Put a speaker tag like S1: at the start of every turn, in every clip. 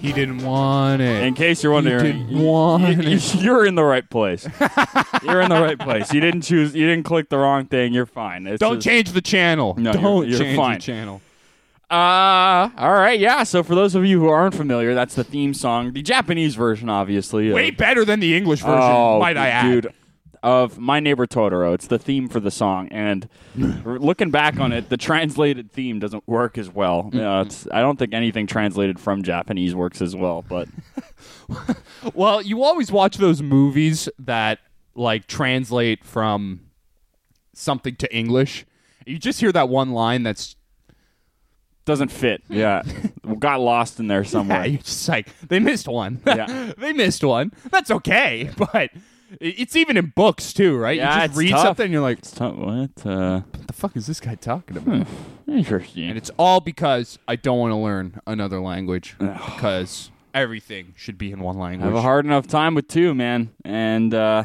S1: You didn't want it.
S2: In case you're wondering,
S1: didn't want it.
S2: are in the right place. you're in the right place. You didn't choose. You didn't click the wrong thing. You're fine. It's
S1: Don't
S2: just-
S1: change the channel.
S2: No, you're-
S1: Don't
S2: you're
S1: change
S2: fine.
S1: the channel.
S2: Uh, all right, yeah. So for those of you who aren't familiar, that's the theme song, the Japanese version, obviously. of-
S1: Way better than the English version,
S2: oh,
S1: might I add.
S2: dude, of My Neighbor Totoro. It's the theme for the song, and r- looking back on it, the translated theme doesn't work as well. Uh, it's, I don't think anything translated from Japanese works as well, but
S1: Well, you always watch those movies that like translate from something to English. You just hear that one line that's
S2: doesn't fit. Yeah, got lost in there
S1: yeah,
S2: somewhere.
S1: you're just like they missed one.
S2: Yeah.
S1: they missed one. That's okay, but it's even in books too, right?
S2: Yeah,
S1: you just
S2: it's
S1: read
S2: tough.
S1: something and you're like,
S2: It's not- what? Uh,
S1: what the fuck is this guy talking about?
S2: interesting.
S1: And it's all because I don't want to learn another language because everything should be in one
S2: I have
S1: language.
S2: a hard enough time with two, man. And uh,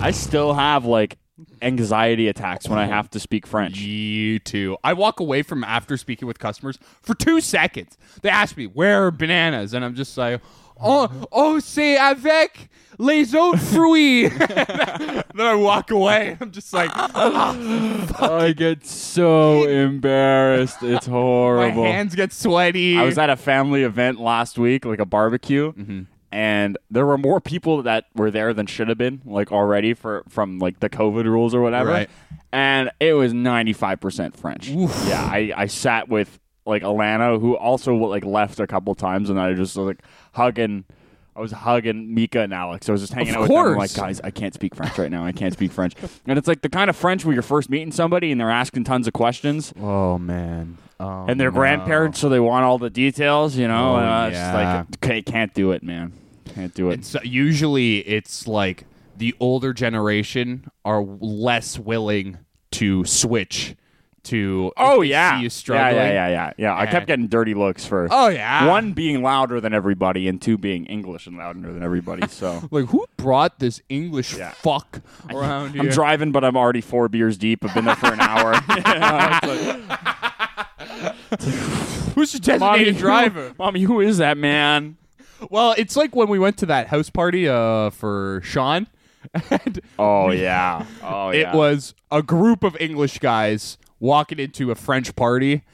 S2: I still have like anxiety attacks when I have to speak French.
S1: You too. I walk away from after speaking with customers for two seconds. They ask me, where are bananas? And I'm just like, oh, oh c'est avec les autres fruits. then I walk away. I'm just like,
S2: I get so embarrassed. It's
S1: my
S2: horrible.
S1: hands get sweaty.
S2: I was at a family event last week, like a barbecue,
S1: Mm-hmm.
S2: and there were more people that were there than should have been, like already for from like the COVID rules or whatever.
S1: Right.
S2: And it was ninety five percent French. Yeah, I, I sat with like Alana, who also like left a couple times, and I just was like hugging. I was hugging Mika and Alex. I was just hanging out
S1: Of
S2: with them. I'm
S1: course.
S2: like, guys, I can't speak French right now. I can't speak French. And it's like the kind of French where you're first meeting somebody and they're asking tons of questions
S1: oh, man. Oh,
S2: and their
S1: no.
S2: grandparents, so they want all the details, you know.
S1: Oh,
S2: and I was
S1: yeah.
S2: just like, okay, can't do it, man. Can't do it.
S1: And so usually it's like the older generation are less willing to switch to if
S2: oh
S1: they
S2: yeah.
S1: see you
S2: yeah,
S1: struggling.
S2: yeah, yeah, yeah, yeah. I
S1: And-
S2: kept getting dirty looks for
S1: Oh yeah.
S2: one being louder than everybody, and two being English and louder than everybody. So
S1: Like, who brought this English
S2: Yeah.
S1: fuck around here?
S2: I'm driving, but I'm already four beers deep. I've been there for an hour. You know, it's like,
S1: Who's your
S2: mommy,
S1: designated
S2: who-
S1: driver?
S2: mommy, who is that man?
S1: Well, it's like when we went to that house party uh, for Sean. And
S2: Oh yeah. Oh yeah.
S1: It was a group of English guys walking into a French party.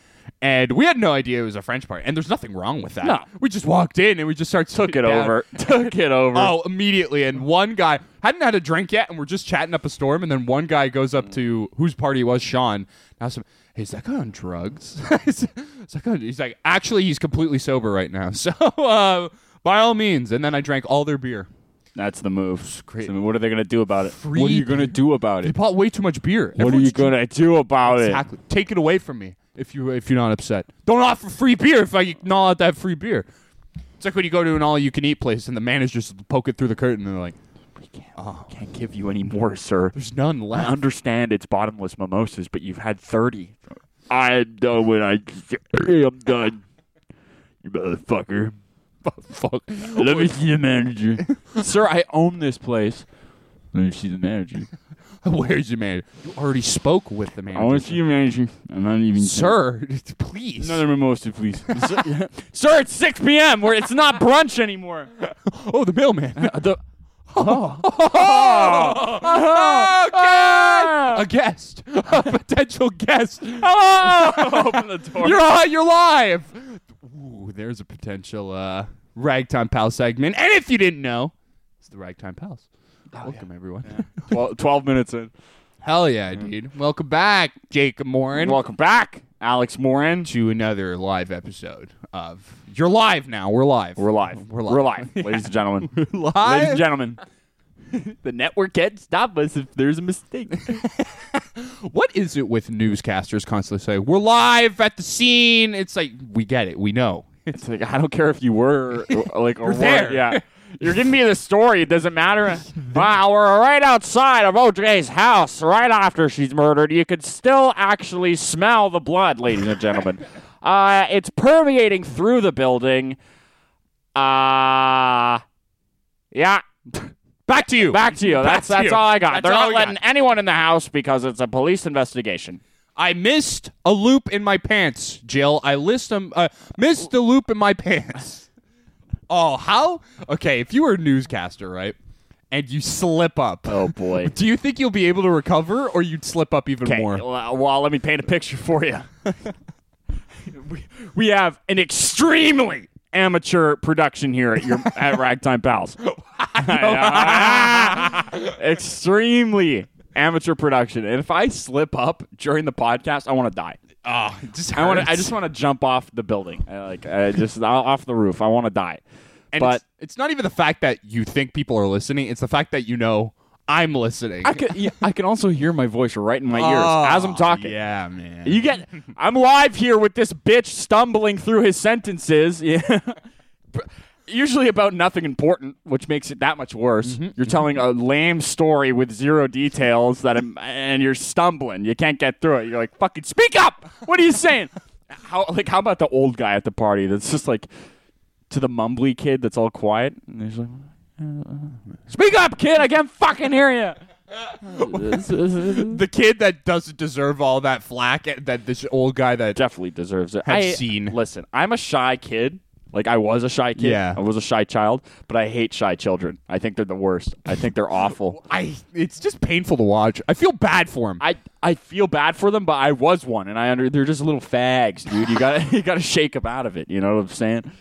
S1: And we had no idea it was a French party. And there's nothing wrong with that.
S2: No.
S1: We just walked in and we just started
S2: took it over. Took it over.
S1: Oh, immediately. And one guy hadn't had a drink yet, and we're just chatting up a storm. And then one guy goes up to whose party it was Sean. Now some, hey, is that guy on drugs? Is that guy on-" he's like, actually, he's completely sober right now. So, uh, by all means. And then I drank all their beer.
S2: That's the move.
S1: great.
S2: So, I mean, what are they gonna do about it?
S1: Free
S2: what are you gonna do about
S1: They
S2: it?
S1: bought way too much beer.
S2: What are you gonna do about it?
S1: exactly take it away from me if you if you're not upset? Don't offer free beer if I not out that free beer. It's like when you go to an all-you-can-eat place and the managers poke it through the curtain and they're like,
S2: Can't give you any more, sir.
S1: "There's none
S2: I
S1: left."
S2: understand it's bottomless mimosas, but you've had 30. I'm done when I. I'm done. You motherfucker.
S1: Fuck.
S2: Let me see the manager. Oh, sir, I own this place. Let me see the manager.
S1: Where's your manager? You already spoke with the
S2: I want
S1: manager.
S2: to see your manager. I'm not even.
S1: Sir, please.
S2: Another mimosa, please. sir, sir, it's 6 p.m. Where it's not brunch anymore.
S1: Oh, the mailman.
S2: The-
S1: Oh, A guest. A potential guest.
S2: Oh. Hello! Open the door.
S1: You're on, you're live. Ooh, there's a potential uh, ragtime pal segment. And if you didn't know, it's the ragtime pals.
S2: Oh,
S1: Welcome everyone.
S2: Twel- 12 minutes in.
S1: Hell yeah, dude. Welcome back, Jacob Morin.
S2: And welcome back, Alex Moran.
S1: to another live episode of You're live now. We're live.
S2: We're live.
S1: We're live.
S2: We're live, ladies and gentlemen. Ladies and
S1: live.
S2: gentlemen, the network can't stop us if there's a mistake.
S1: what is it with newscasters constantly saying we're live at the scene it's like we get it we know
S2: It's like I don't care if you were or- like or weren't.
S1: You're there.
S2: Yeah, you're giving me the story. It doesn't matter. wow, we're right outside of OJ's house right after she's murdered. You could still actually smell the blood, ladies and gentlemen. uh, it's permeating through the building. Uh, yeah.
S1: back to you
S2: Back to you. that's
S1: to
S2: that's
S1: you.
S2: all I got.
S1: That's
S2: They're
S1: all
S2: not
S1: we
S2: letting anyone in the house because it's a police investigation.
S1: I missed a loop in my pants, Jill. I list them, uh, missed the loop in my pants. Oh, how? Okay, if you were a newscaster, right, and you slip up,
S2: Oh boy.
S1: do you think you'll be able to recover, or you'd slip up even
S2: Okay,
S1: more?
S2: well, uh, well, let me paint a picture for you. we, we have an extremely amateur production here at your at Ragtime Pals. extremely amateur production, and if I slip up during the podcast, I want to die.
S1: Ah, it just
S2: I want to. I
S1: hurts.
S2: just want to jump off the building, I, like I just off the roof. I want to die.
S1: And
S2: but
S1: it's, it's not even the fact that you think people are listening; it's the fact that you know I'm listening.
S2: I can. Yeah, I can also hear my voice right in my ears as I'm
S1: Oh,
S2: talking.
S1: Yeah, man.
S2: You get. I'm live here with this bitch stumbling through his sentences. Yeah. Usually about nothing important, which makes it that much worse. You're telling a lame story with zero details that, I'm, and you're stumbling. You can't get through it. You're like, "Fucking speak up! What are you saying?" How like how about the old guy at the party that's just like to the mumbly kid that's all quiet and he's like, "Uh, "Speak up, kid! I can't fucking hear you."
S1: the kid that doesn't deserve all that flack eh, that this old guy that
S2: definitely deserves it.
S1: Have
S2: I-
S1: seen.
S2: Listen, I'm a shy kid. Like I was a shy kid.
S1: Yeah.
S2: I was a shy child, but I hate shy children. I think they're the worst. I think they're awful.
S1: I it's just painful to watch. I feel bad for him.
S2: I, I feel bad for them, but I was one, and I under they're just little fags, dude. You got to you got to shake them out of it. You know what I'm saying?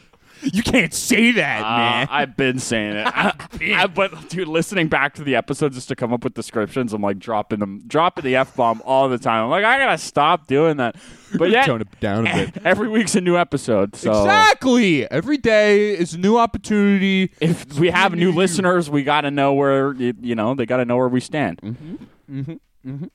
S1: you can't say that,
S2: Uh,
S1: man.
S2: I've been saying it. I, I- but dude, listening back to the episodes just to come up with descriptions, I'm like dropping them, dropping the f bomb all the time. I'm like, I gotta stop doing that. But yeah,
S1: Tone it down a bit.
S2: every week's a new episode. So
S1: Exactly. Every day is a new opportunity.
S2: if we have new
S1: need you.
S2: listeners, we got to know where y- you know they got to know where we stand.
S1: Mm-hmm.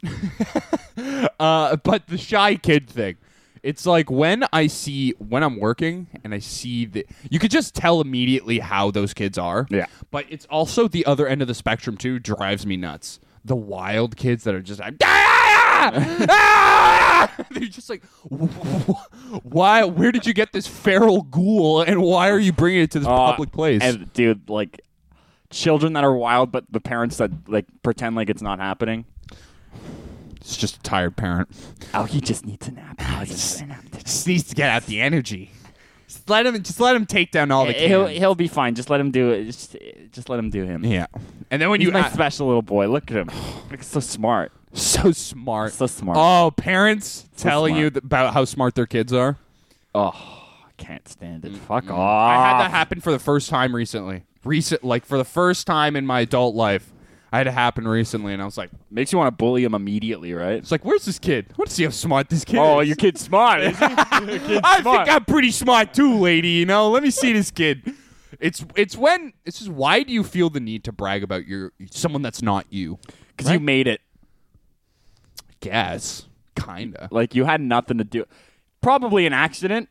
S1: Uh, but the shy kid thing. It's like when I see when I'm working and I see that you could just tell immediately how those kids are.
S2: Yeah.
S1: But it's also the other end of the spectrum too drives me nuts. The wild kids that are just like "Ah, they're just like "Wh- why where did you get this feral ghoul and why are you bringing it to this
S2: Uh,
S1: public place?
S2: And dude, like children that are wild, but the parents that like pretend like it's not happening.
S1: it's just a tired parent.
S2: Oh, he just needs a nap. Oh, he just needs a nap.
S1: Just needs to get out the energy. Just let him just let him take down all the
S2: Eh, He'll
S1: kids.
S2: he'll be fine. Just let him do it. Just just let him do him.
S1: Yeah. And then when
S2: He's
S1: you
S2: my
S1: ask-
S2: special little boy. Look at him. He's so smart.
S1: So smart.
S2: So smart.
S1: Oh, parents telling
S2: smart.
S1: you th- about how smart their kids are.
S2: Oh, I can't stand it. Fuck off.
S1: I had
S2: Ah.
S1: that happen for the first time recently. Recent, like for the first time in my adult life, I had it happen recently, and I was like,
S2: Makes you want to bully him immediately, right?
S1: "It's like, where's this kid? I want to see how smart this kid
S2: Oh,
S1: is."
S2: your kid's smart. isn't he?
S1: I
S2: smart.
S1: think I'm pretty smart too, lady. You know, let me see this kid. It's it's when it's just why do you feel the need to brag about your someone that's not you?
S2: Because you made it.
S1: Guess kinda.
S2: Like you had nothing to do. Probably an accident,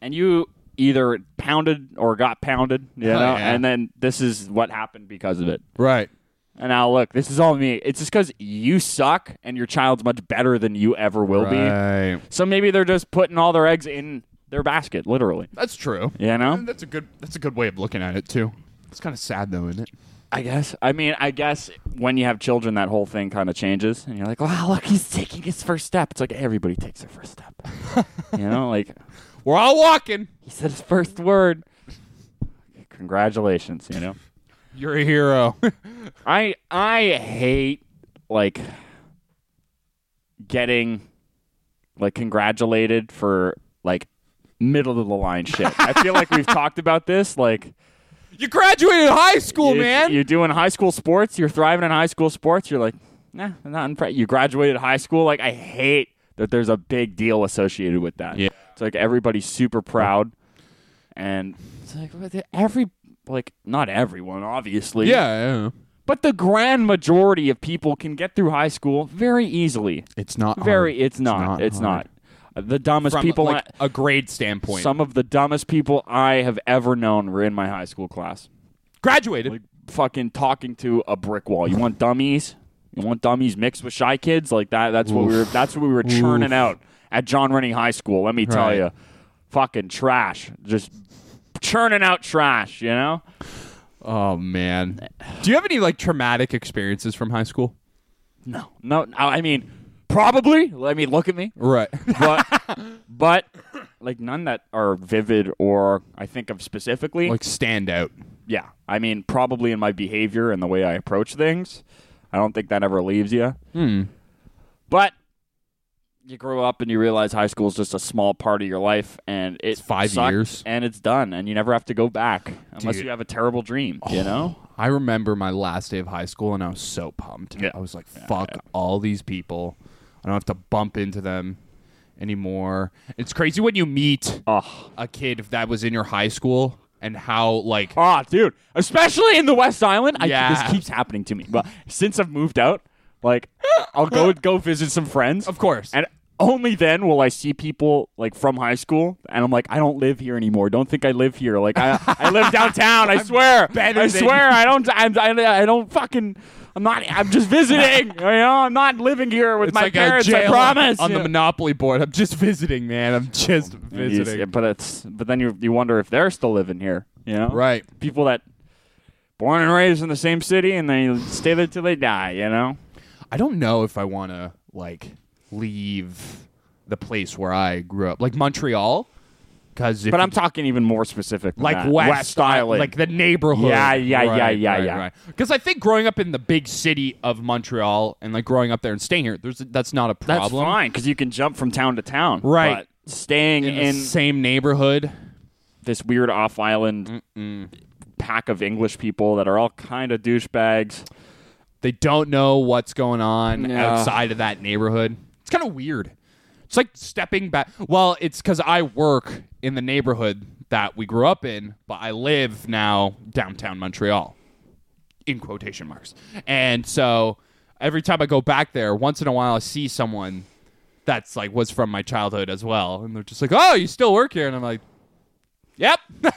S2: and you either pounded or got pounded. You know,
S1: Hell yeah.
S2: and then this is what happened because of it.
S1: Right.
S2: And now look, this is all me. It's just because you suck, and your child's much better than you ever will
S1: Right.
S2: be. So maybe they're just putting all their eggs in their basket, literally.
S1: That's true.
S2: You know.
S1: And that's a good that's a good way of looking at it too. It's kind of sad though, isn't it?
S2: I guess. I mean, I guess when you have children, that whole thing kind of changes, and you're like, "Wow, look, he's taking his first step." It's like everybody takes their first step. you know, like
S1: We're all walking.
S2: He said his first word. Congratulations, you know.
S1: You're a hero.
S2: I I hate like getting like congratulated for like middle of the line shit. I feel like we've talked about this like
S1: you graduated high school,
S2: you,
S1: man.
S2: You're doing high school sports. You're thriving in high school sports. You're like, nah, I'm not impressed. You graduated high school. Like, I hate that there's a big deal associated with that.
S1: Yeah.
S2: It's like everybody's super proud, and it's like what the- every like not everyone obviously.
S1: yeah, yeah.
S2: But the grand majority of people can get through high school very easily.
S1: It's not
S2: Very. It's not.
S1: not
S2: It's not.
S1: hard.
S2: The dumbest
S1: from
S2: people.
S1: like
S2: I-
S1: a grade standpoint.
S2: some of the dumbest people I have ever known were in my high school class
S1: graduated.
S2: like fucking talking to a brick wall. You want dummies? You want dummies mixed with shy kids? Like that? That's what we were. That's what we were churning out at John Rennie High School. Let me tell
S1: Right.
S2: you, fucking trash. Just churning out trash. You know?
S1: oh man. Do you have any like traumatic experiences from high school?
S2: No, no. I I mean, Probably. I mean, look at me.
S1: Right.
S2: But, but like none that are vivid or I think of specifically.
S1: like stand out.
S2: yeah. I mean, probably in my behavior and the way I approach things. I don't think that ever leaves you.
S1: Hmm.
S2: But you grow up and you realize high school is just a small part of your life, and it
S1: It's five
S2: sucked
S1: years.
S2: and it's done, and you never have to go back unless
S1: Dude. Oh.
S2: you have a terrible dream. You know,
S1: I remember my last day of high school and I was so pumped.
S2: Yeah.
S1: I was like, fuck all these people. I don't have to bump into them anymore. It's crazy when you meet
S2: oh,
S1: a kid that was in your high school and how like
S2: ah, dude, especially in the West Island, I,
S1: Yeah.
S2: this keeps happening to me. But since I've moved out, like I'll go go visit some friends,
S1: of course.
S2: and only then will I see people like from high school, and I'm like, I don't live here anymore. Don't think I live here. Like I, I live downtown. I swear.
S1: better
S2: I
S1: than
S2: swear. I don't. I'm, I, I don't fucking. I'm not. I'm just visiting. you know, I'm not living here with
S1: it's
S2: my
S1: like
S2: parents.
S1: a jail
S2: I promise.
S1: on the
S2: Yeah.
S1: monopoly board. I'm just visiting, man. I'm just visiting.
S2: Yeah, but it's. But then you you wonder if they're still living here. You know.
S1: Right.
S2: People that born and raised in the same city and they stay there till they die. You know.
S1: I don't know if I want to like leave the place where I grew up, like Montreal, because
S2: But I'm talking even more specific. than
S1: like
S2: that.
S1: West,
S2: Island.
S1: like the neighborhood.
S2: Yeah, yeah, yeah, yeah, yeah.
S1: Because I think growing up in the big city of Montreal and like growing up there and staying here, there's that's not a
S2: That's
S1: problem.
S2: fine because you can jump from town to town.
S1: Right.
S2: But staying
S1: In
S2: in,
S1: the same neighborhood,
S2: this weird off island pack of English people that are all kind of douchebags.
S1: they don't know what's going on
S2: Yeah.
S1: outside of that neighborhood. It's kind of weird. It's like stepping back. Well, it's because I work in the neighborhood that we grew up in, but I live now downtown Montreal, in quotation marks. And so every time I go back there, once in a while I see someone that's like was from my childhood as well, and they're just like, "Oh, you still work here?" And I'm like, "Yep."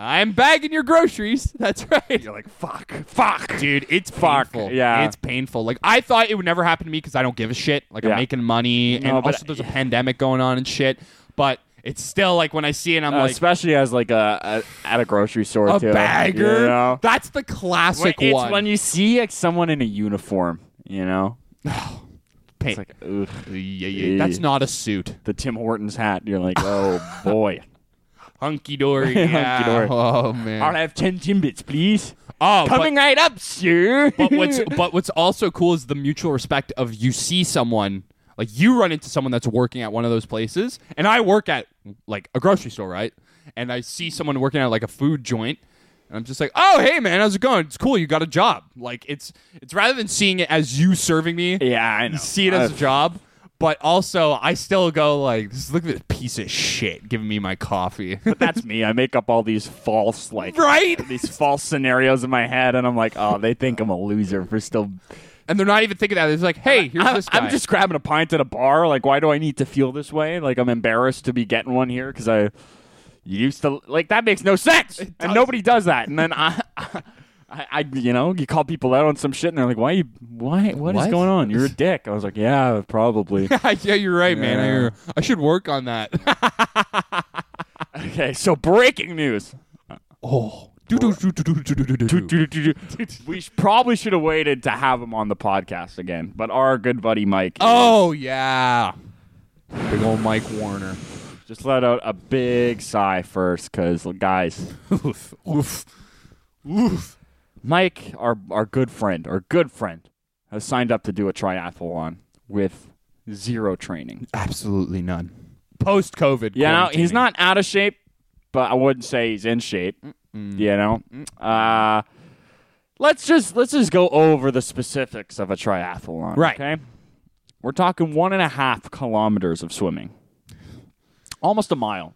S1: I'm bagging your groceries. That's right.
S2: You're like, fuck, fuck.
S1: Dude, it's
S2: Fuck,
S1: painful.
S2: yeah.
S1: it's painful. Like I thought it would never happen to me because I don't give a shit. Like
S2: Yeah.
S1: I'm making money,
S2: No,
S1: and
S2: but-
S1: also there's a pandemic going on and shit. But it's still like when I see it, I'm
S2: Uh,
S1: like
S2: especially as like a, a at a grocery store
S1: a
S2: too.
S1: bagger.
S2: You know?
S1: That's the classic
S2: When- it's
S1: one.
S2: when you see like someone in a uniform. You know,
S1: Pain.
S2: it's like ugh,
S1: Yeah, yeah, That's
S2: Eh.
S1: not a suit.
S2: the Tim Hortons hat. You're like, oh boy.
S1: Hunky dory. Yeah.
S2: Hunky-dory.
S1: Oh man.
S2: I'll have ten timbits, please.
S1: Oh, but-
S2: Coming right up, sir.
S1: but what's but what's also cool is the mutual respect of you see someone like you run into someone that's working at one of those places and i work at like a grocery store right and i see someone working at like a food joint and i'm just like oh hey man how's it going it's cool you got a job like it's it's rather than seeing it as you serving me
S2: yeah, I know.
S1: you see it as
S2: Uh,
S1: a job but also i still go like "Just look at this piece of shit giving me my coffee
S2: But that's me. I make up all these false like
S1: right
S2: these false scenarios in my head, and I'm like, oh, they think I'm a loser for still.
S1: and they're not even thinking that it's like hey here's
S2: I'm,
S1: this guy
S2: I'm just grabbing a pint at a bar. Like, why do I need to feel this way? Like, I'm embarrassed to be getting one here because I used to like that makes no sense, and
S1: does.
S2: nobody does that. And then I. I, I, you know, you call people out on some shit, and they're like, "Why? You, why? what
S1: What?
S2: is going on? You're a dick." I was like, "Yeah, probably."
S1: yeah, you're right, man. I-
S2: Yeah.
S1: I should work on that.
S2: okay, so breaking news:
S1: Oh. Dude,
S2: we sh- probably should have waited to have him on the podcast again, but our good buddy Mike.
S1: Oh yeah. Big old Mike Warner.
S2: Just let out a big sigh first, because guys,
S1: Oof. Oof. Oof.
S2: Mike, our our good friend, our good friend, has signed up to do a triathlon with zero training.
S1: Absolutely none. Post COVID.
S2: You know, he's not out of shape, but I wouldn't say he's in shape. You know, uh, let's just let's just go over the specifics of a triathlon.
S1: Right.
S2: Okay, we're talking one and a half kilometers of swimming, almost a mile,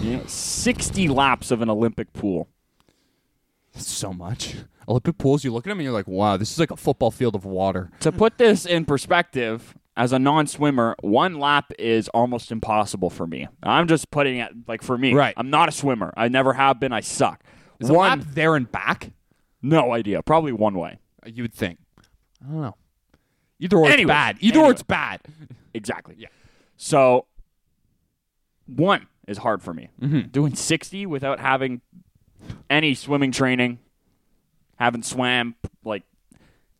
S2: You know, sixty laps of an Olympic pool.
S1: so much. Olympic pools, you look at them and you're like, wow, this is like a football field of water.
S2: to put this in perspective, as a non-swimmer, one lap is almost impossible for me. I'm just putting it like for me.
S1: Right.
S2: I'm not a swimmer. I never have been. I suck.
S1: Is
S2: one,
S1: a lap there and back?
S2: no idea. Probably one way.
S1: You would think. I don't know. Either or it's
S2: Anyways.
S1: bad. Either or
S2: Anyway.
S1: it's bad.
S2: Exactly. Yeah. So one is hard for me.
S1: Mm-hmm.
S2: Doing 60 without having any swimming training, haven't swam like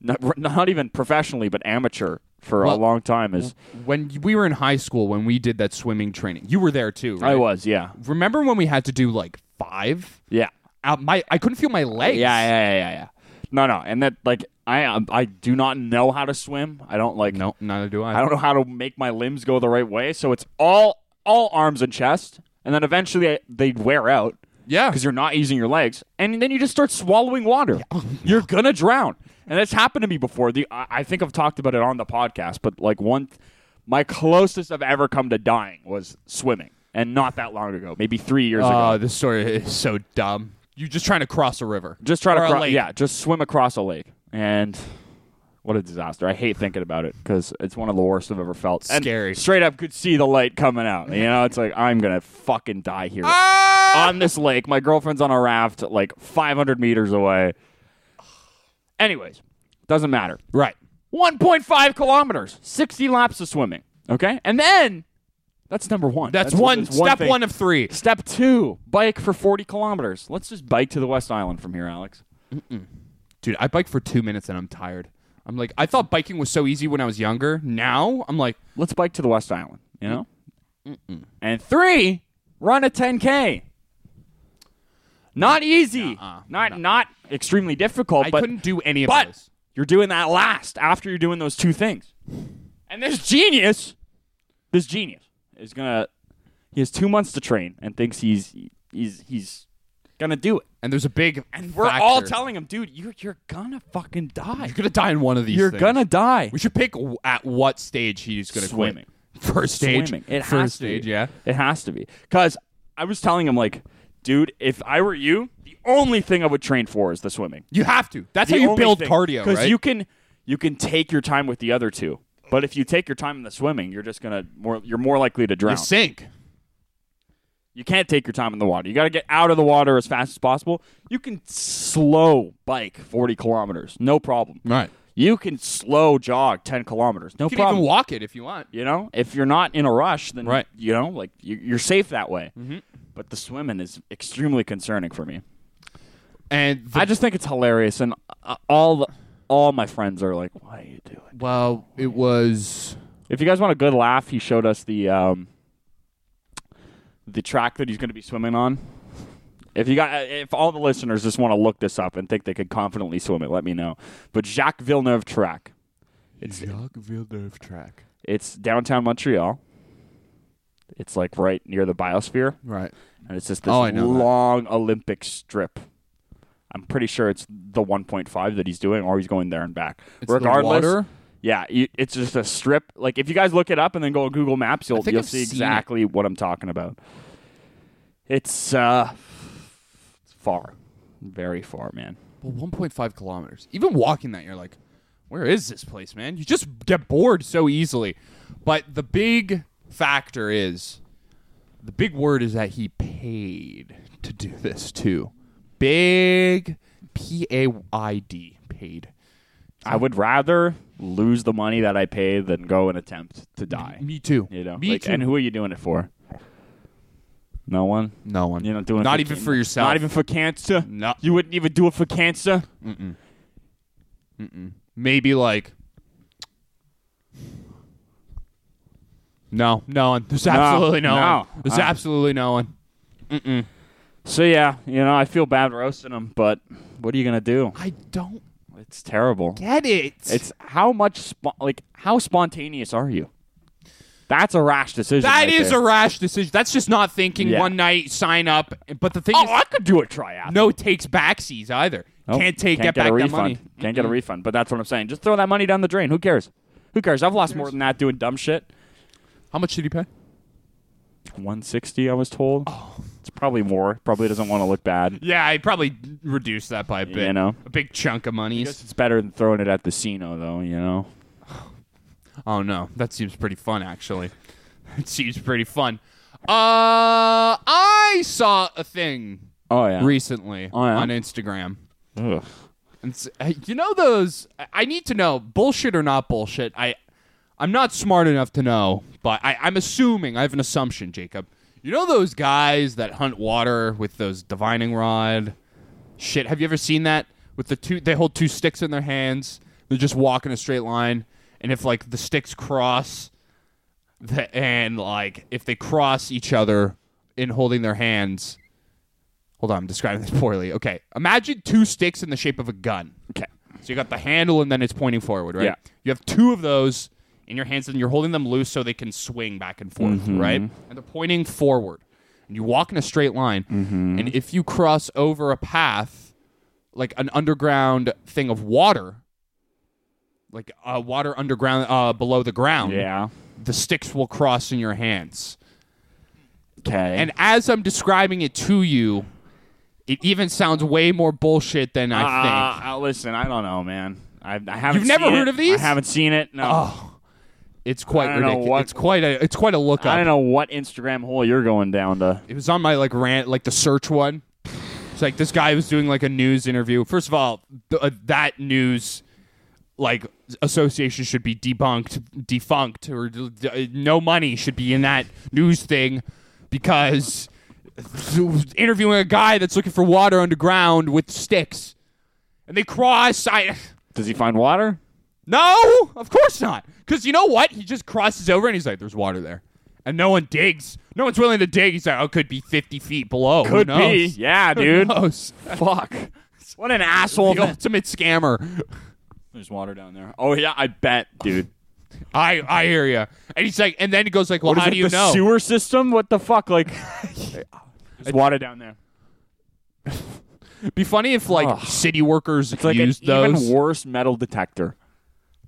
S2: not, not even professionally but amateur for a
S1: Well-
S2: long time is
S1: When we were in high school, when we did that swimming training, you were there too, right?
S2: I was, yeah,
S1: Remember when we had to do like five?
S2: yeah,
S1: Out my I couldn't feel my legs.
S2: yeah, yeah, yeah, yeah, yeah. No, no, and that like I um, I do not know how to swim. I don't like
S1: No, neither do I.
S2: I don't know how to make my limbs go the right way. So it's all all arms and chest, and then eventually I, they wear out
S1: Yeah.
S2: because you're not using your legs, and then you just start swallowing water. You're gonna drown, and that's happened to me before. The I, I think I've talked about it on the podcast, but like one, my closest I've ever come to dying was swimming, and not that long ago, maybe three years ago.
S1: Uh, this story is so dumb. You're just trying to cross a river.
S2: Just try to
S1: Or a
S2: cro-
S1: lake.
S2: yeah, just swim across a lake, and what a disaster! I hate thinking about it because it's one of the worst I've ever felt. And
S1: Scary.
S2: straight up, could see the light coming out. You know, it's like I'm gonna fucking die here
S1: Ah!
S2: on this lake. My girlfriend's on a raft, like 500 meters away. Anyways, doesn't matter.
S1: Right.
S2: 1.5 kilometers, 60 laps of swimming. Okay, and then that's number one.
S1: That's, one
S2: that's
S1: step
S2: thing.
S1: one of three.
S2: Step two: bike for 40 kilometers. Let's just bike to the West Island from here, Alex.
S1: Dude, I bike for two minutes and I'm tired. I'm like, I thought biking was so easy when I was younger. Now I'm like,
S2: let's bike to the West Island, you know? And three, run a 10K. Not easy. not not extremely difficult,
S1: I
S2: but
S1: couldn't do any of
S2: but
S1: those.
S2: you're doing that last after you're doing those two things. And this genius, this genius is going to he has 2 months to train and thinks he's he's he's going to do it.
S1: And there's a big
S2: And we're all
S1: factor.
S2: telling him, dude, you are you're going to fucking die.
S1: You're gonna die in one of these.
S2: You're
S1: things.
S2: going to die.
S1: We should pick w- at what stage he's gonna
S2: Swimming.
S1: quit. First stage.
S2: swimming. It has
S1: First
S2: to be.
S1: stage. Yeah.
S2: It has to be. Cause I was telling him like, dude, if I were you, the only thing I would train for is the swimming.
S1: You have to. That's
S2: The
S1: how you
S2: only
S1: build
S2: thing.
S1: cardio, right?
S2: you can you can take your time with the other two. But if you take your time in the swimming, you're just gonna more you're more likely to
S1: You
S2: drown.
S1: sink.
S2: You can't take your time in the water. You got to get out of the water as fast as possible. You can slow bike 40 kilometers, no problem.
S1: Right.
S2: You can slow jog 10 kilometers, no
S1: You can
S2: problem.
S1: even walk it if you want.
S2: You know, if you're not in a rush, then
S1: Right. Mm-hmm.
S2: you know, like you- you're safe that way. But the swimming is extremely concerning for me.
S1: And the
S2: I just think it's hilarious, and uh, all the, all my friends are like, "Why are you doing?"
S1: Well, it was.
S2: If you guys want a good laugh, he showed us the um, the track that he's going to be swimming on. If you got, uh, if all the listeners just want to look this up and think they could confidently swim it, let me know. But Jacques Villeneuve track,
S1: It's Jacques Villeneuve track.
S2: it's downtown Montreal. It's like right near the biosphere.
S1: Right.
S2: and it's just this
S1: Oh, I know that.
S2: long Olympic strip. I'm pretty sure it's the 1.5 that he's doing, or he's going there and back.
S1: It's the
S2: Regardless,
S1: water?
S2: yeah, you, it's just a strip. Like if you guys look it up and then go on Google Maps, you'll
S1: think
S2: you'll
S1: I've
S2: see
S1: seen it.
S2: exactly what I'm talking about. It's uh, it's far, very far, man.
S1: Well, 1.5 kilometers. Even walking that, you're like, where is this place, man? You just get bored so easily. But the big factor is the big word is that he paid to do this too. Big P A I D, paid.
S2: I would rather lose the money that I pay than go and attempt to die.
S1: Me too.
S2: You know,
S1: me
S2: Like,
S1: too.
S2: and who are you doing it for? No one.
S1: no one.
S2: You're not doing it
S1: Not
S2: for
S1: even
S2: can-
S1: for yourself.
S2: Not even for cancer.
S1: No.
S2: You wouldn't even do it for cancer.
S1: maybe like no no one there's absolutely no, Uh-huh.
S2: no.
S1: one there's
S2: Uh,
S1: absolutely no one
S2: So yeah, you know, I feel bad roasting him, but what are you gonna do?
S1: i don't
S2: It's terrible.
S1: get it
S2: It's how much spo- like how spontaneous are you? That's a rash decision.
S1: that
S2: right
S1: is
S2: there.
S1: a rash decision that's just not thinking
S2: Yeah.
S1: one night sign up but the thing
S2: Oh,
S1: is
S2: I could do a tryout.
S1: no takes backsies either
S2: Nope.
S1: can't take get
S2: get
S1: back
S2: a
S1: that
S2: refund.
S1: money
S2: Can't get a refund. But that's what I'm saying. Just throw that money down the drain. Who cares? Who cares? I've lost more than that doing dumb shit.
S1: how much did he pay
S2: 160, I was told. Oh. It's probably more. Probably doesn't want to look bad.
S1: yeah i probably reduced that by a bit
S2: You know.
S1: a big chunk of
S2: Guess
S1: monies
S2: it's better than throwing it at the Cino, though. You know.
S1: Oh no, that seems pretty fun actually. It seems pretty fun. Uh, I saw a thing
S2: Oh yeah.
S1: recently
S2: Oh, yeah?
S1: on Instagram.
S2: Ugh.
S1: And s- hey, you know those? I- I need to know bullshit or not bullshit. I, I'm not smart enough to know, but I, I'm assuming I have an assumption, Jacob. You know those guys that hunt water with those divining rod, shit. Have you ever seen that? With the two, they hold two sticks in their hands. They're just walking a straight line, and if like the sticks cross, the, and like if they cross each other in holding their hands. Hold on, I'm describing this poorly. Okay, imagine two sticks in the shape of a gun.
S2: Okay.
S1: So you got the handle and then it's pointing forward, right?
S2: Yeah.
S1: You have two of those in your hands and you're holding them loose so they can swing back and forth,
S2: Mm-hmm.
S1: right? And they're pointing forward. And you walk in a straight line.
S2: Mm-hmm.
S1: And if you cross over a path, like an underground thing of water, like uh, water underground uh, below the ground,
S2: Yeah.
S1: the sticks will cross in your hands.
S2: Okay.
S1: And as I'm describing it to you, it even sounds way more bullshit than I think.
S2: Uh, uh, listen, I don't know, man. I, I haven't.
S1: You've never
S2: seen
S1: heard
S2: it.
S1: of these? Oh,
S2: I haven't seen it. No.
S1: It's quite
S2: I don't know
S1: ridiculous.
S2: what-
S1: it's quite a it's quite a look
S2: I
S1: up.
S2: don't know what Instagram hole you're going down to.
S1: It was on my like rant, like the search one. It's like this guy was doing like a news interview. First of all, th- uh, that news like association should be debunked, defunct, or d- d- uh, no money should be in that news thing because interviewing a guy that's looking for water underground with sticks and they cross. I.
S2: Does he find water?
S1: No, of course not. Because you know what? He just crosses over and he's like, there's water there. And no one digs. No one's willing to dig. He's like, oh, it could be 50 feet below. Who
S2: Could be.
S1: knows?
S2: Yeah,
S1: Who
S2: dude.
S1: knows?
S2: Fuck. What an asshole.
S1: The ultimate scammer.
S2: There's water down there. Oh yeah, I bet, dude.
S1: I, I hear you. And he's like, and then he goes like, well,
S2: What is
S1: how
S2: it,
S1: do you
S2: the
S1: know?
S2: Sewer system? What the fuck? Like, there's water down there.
S1: It'd be funny if like
S2: Ugh.
S1: city workers
S2: It's like
S1: used
S2: an
S1: those.
S2: even worse metal detector.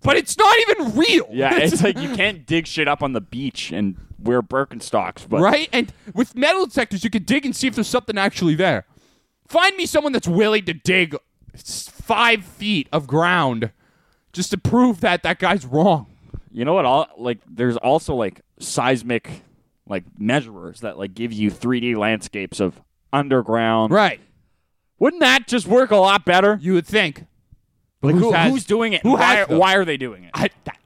S1: but it's not even real.
S2: Yeah, it's like you can't dig shit up on the beach and wear Birkenstocks, but
S1: right? And with metal detectors, you can dig and see if there's something actually there. Find me someone that's willing to dig s- five feet of ground just to prove that that guy's wrong.
S2: you know what? All like there's also like seismic like measurers that like give you 3D landscapes of underground.
S1: Right.
S2: Wouldn't that just work a lot better?
S1: You would think. But
S2: Like
S1: who's
S2: who,
S1: has-
S2: who's doing it?
S1: Who
S2: why,
S1: has them?
S2: why are they doing it?
S1: I, that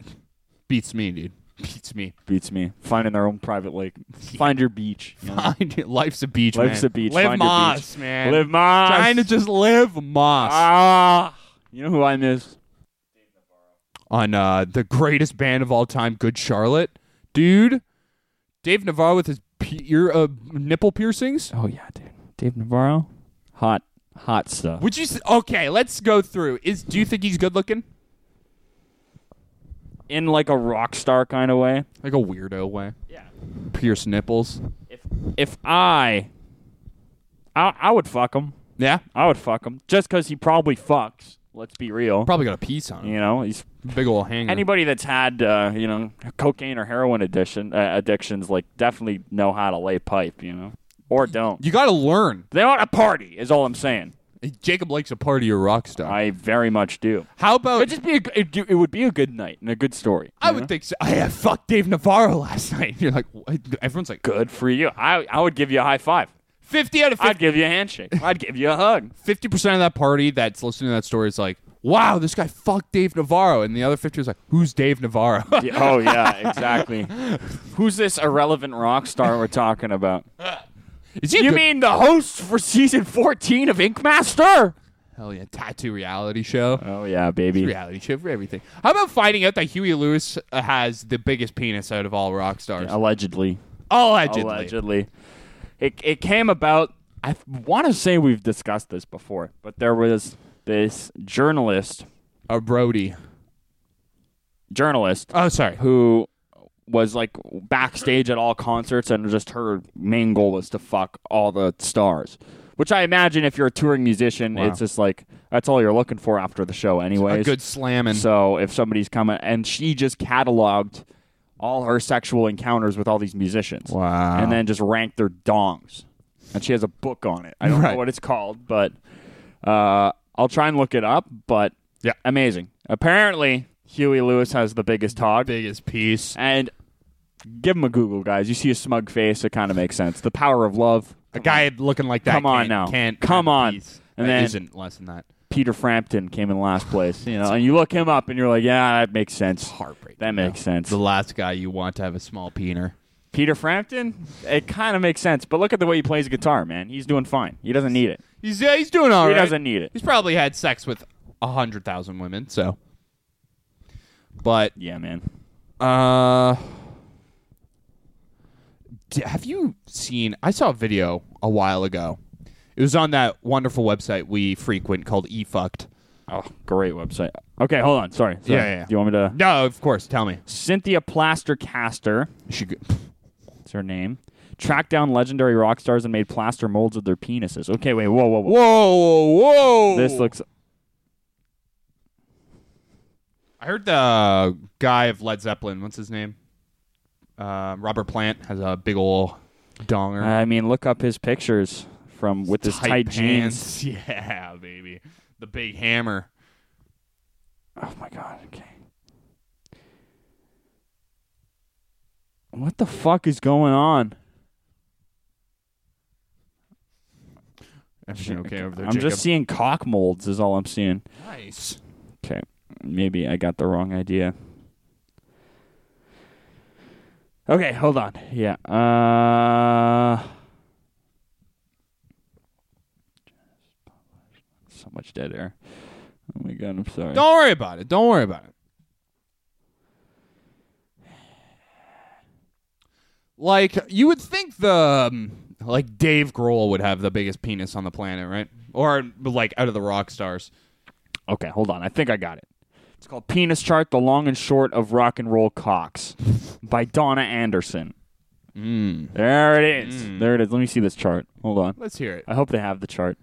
S1: beats me, dude. Beats me.
S2: Beats me. Finding their own private lake. Find your beach. you know?
S1: Life's a beach, man.
S2: Life's a beach.
S1: Live
S2: Find your
S1: Moss,
S2: beach.
S1: man.
S2: Live Moss.
S1: Trying to just live Moss.
S2: Ah, you know who I miss?
S1: on uh, the greatest band of all time, Good Charlotte. Dude, Dave Navarro with his pe- ear, uh, nipple piercings.
S2: Oh yeah, dude. Dave Navarro. Hot, hot stuff.
S1: Would you s okay? Let's go through. Is do you think he's good looking?
S2: In like a rock star kind of way.
S1: Like a weirdo way.
S2: Yeah.
S1: Pierce nipples.
S2: If if I, I I would fuck him.
S1: Yeah.
S2: I would fuck him just because he probably fucks. Let's be real.
S1: Probably got a piece on him.
S2: You know, he's
S1: Big old hanger.
S2: anybody that's had uh, you know cocaine or heroin addiction uh, addictions like definitely know how to lay pipe. You know, or don't.
S1: you got to learn.
S2: They want a party. Is all I'm saying.
S1: Jacob likes a party or rock star.
S2: I very much do.
S1: How
S2: It
S1: about?
S2: would just be a, g- it'd do- it would be a good night and a good story.
S1: I
S2: you
S1: would
S2: know?
S1: think so. I I fucked Dave Navarro last night. You're like, what? everyone's like,
S2: good for you. I I would give you a high five.
S1: fifty out of
S2: I'd
S1: fifty.
S2: give you a handshake. I'd give you a hug.
S1: Fifty percent of that party that's listening to that story is like, wow, this guy fucked Dave Navarro, and the other fifty is like, who's Dave Navarro?
S2: Yeah, oh yeah, exactly. Who's this irrelevant rock star we're talking about?
S1: is he? a
S2: You
S1: good-
S2: mean the host for season 14 of Ink Master?
S1: hell yeah, tattoo reality show.
S2: Oh yeah, baby.
S1: reality show for everything. How about finding out that Huey Lewis uh, has the biggest penis out of all rock stars?
S2: Allegedly.
S1: Allegedly.
S2: Allegedly. It it came about I want to say we've discussed this before, but there was this journalist
S1: A Brody.
S2: journalist
S1: Oh, sorry.
S2: who was like backstage at all concerts and just her main goal was to fuck all the stars. Which I imagine if you're a touring musician, it's just like that's all you're looking for after the show anyways.
S1: A good slamming.
S2: so if somebody's coming and she just cataloged all her sexual encounters with all these musicians.
S1: Wow.
S2: And then just ranked their dongs. And she has a book on it. I don't
S1: Right.
S2: know what it's called, but uh, I'll try and look it up, but
S1: Yeah.
S2: amazing. Apparently Huey Lewis has the biggest hog.
S1: biggest piece.
S2: And give him a Google, guys. You see a smug face, it kind of makes sense. The power of love.
S1: A guy looking like that.
S2: Come on
S1: can't-
S2: now.
S1: Can't
S2: Come
S1: have a
S2: on.
S1: piece.
S2: And
S1: That
S2: then-
S1: isn't less than that.
S2: Peter Frampton came in last place, you know, and you look him up and you're like, yeah, that makes sense.
S1: Heartbreak.
S2: That makes sense.
S1: The last guy you want to have a small peener.
S2: Peter Frampton, it kind of makes sense, but look at the way he plays guitar, man. He's doing fine. He doesn't need it.
S1: He's yeah, he's doing all
S2: He
S1: right.
S2: doesn't need it.
S1: He's probably had sex with a hundred thousand women. So, But
S2: Yeah, man.
S1: uh, d- have you seen? I saw a video a while ago. It was on that wonderful website we frequent called E eFucked.
S2: Oh, great website. Okay, hold on. Sorry. sorry.
S1: Yeah, yeah, yeah.
S2: Do you want me to?
S1: No, of course. Tell me.
S2: Cynthia Plastercaster.
S1: She g-
S2: It's her name. Tracked down legendary rock stars and made plaster molds of their penises. Okay, wait, whoa, whoa, whoa.
S1: whoa, whoa!
S2: This looks.
S1: I heard the guy of Led Zeppelin. What's his name? Uh, Robert Plant has a big ol' donger.
S2: I mean, look up his pictures from Uh, with his tight, jeans.
S1: pants. Yeah, baby. The big hammer.
S2: Oh my god. Okay. What the fuck is going on?
S1: Everything okay over there,
S2: I'm
S1: Jacob?
S2: just seeing cock molds. Is all I'm seeing.
S1: nice.
S2: Okay, maybe I got the wrong idea. Okay, hold on. Yeah. Uh So much dead air. Oh my god, I'm sorry.
S1: Don't worry about it. Don't worry about it. Like you would think the um, like Dave Grohl would have the biggest penis on the planet, right? Or like out of the rock stars.
S2: Okay, hold on. I think I got it. It's called Penis Chart: The Long and Short of Rock and Roll Cocks by Donna Anderson.
S1: Mm.
S2: There it is.
S1: Mm.
S2: There it is. Let me see this chart. Hold on.
S1: Let's hear it.
S2: I hope they have the chart.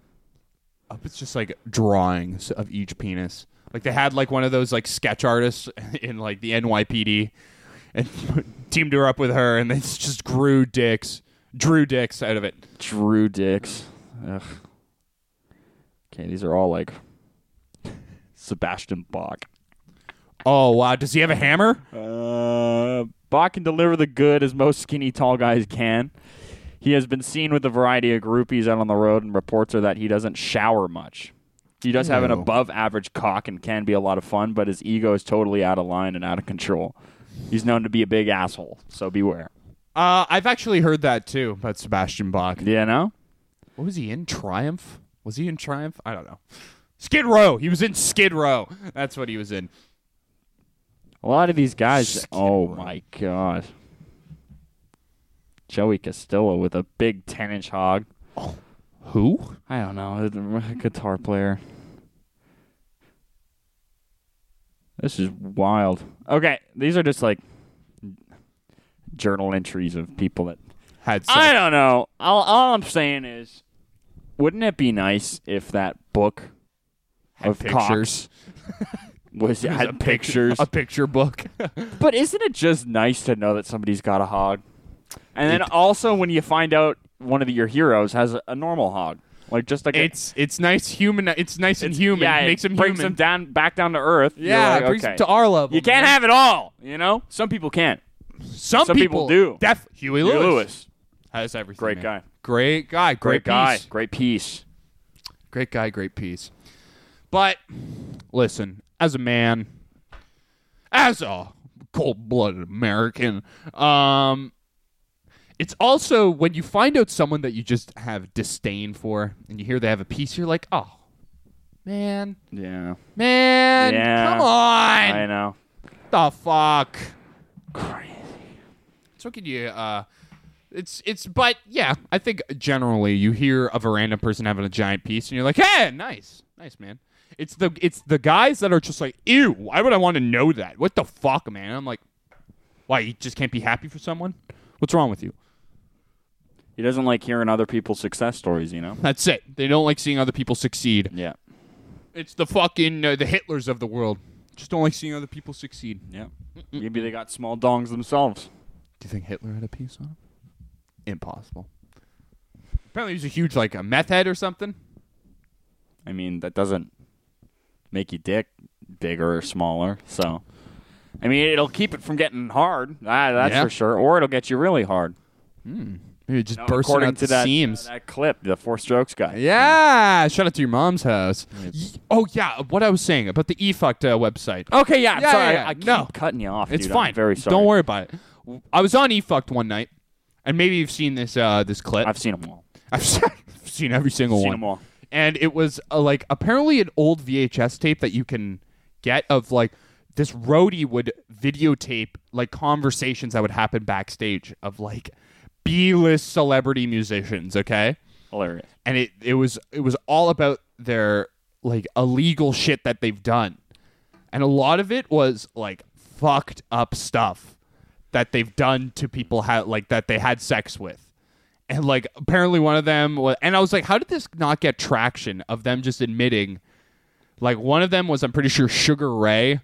S1: up it's just like drawings of each penis like they had like one of those like sketch artists in like the nypd and teamed her up with her and they just grew dicks drew dicks out of it
S2: Drew Dix. Ugh. Okay, these are all like Sebastian Bach.
S1: oh wow does he have a hammer
S2: Uh, Bach can deliver the good as most skinny tall guys can. He has been seen with a variety of groupies out on the road, and reports are that he doesn't shower much. He does have an
S1: No.
S2: above average cock and can be a lot of fun, but his ego is totally out of line and out of control. He's known to be a big asshole, so beware.
S1: uh, i've actually heard that too about sebastian bach
S2: You know?
S1: what was he in triumph was he in triumph i don't know skid row he was in skid row that's what he was in
S2: A lot of these guys.
S1: Skid
S2: Oh
S1: row.
S2: my god. Joey Castillo with a big 10 inch hog.
S1: who
S2: I don't know. A guitar player. This is wild. Okay. These are just like journal entries of people that.
S1: had sex.
S2: I don't know. All, all I'm saying is wouldn't it be nice if that book
S1: had
S2: of
S1: pictures
S2: cocks was, had
S1: a pic-
S2: pictures?
S1: a picture book
S2: But isn't it just nice to know that somebody's got a hog? And then also when you find out one of your heroes has a, a normal hog, like just like a-
S1: It's it's nice human. It's nice and
S2: it's-
S1: human.
S2: yeah,
S1: it makes him
S2: brings
S1: human.
S2: him down back down to earth. You're
S1: yeah,
S2: like,
S1: it brings
S2: okay.
S1: him to our level.
S2: you can't
S1: man.
S2: have it all. You know, some people can't.
S1: some,
S2: some people do.
S1: Def Huey
S2: Huey
S1: Lewis,
S2: Lewis,
S1: has everything.
S2: Great
S1: man.
S2: guy.
S1: Great guy.
S2: great,
S1: Great,
S2: guy,
S1: piece.
S2: great piece.
S1: Great guy. Great piece. But listen, as a man, as a cold-blooded American, um, it's also when you find out someone that you just have disdain for, and you hear they have a piece, you're like, oh, man,
S2: Yeah,
S1: man,
S2: Yeah.
S1: come on.
S2: I know.
S1: the fuck?
S2: Crazy.
S1: So can you? Uh, it's it's but yeah, I think generally you hear of a random person having a giant piece, and you're like, hey, nice, nice man. It's the it's the guys that are just like, ew, why would I want to know that? What the fuck, man? I'm like, why you just can't be happy for someone? What's wrong with you?
S2: He doesn't like hearing other people's success stories. You know.
S1: That's it. They don't like seeing other people succeed.
S2: Yeah.
S1: It's the fucking uh, the Hitlers of the world. Just don't like seeing other people succeed.
S2: Yeah. Maybe they got small dongs themselves.
S1: Do you think Hitler had a piece on him? Impossible. Apparently, he was a huge like a meth head or something.
S2: I mean, that doesn't make your dick bigger or smaller. So, I mean, it'll keep it from getting hard. Ah, that's
S1: Yeah.
S2: for sure. Or it'll get you really hard.
S1: Maybe just
S2: No,
S1: bursting
S2: according
S1: out
S2: to
S1: the
S2: that, uh,
S1: seams.
S2: that clip, the four strokes guy.
S1: yeah, shout out to your mom's house. Y- Oh yeah, what I was saying about the e fucked uh, website.
S2: Okay. Yeah. I'm
S1: Yeah,
S2: sorry.
S1: yeah, yeah.
S2: I keep
S1: No.
S2: cutting you off.
S1: It's
S2: Oh, dude.
S1: fine.
S2: I'm very sorry.
S1: Don't worry about it. W- I was on e fucked one night, and maybe you've seen this uh, this clip.
S2: I've seen them all.
S1: I've se- seen every single
S2: Seen
S1: one.
S2: 'em all.
S1: And it was uh, like apparently an old VHS tape that you can get of like this roadie would videotape like conversations that would happen backstage of like B-list celebrity musicians, okay?
S2: Hilarious.
S1: and it, it was it was all about their like illegal shit that they've done and a lot of it was like fucked up stuff that they've done to people ha- like that they had sex with and like apparently one of them was and i was like how did this not get traction of them just admitting like one of them was i'm pretty sure sugar ray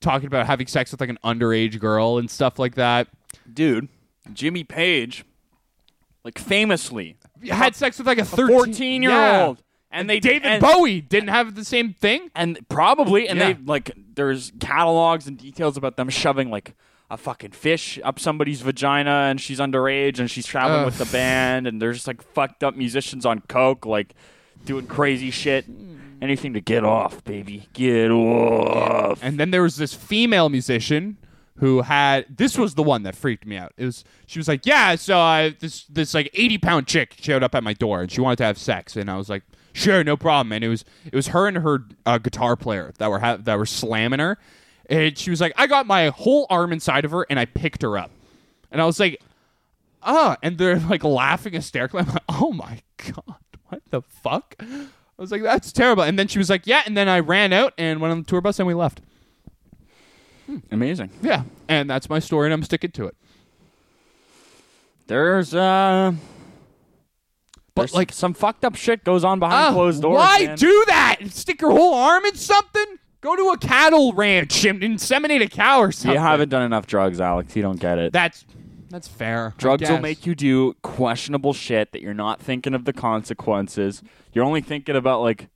S1: talking about having sex with like an underage girl and stuff like that
S2: Dude, Jimmy Page, like famously,
S1: had sex with like a 13
S2: 14 year
S1: Yeah.
S2: old. And they
S1: david
S2: and,
S1: bowie didn't have the same thing
S2: and probably and
S1: Yeah.
S2: they like there's catalogs and details about them shoving like a fucking fish up somebody's vagina and she's underage and she's traveling
S1: Ugh.
S2: with the band and there's just like fucked up musicians on coke like doing crazy shit
S1: Hmm.
S2: anything to get off baby get off
S1: And then there was this female musician who had this was the one that freaked me out. It was she was like, yeah, so I, this this like eighty pound chick showed up at my door and she wanted to have sex, and I was like, sure, no problem. And it was it was her and her uh, guitar player that were ha- that were slamming her, and she was like, I got my whole arm inside of her and I picked her up, and I was like, ah, and they're like laughing hysterically. I'm like, oh my god, what the fuck? I was like, that's terrible. And then she was like, yeah. And then I ran out and went on the tour bus and we left.
S2: amazing
S1: Yeah, and that's my story, and I'm sticking to it.
S2: there's uh
S1: But
S2: there's
S1: like,
S2: some fucked up shit goes on behind
S1: ah,
S2: closed doors
S1: why
S2: man.
S1: do that? Stick your whole arm in something? Go to a cattle ranch and inseminate a cow or
S2: you
S1: something.
S2: haven't done enough drugs alex you don't get it
S1: That's that's fair. I
S2: Drugs will
S1: guess.
S2: make you do questionable shit that you're not thinking of the consequences. You're only thinking about like,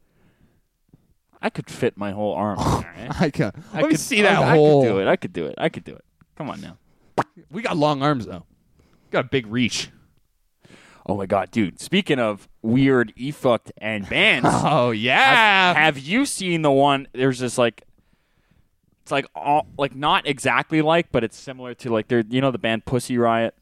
S2: I could fit my whole arm. all right?
S1: I can.
S2: I
S1: Let me
S2: could
S1: see
S2: I-
S1: that
S2: I,
S1: hole.
S2: could do it. I could do it. I could do it. Come on now.
S1: We got long arms though. Got a big reach.
S2: Oh my god, dude. Speaking of weird e fucked and bands,
S1: Oh yeah.
S2: have you seen the one? There's this like. It's like all like not exactly like, but it's similar to like they're you know the band Pussy Riot.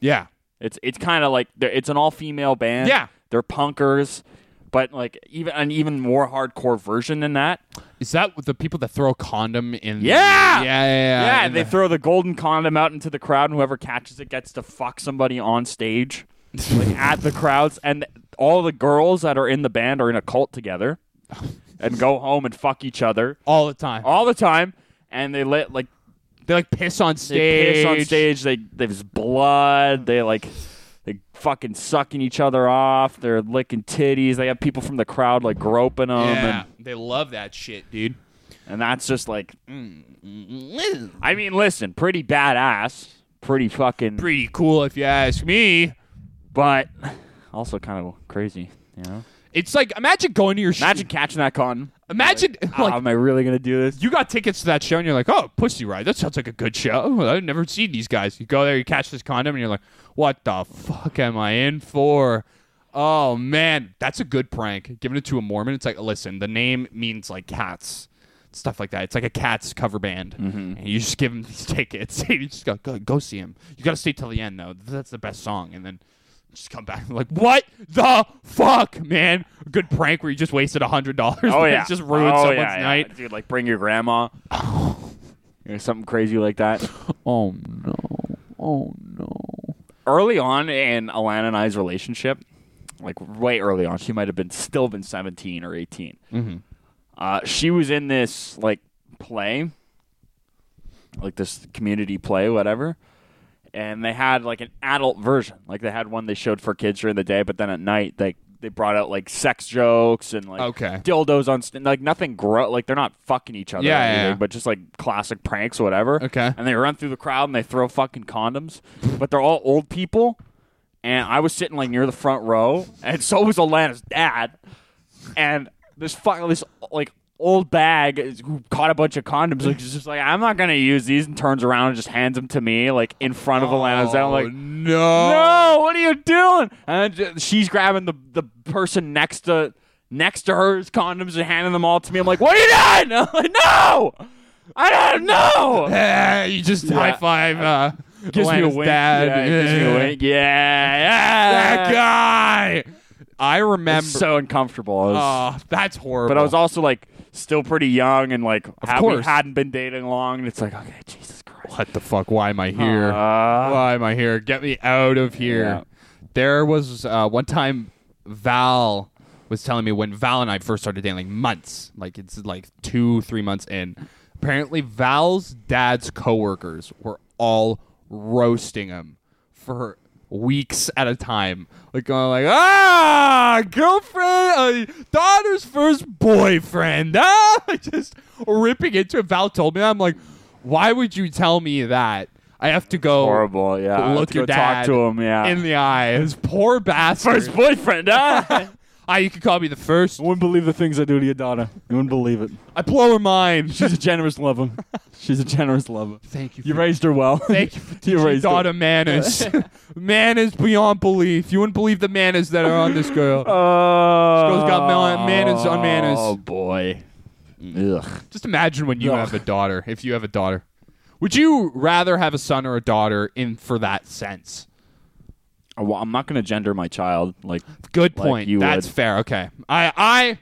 S1: yeah.
S2: It's it's kind of like they're- it's an all female band.
S1: Yeah.
S2: they're punkers, but like even an even more hardcore version than that.
S1: Is that with the people that throw a condom in?
S2: Yeah!
S1: Yeah. Yeah. Yeah.
S2: yeah,
S1: in
S2: they
S1: the-
S2: throw the golden condom out into the crowd, and whoever catches it gets to fuck somebody on stage, like at the crowds, and all the girls that are in the band are in a cult together, and go home and fuck each other
S1: all the time.
S2: all the time, and they let like
S1: They like piss on
S2: they
S1: stage.
S2: piss on stage. They there's blood. They like they fucking sucking each other off. They're licking titties. They have people from the crowd like groping them,
S1: Yeah. They love that shit, dude.
S2: and, and that's just like I mean, listen, pretty badass, pretty fucking,
S1: Pretty cool if you ask me.
S2: but also kind of crazy. You know,
S1: It's like imagine going to your sh-
S2: imagine catching that condom.
S1: Imagine like
S2: Ah, am I really gonna do this?
S1: you got tickets to that show and you're like, oh, Pussy Riot, that sounds like a good show. Oh, I've never seen these guys. You go there, you catch this condom, and you're like, what the fuck am I in for? Oh man, that's a good prank. Giving it to a Mormon, it's like, listen, the name means like cats, stuff like that. It's like a cats cover band,
S2: Mm-hmm.
S1: and you just give them these tickets. you just go, go, go see him. You got to stay till the end though. That's the best song, and then. Just come back like what the fuck, man! Good prank where you just wasted a hundred dollars.
S2: Oh yeah,
S1: just ruined
S2: oh,
S1: someone's
S2: yeah, yeah.
S1: night.
S2: dude. Like bring your grandma. Or something crazy like that.
S1: Oh no. Oh no.
S2: early on in Alana and I's relationship, like way early on, she might have been still been seventeen or 18
S1: Mm-hmm.
S2: Uh, she was in this like play, like this community play, whatever, and they had like an adult version. Like they had one they showed for kids during the day, but then at night they they brought out like sex jokes and like
S1: Okay.
S2: dildos on st- like nothing gross. Like they're not fucking each other, or
S1: Yeah, yeah,
S2: anything,
S1: yeah.
S2: but just like classic pranks or whatever.
S1: Okay.
S2: And they run through the crowd and they throw fucking condoms, but they're all old people. And I was sitting like near the front row, and so was Alana's dad. And this fucking this like old bag is- who caught a bunch of condoms, like is just like I'm not gonna use these, and turns around and just hands them to me, like in front of Alana's dad. I'm like,
S1: Oh, no.
S3: Oh.
S2: no, what are you doing? And j- she's grabbing the the person next to next to her's condoms and handing them all to me. I'm like, what are you doing? I'm like, no, I don't know.
S1: Eh, you just high five uh
S2: Gives me a
S1: Atlanta's
S2: wink.
S1: Dad.
S2: Yeah, it gives me a
S1: Yeah.
S2: wink. Yeah, yeah.
S1: That guy. I remember.
S2: so uncomfortable. I was-
S3: Oh.
S1: Ah, that's horrible.
S2: but I was also like still pretty young and like had, we
S1: course.
S2: hadn't been dating long, and it's like okay, Jesus Christ.
S1: what the fuck? Why am I here?
S2: Uh,
S1: Why am I here? Get me out of here.
S2: Yeah.
S1: There was uh, one time Val was telling me when Val and I first started dating, like months, like it's like two, three months in. Apparently, Val's dad's coworkers were all roasting him for weeks at a time. Like going like, ah, girlfriend, uh, daughter's first boyfriend, ah, just ripping into it. Val told me, I'm like, why would you tell me that? I have to go
S2: horrible. Yeah. I have
S1: look
S2: uh, to go
S1: your dad
S2: talk to him. Yeah.
S1: in the eye. This poor bastard.
S2: First boyfriend. Ah.
S1: ah, you could call me the first.
S3: I wouldn't believe the things I do to your daughter. You wouldn't believe it.
S1: I blow her mind.
S3: She's a generous lover. She's a generous lover.
S1: Thank you.
S3: You raised her well.
S1: Thank you for teaching
S3: raised
S1: daughter manners. manners beyond belief. You wouldn't believe the manners that are on this girl. girl's got mal- manners on manners.
S2: Oh boy. Ugh.
S1: Just imagine when you
S3: Ugh.
S1: have a daughter. If you have a daughter, would you rather have a son or a daughter? In for that sense.
S2: Oh, well, I'm not gonna gender my child. Like
S1: Good
S2: Like
S1: point.
S2: you
S1: That's
S2: would.
S1: fair. Okay. I I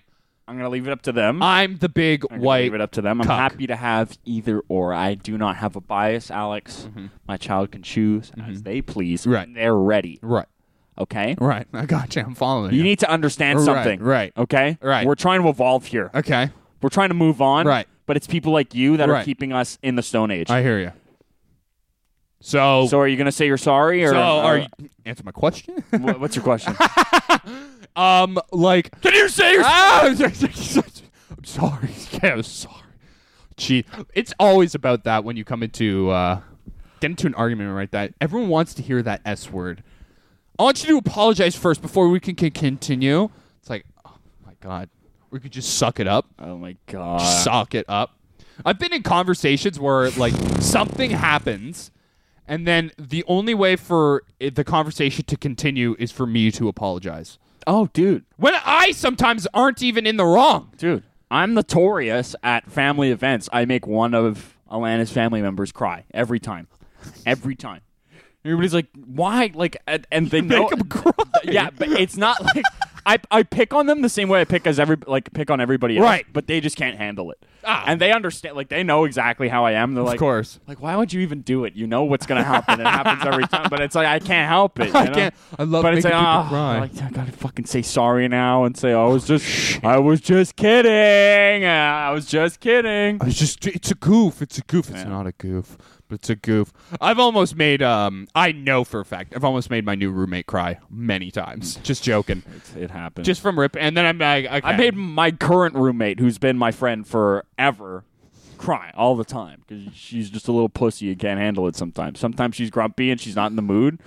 S2: I'm gonna leave it up to them.
S1: I'm the big
S2: I'm gonna
S1: white.
S2: leave it up to them. I'm
S1: cuck.
S2: happy to have either or. I do not have a bias, Alex. My child can choose as they please.
S1: Mm-hmm. Right.
S2: when They're ready.
S1: Right.
S2: Okay.
S1: Right. I got you. I'm following
S2: You
S1: you.
S2: need to understand
S1: Right,
S2: something.
S1: right.
S2: Okay.
S1: Right.
S2: We're trying to evolve here.
S1: okay.
S2: We're trying to move on.
S1: Right.
S2: But it's people like you that are
S1: Right.
S2: keeping us in the stone age.
S1: I hear you. So,
S2: so uh, are you gonna say you're sorry or?
S1: Oh. so are
S2: or-
S1: you, answer my question.
S2: wha- What's your question?
S1: um, like,
S2: Did you say you're
S1: ah, I'm sorry. Yeah, I'm sorry. Gee, it's always about that when you come into uh, get into an argument like that. Everyone wants to hear that S word. I want you to apologize first before we can, can continue. It's like, oh my god, we could just suck it up.
S2: Oh my god.
S1: sock it up. I've been in conversations where like something happens, and then the only way for it, the conversation to continue is for me to apologize.
S2: Oh, dude,
S1: When I sometimes aren't even in the wrong.
S2: dude, I'm notorious at family events. I make one of Alana's family members cry every time, every time. Everybody's like, "Why?" Like, and, and they know,
S1: Make 'em cry.
S2: yeah, but it's not like I, I pick on them the same way I pick as every like pick on everybody else,
S1: Right.
S2: But they just can't handle it,
S1: Ah.
S2: and they understand. Like, they know exactly how I am. They're like,
S1: of course.
S2: Like, why would you even do it? You know what's gonna happen. It happens every time. But it's like I can't help it. You
S1: I
S2: know?
S1: can't- I love
S2: but it's like,
S1: making people
S2: "Ah,"
S1: cry.
S2: Like, I gotta fucking say sorry now and say I was just, I was just kidding. Uh, I was just kidding.
S1: It's just it's a goof. It's a goof. It's not a goof, but it's a goof. I've almost made um I know for a fact. I've almost made my new roommate cry many times. Just joking.
S2: It happened.
S1: Just from rip and then I'm like okay.
S2: I made my current roommate, who's been my friend forever, cry all the time because she's just a little pussy and can't handle it sometimes. Sometimes she's grumpy and she's not in the mood,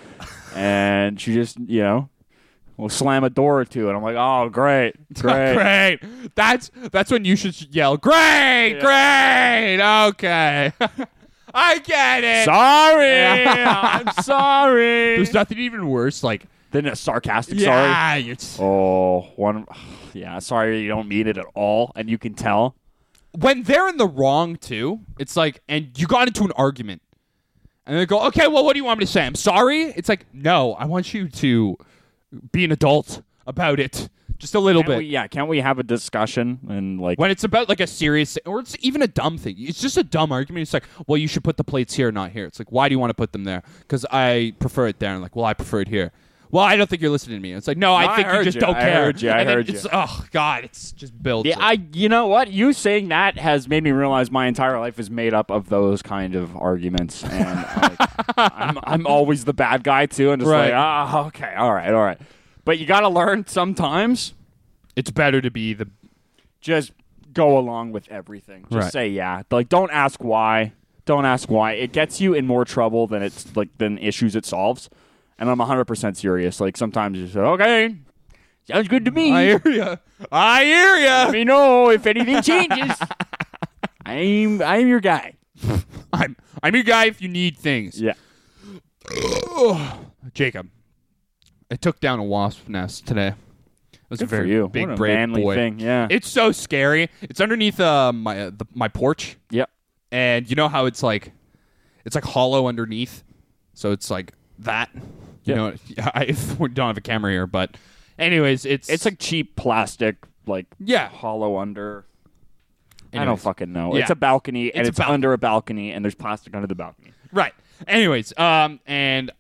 S2: and she just, you know, will slam a door or two, and I'm like, oh, great, great.
S1: great. That's that's when you should yell, great, great. Okay, I get it.
S2: Sorry,
S1: Eh. Yeah.
S2: I'm sorry.
S1: There's nothing even worse. Like,
S2: Then a sarcastic sorry.
S1: yeah, you're s-
S2: Oh, one. Yeah, sorry, you don't mean it at all, and you can tell.
S1: when they're in the wrong too. It's like, and you got into an argument, and they go, okay, well, what do you want me to say? I'm sorry. It's like, no, I want you to be an adult about it, just a little
S2: Can't
S1: bit.
S2: we, yeah, can't we have a discussion and like?
S1: when it's about like a serious or it's even a dumb thing it's just a dumb argument it's like well you should put the plates here not here it's like why do you want to put them there because i prefer it there and like well i prefer it here well i don't think you're listening to me it's like no,
S2: No,
S1: i
S2: I
S1: think
S2: heard
S1: you just
S2: you.
S1: don't
S2: I
S1: care
S2: heard you. I
S1: And then
S2: heard you.
S1: it's, oh god it's just built
S2: Yeah, I. You know what? You saying that has made me realize my entire life is made up of those kind of arguments, and like, I'm, I'm always the bad guy too, and just
S1: Right.
S2: like, ah, okay, all right, all right. But you got to learn sometimes.
S1: it's better to be the
S2: Just go along with everything. Just
S1: Right.
S2: say yeah. Like, don't ask why. Don't ask why. It gets you in more trouble than it's like than issues it solves. And I'm 100 percent serious. Like sometimes you say, okay, sounds good to me.
S1: i hear you i hear
S2: Let
S1: you
S2: me know if anything changes. I'm I'm your guy.
S1: i'm i'm your guy if you need things
S2: Yeah.
S1: jacob i took down a wasp nest today it was a
S2: Good
S1: very
S2: for you.
S1: big
S2: what a
S1: brave
S2: manly
S1: boy
S2: thing. Yeah.
S1: it's so scary it's underneath uh, my uh, the, my porch
S2: yep.
S1: and you know how it's like it's like hollow underneath so it's like that
S2: Yeah.
S1: you know i if we don't have a camera here but Anyways, it's
S2: It's like cheap plastic, like
S1: yeah,
S2: hollow under. I don't
S1: Anyways.
S2: fucking know.
S1: Yeah.
S2: It's a balcony, and
S1: It's a
S2: it's
S1: balcony.
S2: under a balcony, and there's plastic under the balcony.
S1: right. Anyways, um, and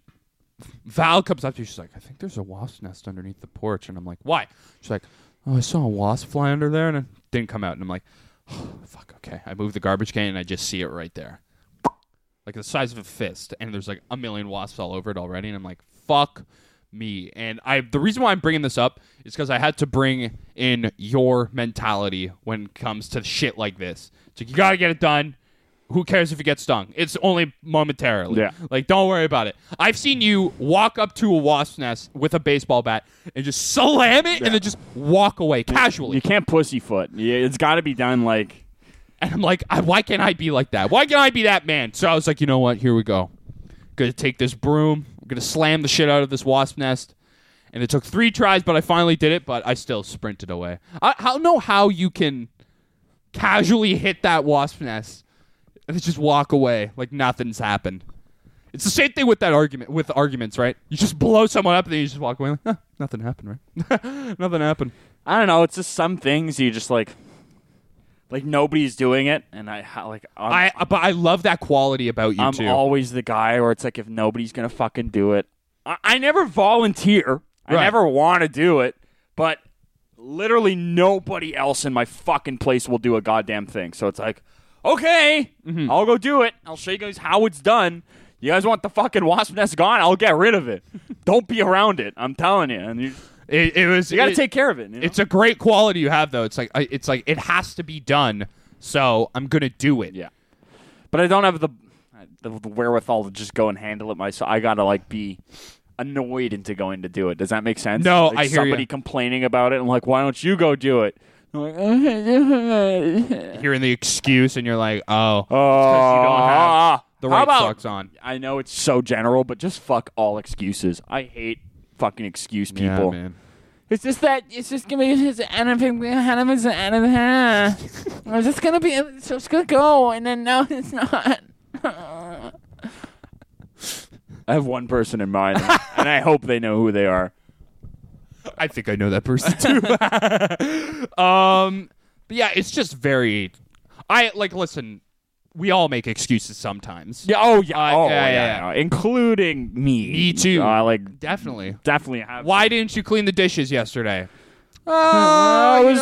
S1: Val comes up to you. She's like, I think there's a wasp nest underneath the porch, and I'm like, why? She's like, Oh, I saw a wasp fly under there, and it didn't come out. And I'm like, oh, fuck. Okay, I move the garbage can, and I just see it right there, like the size of a fist, and there's like a million wasps all over it already, and I'm like, fuck me. And I, the reason why I'm bringing this up is because I had to bring in your mentality when it comes to shit like this. It's like you gotta get it done. Who cares if you get stung? It's only momentarily.
S2: Yeah.
S1: Like, don't worry about it. I've seen you walk up to a wasp nest with a baseball bat and just slam it and then just walk away casually.
S2: You can't pussyfoot. Yeah, it's got to be done like
S1: And I'm like, I, why can't I be like that? Why can't I be that man? So I was like, you know what? Here we go. Gonna take this broom. I'm gonna slam the shit out of this wasp nest. And it took three tries, but I finally did it. But I still sprinted away. I, I don't know how you can casually hit that wasp nest and just walk away like nothing's happened. It's the same thing with that argument with arguments, right? You just blow someone up and then you just walk away like, huh, nothing happened, right? nothing happened.
S2: I don't know. It's just some things you just like, like nobody's doing it, and I ha- like I'm,
S1: I but I love that quality about you
S2: I'm
S1: too.
S2: always the guy where it's like if nobody's gonna fucking do it, I, I never volunteer. I
S1: Right.
S2: never want to do it, but literally nobody else in my fucking place will do a goddamn thing. So it's like, okay,
S1: Mm-hmm.
S2: I'll go do it. I'll show you guys how it's done. You guys want the fucking wasp nest gone? I'll get rid of it. Don't be around it. I'm telling you. And you,
S1: it, it was
S2: you got to
S1: it-
S2: take care of it. you know?
S1: It's a great quality you have, though. It's like I- it's like it has to be done, so I'm gonna do it.
S2: Yeah. but I don't have the, the the wherewithal to just go and handle it myself. I gotta like be annoyed into going to do it. Does that make sense?
S1: No,
S2: Like,
S1: I hear
S2: somebody
S1: ya.
S2: complaining about it and like, why don't you go do it? I'm like, oh,
S1: Hearing the excuse, and you're like, oh, the
S2: Uh, how
S1: right
S2: about-
S1: socks on.
S2: I know it's so general, but just fuck all excuses. I hate fucking excuse people. It's just that it's just gonna be his anything animals out of hair. It's just gonna be it's just gonna go and then no it's not. I have one person in mind and I hope they know who they are.
S1: I think I know that person too. um, but yeah, it's just very. I like listen. We all make excuses sometimes.
S2: Yeah, oh yeah,
S1: Uh,
S2: oh,
S1: yeah,
S2: yeah,
S1: yeah,
S2: yeah. Including me.
S1: Me too.
S2: I like
S1: definitely.
S2: definitely have
S1: Why didn't you clean the dishes yesterday? Oh,
S2: I was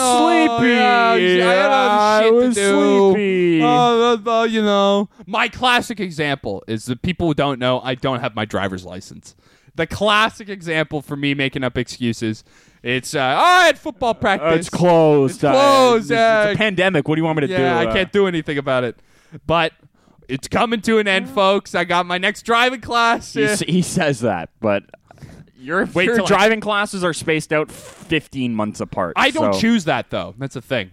S2: sleepy. I was sleepy.
S1: Oh, uh, uh, you know, my classic example is the people who don't know I don't have my driver's license. The classic example for me making up excuses. It's uh, oh, I had football
S2: Uh,
S1: practice.
S2: it's closed.
S1: It's closed,
S2: Uh,
S1: yeah.
S2: it's a pandemic. What do you want me to do?
S1: yeah,
S2: Uh,
S1: I can't do anything about it. But it's coming to an end, folks. I got my next driving class.
S2: He, s- he says that, but your,
S1: Wait
S2: your
S1: till I-
S2: driving classes are spaced out 15 months apart.
S1: I don't
S2: so-
S1: choose that though. That's the thing.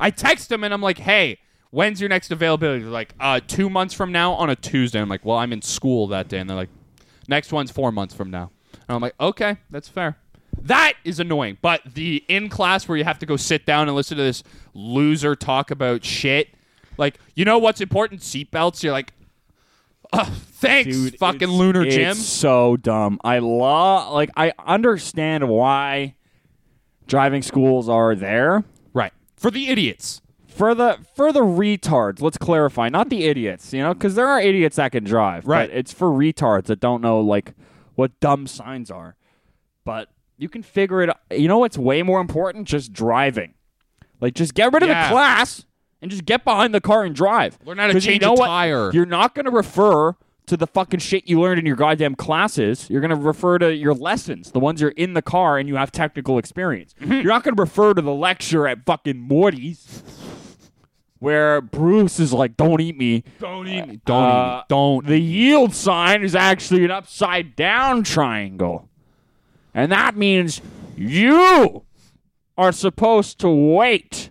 S1: I text them and I'm like, "Hey, when's your next availability?" They're like, "Uh, two months from now on a Tuesday." I'm like, "Well, I'm in school that day," and they're like, "Next one's four months from now." And I'm like, "Okay, that's fair." That is annoying, but the in class where you have to go sit down and listen to this loser talk about shit, like you know what's important? Seatbelts. You're like, "Ugh, "Thanks,
S2: Dude,
S1: fucking
S2: it's-
S1: lunar
S2: it's
S1: Jim."
S2: so dumb. I love like I understand why driving schools are there
S1: Right for the idiots.
S2: for the for the retards. Let's clarify, not the idiots, you know, because there are idiots that can drive.
S1: Right.
S2: but it's for retards that don't know like what dumb signs are. But you can figure it. out. You know what's way more important? Just driving. Like just get rid of
S1: Yeah.
S2: the class and just get behind the car and drive.
S1: Learn how to
S2: 'Cause you
S1: change
S2: know
S1: a
S2: what?
S1: tire.
S2: You're not going to refer to the fucking shit you learned in your goddamn classes. You're going to refer to your lessons, the ones you're in the car and you have technical experience.
S1: Mm-hmm.
S2: You're not going to refer to the lecture at fucking Morty's where Bruce is like, don't eat me.
S1: Don't eat me. Don't eat
S2: Uh,
S1: me. Don't.
S2: The yield sign is actually an upside down triangle. And that means you are supposed to wait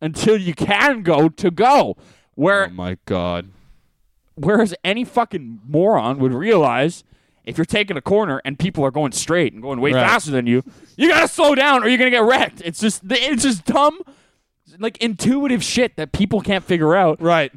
S2: until you can go to go. Where
S1: oh my god.
S2: whereas any fucking moron would realize if you're taking a corner and people are going straight and going way
S1: Right.
S2: faster than you, you gotta slow down or you're gonna get wrecked. It's just it's just dumb, like intuitive shit that people can't figure out.
S1: Right.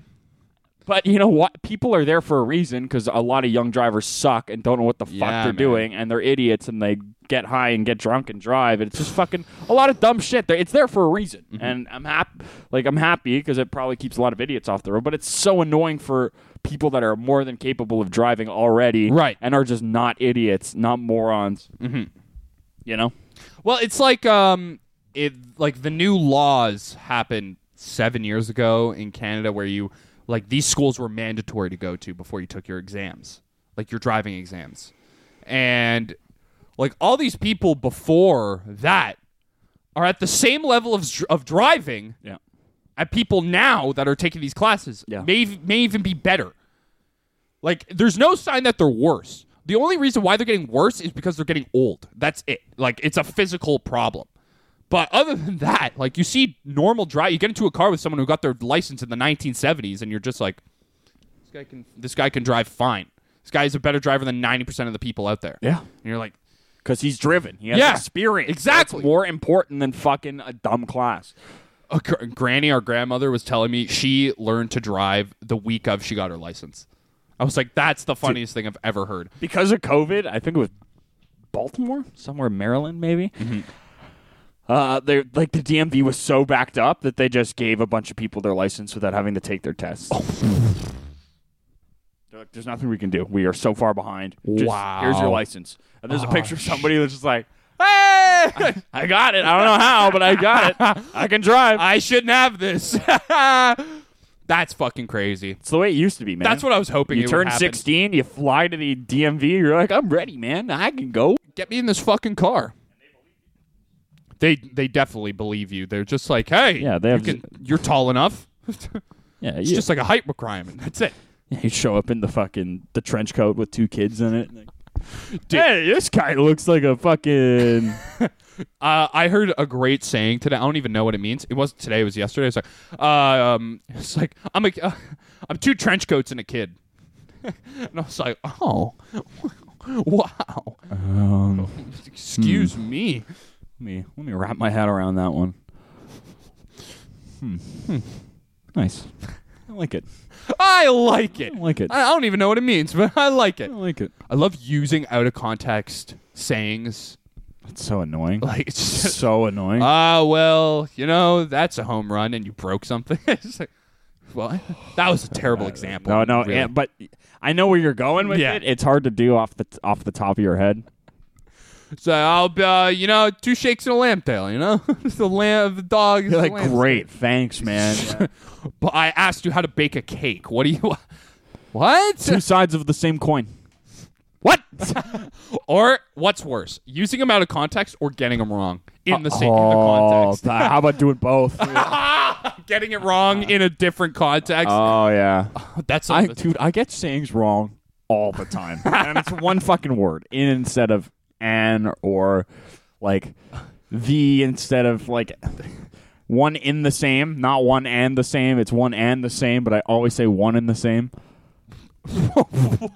S2: But you know what? People are there for a reason because a lot of young drivers suck and don't know what the fuck
S1: Yeah,
S2: they're
S1: man.
S2: doing and they're idiots and they get high and get drunk and drive. It's just fucking a lot of dumb shit. There- It's there for a reason, and I'm happy. Like I'm happy because it probably keeps a lot of idiots off the road. But it's so annoying for people that are more than capable of driving already,
S1: Right.
S2: And are just not idiots, not morons. You know,
S1: Well, it's like um, it like the new laws happened seven years ago in Canada, where you like these schools were mandatory to go to before you took your exams, like your driving exams, and like all these people before that are at the same level of of driving
S2: yeah.
S1: at people now that are taking these classes
S2: Yeah.
S1: may ev- may even be better. Like there's no sign that they're worse. The only reason why they're getting worse is because they're getting old. That's it. Like it's a physical problem. But other than that, like you see normal drive, you get into a car with someone who got their license in the 1970s, and you're just like, this guy can this guy can drive fine. This guy is a better driver than 90% of the people out there.
S2: Yeah.
S1: and you're like,
S2: Because he's driven. He has
S1: Yeah,
S2: experience.
S1: exactly.
S2: That's more important than fucking a dumb class.
S1: a gr- granny, our grandmother, was telling me she learned to drive the week of she got her license. I was like, that's the funniest thing I've ever heard.
S2: Because of COVID, I think it was Baltimore, somewhere in Maryland, maybe.
S1: Mm-hmm.
S2: Uh, they like the DMV was so backed up that they just gave a bunch of people their license without having to take their tests.
S1: Oh.
S2: They're like, there's nothing we can do. We are so far behind. Just, Here's your
S1: Wow. Oh,
S2: license. And there's a picture of somebody that's just like, hey, I got it. I don't know how, but I got it. I can drive.
S1: I shouldn't have this. that's fucking crazy.
S2: It's the way it used to be, man.
S1: That's what I was hoping.
S2: You
S1: it
S2: turn
S1: would happen.
S2: 16, you fly to the DMV, you're like, I'm ready, man. I can go.
S1: Get me in this fucking car. They they definitely believe you. They're just like, hey,
S2: Yeah, they
S1: you
S2: have-
S1: can, you're tall enough. it's
S2: Yeah, you,
S1: just like a height requirement. That's it.
S2: you show up in the fucking the trench coat with two kids in it.
S1: Dude.
S2: Hey, this guy looks like a fucking.
S1: Uh, I heard a great saying today. I don't even know what it means. It wasn't today. It was yesterday. It's like, uh, um, it's like I'm a, uh, I'm two trench coats and a kid. and I was like, oh, wow.
S2: um, hmm.
S1: Excuse me.
S2: let me let me wrap my head around that one. Hmm. Nice.
S3: I like it.
S1: I like it.
S3: I like it.
S1: I I don't even know what it means, but I like it.
S3: I like it.
S1: I love using out of context sayings.
S2: That's so annoying.
S1: Like, it's just,
S2: so annoying.
S1: ah, well, you know, that's a home run, and you broke something. it's like, well, that was a terrible example.
S2: Uh, no, no,
S1: really.
S2: yeah, but I know where you're going with
S1: Yeah.
S2: it. It's hard to do off the t- off the top of your head.
S1: So I'll, be, uh, you know, two shakes and a lamb tail. You know, the lamb, the dog. is
S2: You're
S1: the
S2: like,
S1: lamb's-
S2: great, thanks, man.
S1: But I asked you how to bake a cake. What do you? What?
S2: Two sides of the same coin. What?
S1: or what's worse, using them out of context or getting them wrong in the same in the context?
S2: Oh, how about doing both? oh
S1: Getting it wrong in a different context.
S2: Oh, yeah,
S1: that's
S2: Uh, I,
S1: something.
S2: dude, I get sayings wrong all the time, and it's one fucking word in instead of an or like the instead of like one in the same, not one and the same. It's one and the same, but I always say one in the same.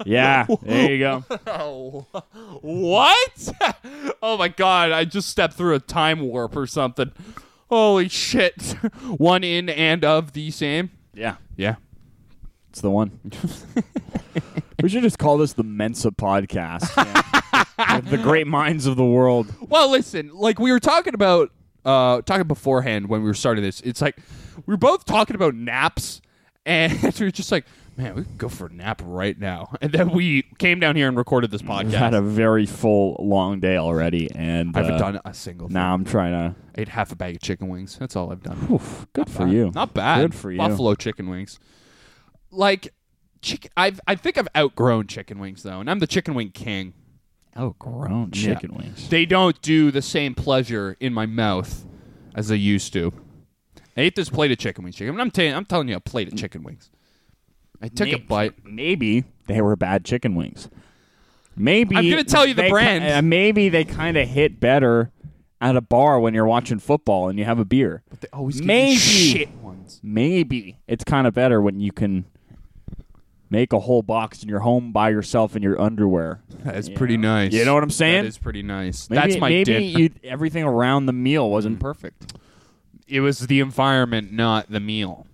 S2: yeah, there you go.
S1: Oh. What? oh my god! I just stepped through a time warp or something. Holy shit! One in and of the same.
S2: Yeah.
S1: Yeah.
S2: It's the one. we should just call this the Mensa podcast. With the great minds of the world.
S1: Well, listen, like we were talking about uh talking beforehand when we were starting this, it's like we were both talking about naps and we were just like, man, we could go for a nap right now. And then we came down here and recorded this
S2: I've had
S1: podcast.
S2: a very full, long day already, and
S1: I haven't
S2: uh,
S1: done a single thing.
S2: Now I'm trying to.
S1: Ate half a bag of chicken wings. That's all I've done.
S2: Oof, good for you.
S1: Not bad.
S2: Good for you.
S1: Buffalo chicken wings. Like chicken I've I think I've outgrown chicken wings though, and I'm the chicken wing king.
S2: Oh, grown chicken wings.
S1: they don't do the same pleasure in my mouth as they used to. I ate this plate of chicken wings. Chicken. I'm, telling. I'm telling you, a plate of chicken wings. I took a
S2: Mm. Maybe-
S1: bite.
S2: Maybe they were bad chicken wings. Maybe
S1: I'm gonna tell you the
S2: they ki-
S1: brand.
S2: uh, maybe they kind of hit better at a bar when you're watching football and you have a beer.
S1: They always
S2: give you Maybe.
S1: shit
S2: shit
S1: ones.
S2: maybe it's kind of better when you can make a whole box in your home by yourself in your underwear.
S1: That's pretty nice.
S2: You know what I'm saying?
S1: That is pretty nice.
S2: maybe,
S1: That's my Mm.
S2: maybe
S1: dinner.
S2: you everything around the meal wasn't perfect.
S1: it was the environment, not the meal.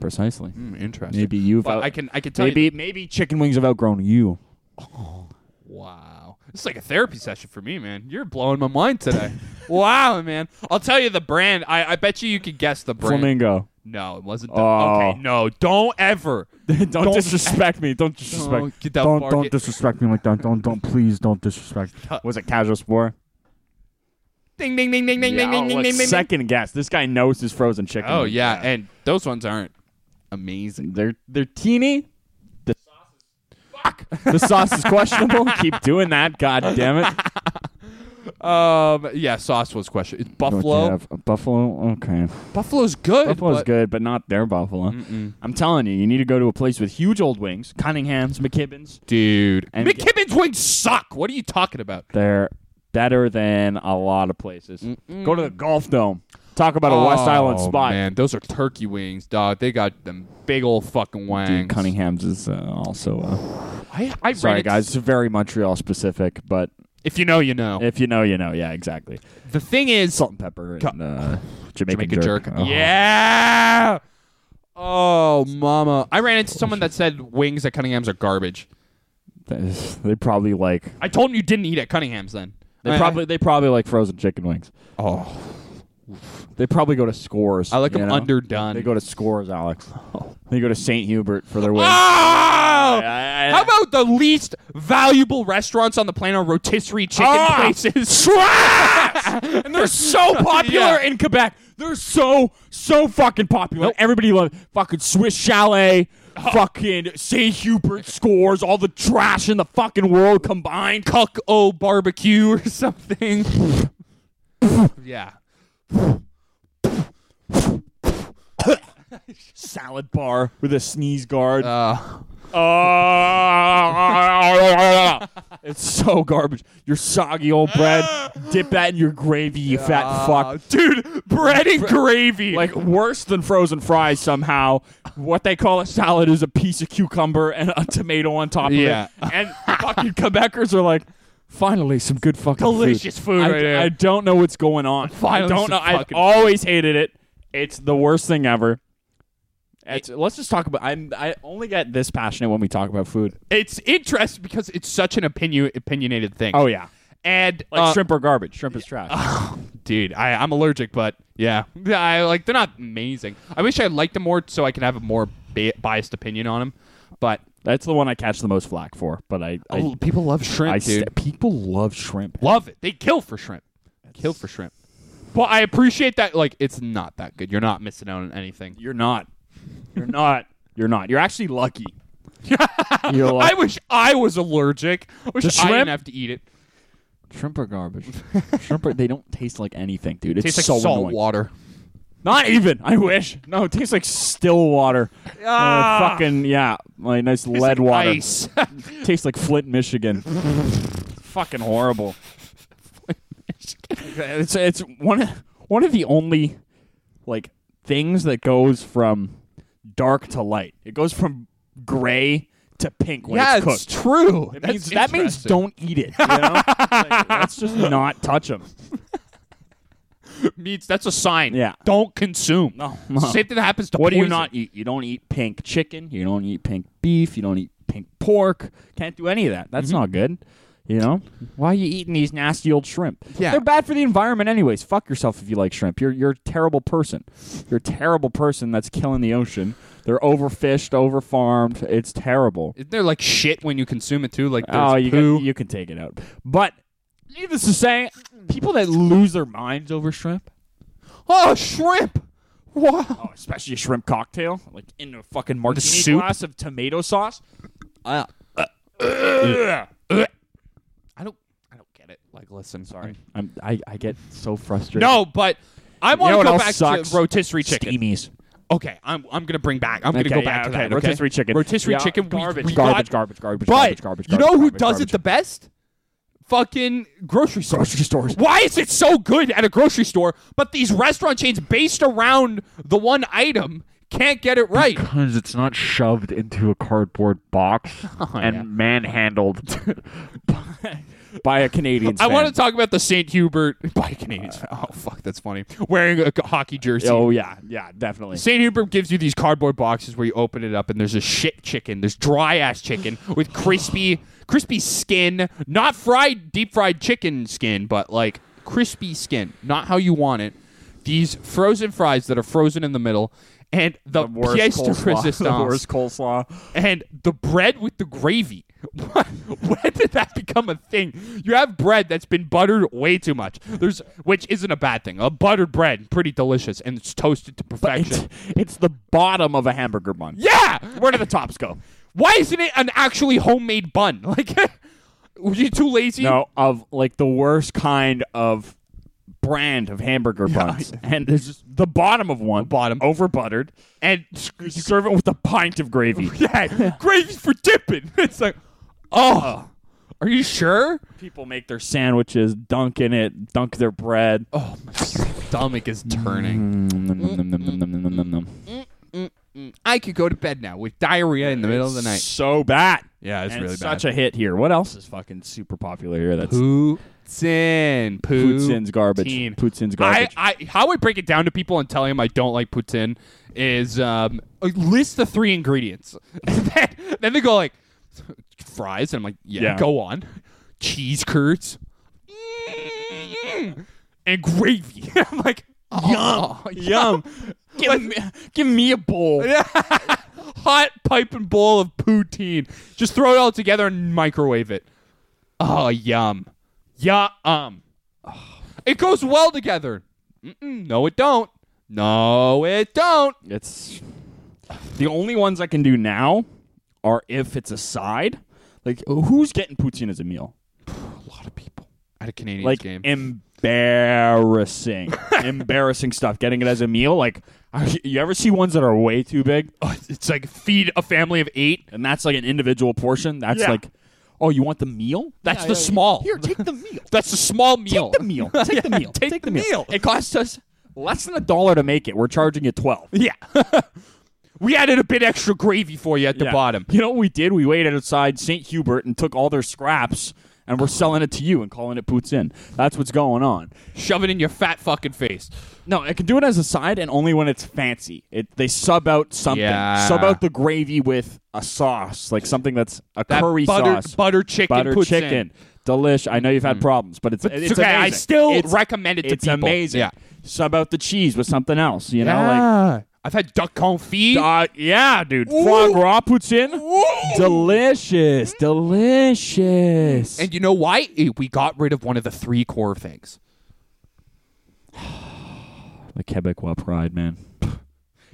S2: Precisely.
S1: Hmm, interesting.
S2: Maybe you've
S1: But
S2: out-
S1: I can. I can tell
S2: maybe
S1: you.
S2: maybe chicken wings have outgrown you.
S1: Wow. It's like a therapy session for me, man. You're blowing my mind today. wow, man. I'll tell you the brand. I, I bet you you could guess the brand.
S3: Flamingo.
S1: No, it wasn't.
S2: Oh.
S1: okay, no, don't ever.
S3: don't, disrespect me. Don't disrespect.
S1: Don't get that
S3: don't,
S1: far,
S3: don't
S1: get-
S3: disrespect me like that. Don't don't please don't disrespect.
S2: Was it casual spore?
S1: Ding ding ding ding ding
S2: Yeah,
S1: ding ding
S2: oh,
S1: ding
S2: look,
S1: ding ding.
S2: second guess. This guy knows his frozen chicken.
S1: Oh yeah, and those ones aren't amazing.
S2: They're they're teeny. The sauce is fuck. The sauce is questionable. Keep doing that. God damn it.
S1: Um, yeah, sauce was question. It's
S3: Don't you
S1: buffalo.
S3: have a buffalo. Okay.
S1: Buffalo's good.
S2: Buffalo's
S1: but-
S2: good, but not their buffalo. I'm telling you, you need to go to a place with huge old wings, Cunningham's, McKibben's.
S1: dude.
S2: And-
S1: McKibben's wings suck. What are you talking about?
S2: They're better than a lot of places. Go to the Golf Dome. Talk about a West Island
S1: Oh,
S2: spot.
S1: Man, those are turkey wings, dog. They got them big old fucking wangs.
S2: Dude, Cunningham's is uh, also. Uh,
S1: I, I
S2: sorry,
S1: ran
S2: guys.
S1: Into,
S2: It's very Montreal specific, but
S1: if you know, you know.
S2: if you know, you know. Yeah, exactly.
S1: the thing is,
S2: Salt and pepper and uh, Jamaican,
S1: Jamaican jerk.
S2: Oh.
S1: Yeah. Oh, mama! I ran into someone that said wings at Cunningham's are garbage.
S2: They probably like.
S1: I told him you didn't eat at Cunningham's then.
S2: They
S1: I-
S2: probably they probably like frozen chicken wings.
S1: Oh,
S2: They probably go to Scores.
S1: I like
S2: you
S1: them
S2: know?
S1: underdone.
S2: They go to Scores, Alex. They go to St. Hubert for their wings.
S1: Oh!
S2: I- I-
S1: How about the least valuable restaurants on the planet are rotisserie chicken
S2: Ah!
S1: places?
S2: and they're so popular
S1: Yeah.
S2: in Quebec. They're so so fucking popular. Everybody loves fucking Swiss Chalet, fucking St. Hubert Scores, all the trash in the fucking world combined.
S1: Cuck O oh, barbecue or something. yeah.
S2: Salad bar with a sneeze guard.
S1: Uh,
S2: Uh, it's so garbage. Your soggy old bread. Dip that in your gravy, you fat fuck.
S1: dude, bread and gravy.
S2: Like worse than frozen fries somehow. What they call a salad is a piece of cucumber and a tomato on top
S1: Yeah.
S2: of it. And fucking Quebecers are like, finally some good fucking food."
S1: Delicious food
S2: I,
S1: right here.
S2: I don't know what's going on.
S1: Finally
S2: I don't know.
S1: some
S2: I've
S1: fucking food.
S2: always hated it. It's the worst thing ever. It's- let's just talk about. I'm, I only get this passionate when we talk about food.
S1: it's interesting because it's such an opinion opinionated thing.
S2: Oh yeah,
S1: and
S2: like
S1: uh,
S2: shrimp or garbage. Shrimp is trash.
S1: dude, I, I'm allergic, but yeah, I like they're not amazing. I wish I liked them more so I can have a more ba- biased opinion on them. But
S2: That's the one I catch the most flack for. But I, I,
S1: oh, people love shrimp,
S2: I
S1: dude.
S2: st- people love shrimp.
S1: love it. They kill for shrimp. Kill for shrimp. But I appreciate that. Like, it's not that good. You're not missing out on anything.
S2: You're not. You're not. You're not. You're actually lucky. You're
S1: I wish I was allergic. I wish
S2: To
S1: I
S2: shrimp?
S1: didn't have to eat it.
S2: shrimp are garbage. shrimp are. They don't taste like anything, dude. It's
S1: Tastes like
S2: so
S1: salt
S2: annoying.
S1: water.
S2: Not even. I wish. No, it tastes like still water.
S1: Ah.
S2: Uh, fucking yeah, like nice lead
S1: like
S2: water.
S1: Ice.
S2: Tastes like Flint, Michigan. fucking horrible. It's it's one one of the only like things that goes from dark to light. It goes from gray to pink when
S1: yeah,
S2: it's cooked.
S1: it's true.
S2: It
S1: That's
S2: means- that means
S1: interesting.
S2: don't eat it. You know? Like, let's just not touch them.
S1: means that's a sign.
S2: Yeah.
S1: Don't consume.
S2: No, no.
S1: Same thing that happens to
S2: What do you
S1: poison.
S2: not eat? You don't eat pink chicken. You don't eat pink beef. You don't eat pink pork. Can't do any of that.
S1: Mm-hmm.
S2: That's not good. You know why are you eating these nasty old shrimp?
S1: Yeah.
S2: they're bad for the environment, anyways. Fuck yourself if you like shrimp. You're you're a terrible person. You're a terrible person that's killing the ocean. They're overfished, overfarmed. It's terrible.
S1: Isn't there like shit when you consume it too? Like there's
S2: Oh, you
S1: poo.
S2: can, you can take it out. But needless to say, people that lose their minds over shrimp
S1: oh, shrimp. Wow.
S2: Oh, especially a shrimp cocktail, like in a fucking martini
S1: soup?
S2: glass of tomato sauce.
S1: I don't. I don't get it. Like, listen. Sorry.
S2: I'm, I, I get so frustrated.
S1: No, but I
S2: know
S1: want to
S2: what
S1: go
S2: else
S1: back
S2: sucks?
S1: to rotisserie chicken.
S2: steamies.
S1: Okay, I'm. I'm gonna bring back. I'm gonna go back to
S2: okay.
S1: that. Okay?
S2: Rotisserie chicken.
S1: Rotisserie
S2: Yeah,
S1: chicken. we-
S2: Garbage.
S1: we
S2: garbage,
S1: got-
S2: garbage. Garbage.
S1: But
S2: Garbage. Garbage.
S1: you know who
S2: garbage,
S1: does
S2: garbage.
S1: it the best? Fucking grocery stores.
S2: grocery stores?
S1: Why is it so good at a grocery store, but these restaurant chains based around the one item can't get it right?
S2: Because it's
S1: Oh,
S2: not shoved into a cardboard box and manhandled by a Canadian.
S1: I
S2: fan.
S1: want to talk about the St. Hubert by Canadians. oh fuck, that's funny. Wearing a c- hockey jersey.
S2: Oh yeah, yeah, definitely.
S1: St. Hubert gives you these cardboard boxes where you open it up and there's a shit chicken. There's dry ass chicken with crispy, crispy skin, not fried, deep fried chicken skin, but like crispy skin, not how you want it. These frozen fries that are frozen in the middle, and the, pièce de
S2: coleslaw. the
S1: résistance,
S2: worst coleslaw.
S1: and the bread with the gravy. What- when did that become a thing? You have bread that's been buttered way too much. There's, which isn't a bad thing. A buttered bread, pretty delicious, and it's toasted to perfection.
S2: It's, it's the bottom of a hamburger bun.
S1: Yeah.
S2: Where do the tops go?
S1: Why isn't it an actually homemade bun? Like, were you too lazy?
S2: No, of like the worst kind of brand of hamburger buns, and there's just the bottom of one,
S1: bottom.
S2: over buttered,
S1: And
S2: You serve it with a pint of gravy.
S1: yeah, gravy's for dipping. It's like, oh, are you sure?
S2: People make their sandwiches, dunk in it, dunk their bread. Mm,
S1: Oh, my stomach is turning. I could go to bed now with diarrhea in the middle of the night.
S2: So bad.
S1: Yeah, it's
S2: And
S1: really
S2: such a
S1: bad.
S2: hit here. What else is fucking super popular here? That's
S1: Poutine,
S2: Putin's garbage.
S1: Poutine.
S2: Putin's
S1: I,
S2: garbage.
S1: I, how I break it down to people and tell him I don't like poutine is um, I list the three ingredients. And then, then they go like fries, and I'm like, yeah,
S2: Yeah.
S1: go on. Cheese curds, Mm, and gravy. I'm like, oh,
S2: Yum. give, me, give me a bowl.
S1: hot pipe and bowl of poutine. Just throw it all together and microwave it. Oh, yum. Yum. It goes well together. Mm-mm, no, it don't. No, it don't.
S2: It's the only ones I can do now are if it's a side. Like who's getting poutine as a meal?
S1: A lot of people at a Canadian
S2: Like
S1: game.
S2: embarrassing, embarrassing stuff. Getting it as a meal. Like are you- you ever see ones that are way too big,
S1: Oh, it's like feed a family of eight.
S2: and that's like an individual portion. That's
S1: Yeah.
S2: like, oh, you want the meal?
S1: That's the small.
S2: Here, take the meal.
S1: That's a small meal.
S2: Take the meal. Take the meal.
S1: take the meal.
S2: It costs us less than a dollar to make it. We're charging you twelve.
S1: Yeah. we added a bit extra gravy for you at the
S2: Yeah.
S1: bottom.
S2: You know what we did? We waited outside St. Hubert and took all their scraps, and we're selling it to you and calling it Poots In. That's what's going on.
S1: Shove it in your fat fucking face.
S2: No, I can do it as a side and only when it's fancy. It they sub out something,
S1: Yeah.
S2: sub out the gravy with a sauce, like something that's a
S1: That
S2: curry
S1: butter,
S2: sauce,
S1: butter chicken.
S2: butter
S1: puts in.
S2: chicken. Delish. I know you've had problems, but it's,
S1: It's
S2: it's
S1: okay. I
S2: amazing.
S1: still
S2: It's-
S1: recommend it to
S2: it's
S1: people.
S2: amazing.
S1: Yeah.
S2: Sub out the cheese with something else. You know, like
S1: I've had duck confit.
S2: Uh, yeah, dude.
S1: Ooh.
S2: Foie gras puts in.
S1: Ooh.
S2: Delicious. Delicious.
S1: and you know why? Eh, We got rid of one of the three core things.
S2: the Quebecois pride, man.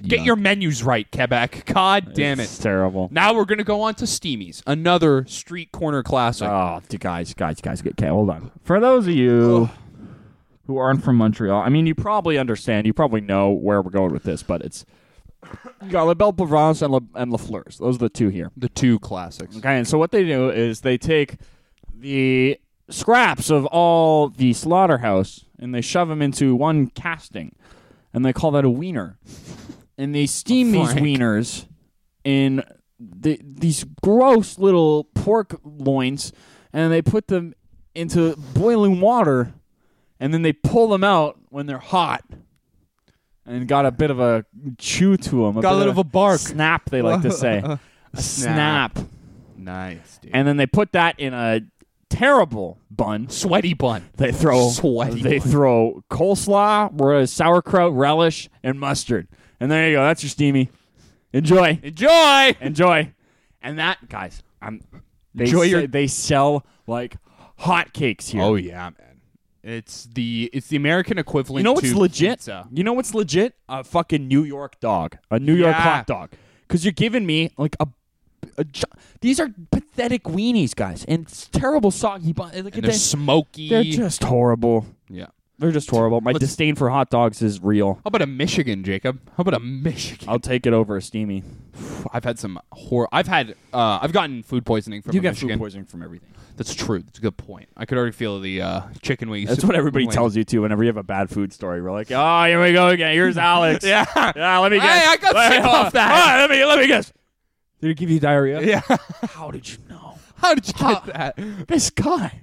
S1: Get
S2: Yuck.
S1: your menus right, Quebec. God damn
S2: It's
S1: it.
S2: terrible.
S1: Now we're going to go on to Steamies, another street corner classic.
S2: Oh, d- guys, guys, guys. Get, okay, hold on. For those of you who aren't from Montreal, I mean, you probably understand. You probably know where we're going with this, but it's you got La Belle Provence and La, and La Fleurs. Those are the two here.
S1: the two classics.
S2: Okay, and so what they do is they take the scraps of all the slaughterhouse and they shove them into one casting, and they call that a wiener. And they steam these
S1: Frank.
S2: wieners in the, these gross little pork loins, and they put them into boiling water, and then they pull them out when they're hot. And got a bit of a chew to them.
S1: Got a little of a bark.
S2: Snap, they like to say. A snap
S1: Nice, dude.
S2: and then they put that in a terrible bun.
S1: Sweaty bun.
S2: They throw
S1: Sweaty
S2: They
S1: bun.
S2: throw coleslaw, or a sauerkraut, relish, and mustard. And there you go. That's your steamy. Enjoy,
S1: Enjoy.
S2: enjoy. And that, guys, I'm. They
S1: Enjoy
S2: se-
S1: your-
S2: They sell like hotcakes here.
S1: Oh yeah, man. It's the it's the American equivalent
S2: you know what's
S1: to
S2: legit?
S1: pizza.
S2: You know what's legit? A fucking New York dog, a New York
S1: Yeah.
S2: hot dog. Because you're giving me like a. a gi- these are pathetic weenies, guys, and it's terrible soggy bun. Like,
S1: And they're
S2: they-
S1: smoky.
S2: They're just horrible.
S1: yeah.
S2: They're just horrible. My disdain for hot dogs is real.
S1: How about a Michigan, Jacob? How about a Michigan?
S2: I'll take it over a steamy.
S1: Oh, I've had some hor. I've had. Uh, I've gotten food poisoning from
S2: You
S1: a
S2: get
S1: Michigan.
S2: food poisoning from everything.
S1: That's true. That's a good point. I could already feel the uh, chicken wings.
S2: That's what everybody
S1: wing.
S2: tells you too. Whenever you have a bad food story, we're like, "Oh, here we go again. Here's Alex.
S1: Yeah.
S2: yeah. Let me
S1: Hey,
S2: guess.
S1: I got
S2: Let-
S1: sick off that.
S2: All right, let me let me guess. Did it give you diarrhea?
S1: Yeah.
S2: How did you know?
S1: How did you get that?
S2: This guy.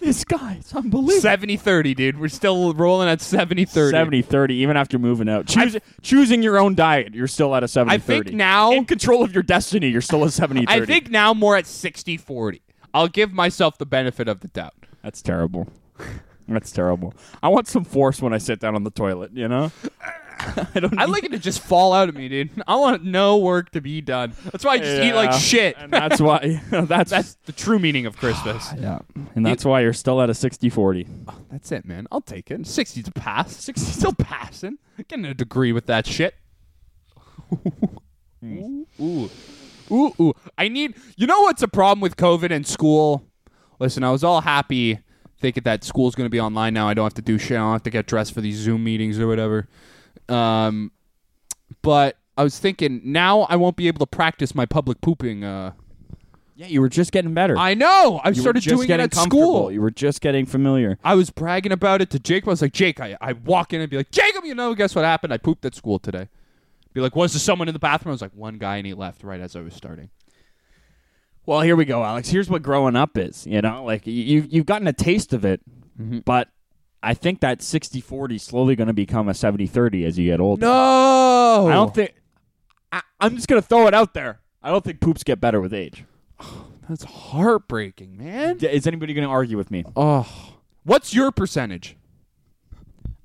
S2: This guy. It's unbelievable.
S1: 70 30, dude. We're still rolling at 70 30.
S2: 70 30 even after moving out Choos- choosing your own diet you're still at a 70
S1: I think
S2: 30.
S1: now-
S2: in control of your destiny you're still a 70 30
S1: I think now more at 60 40. I'll give myself the benefit of the doubt.
S2: that's terrible that's terrible i want some force when i sit down on the toilet you know i don't
S1: I'd like it to just fall out of me, dude. I want no work to be done. That's why I just eat like
S2: Yeah.
S1: shit.
S2: and that's why that's
S1: That's the true meaning of Christmas.
S2: yeah and that's why you're still at a 60 40
S1: That's it, man. I'll take it. 60's a pass. 60's still passing. Getting a degree with that shit. ooh, ooh. Ooh, ooh. I need. You know what's a problem with COVID and school? Listen, I was all happy thinking that school's going to be online now. I don't have to do shit. I don't have to get dressed for these Zoom meetings or whatever. Um, but I was thinking now I won't be able to practice my public pooping. Uh,
S2: yeah you were just getting better
S1: I know. I
S2: you were
S1: started
S2: just
S1: doing it
S2: getting
S1: at
S2: comfortable.
S1: school.
S2: you were just getting familiar
S1: I was bragging about it to Jacob. I was like, Jake, I, I walk in and be like, Jacob, you know, guess what happened? I pooped at school today. Be like, was there someone in the bathroom? I was like, one guy, and he left right as I was starting.
S2: Well, here we go, Alex. Here's what growing up is. You know, like you- you've you've gotten a taste of it, but I think that 60-40 is slowly going to become a 70-30 as you get older.
S1: No,
S2: I don't think. I, I'm just going to throw it out there. I don't think poops get better with age.
S1: that's heartbreaking, man.
S2: D- Is anybody going to argue with me?
S1: Oh, what's your percentage?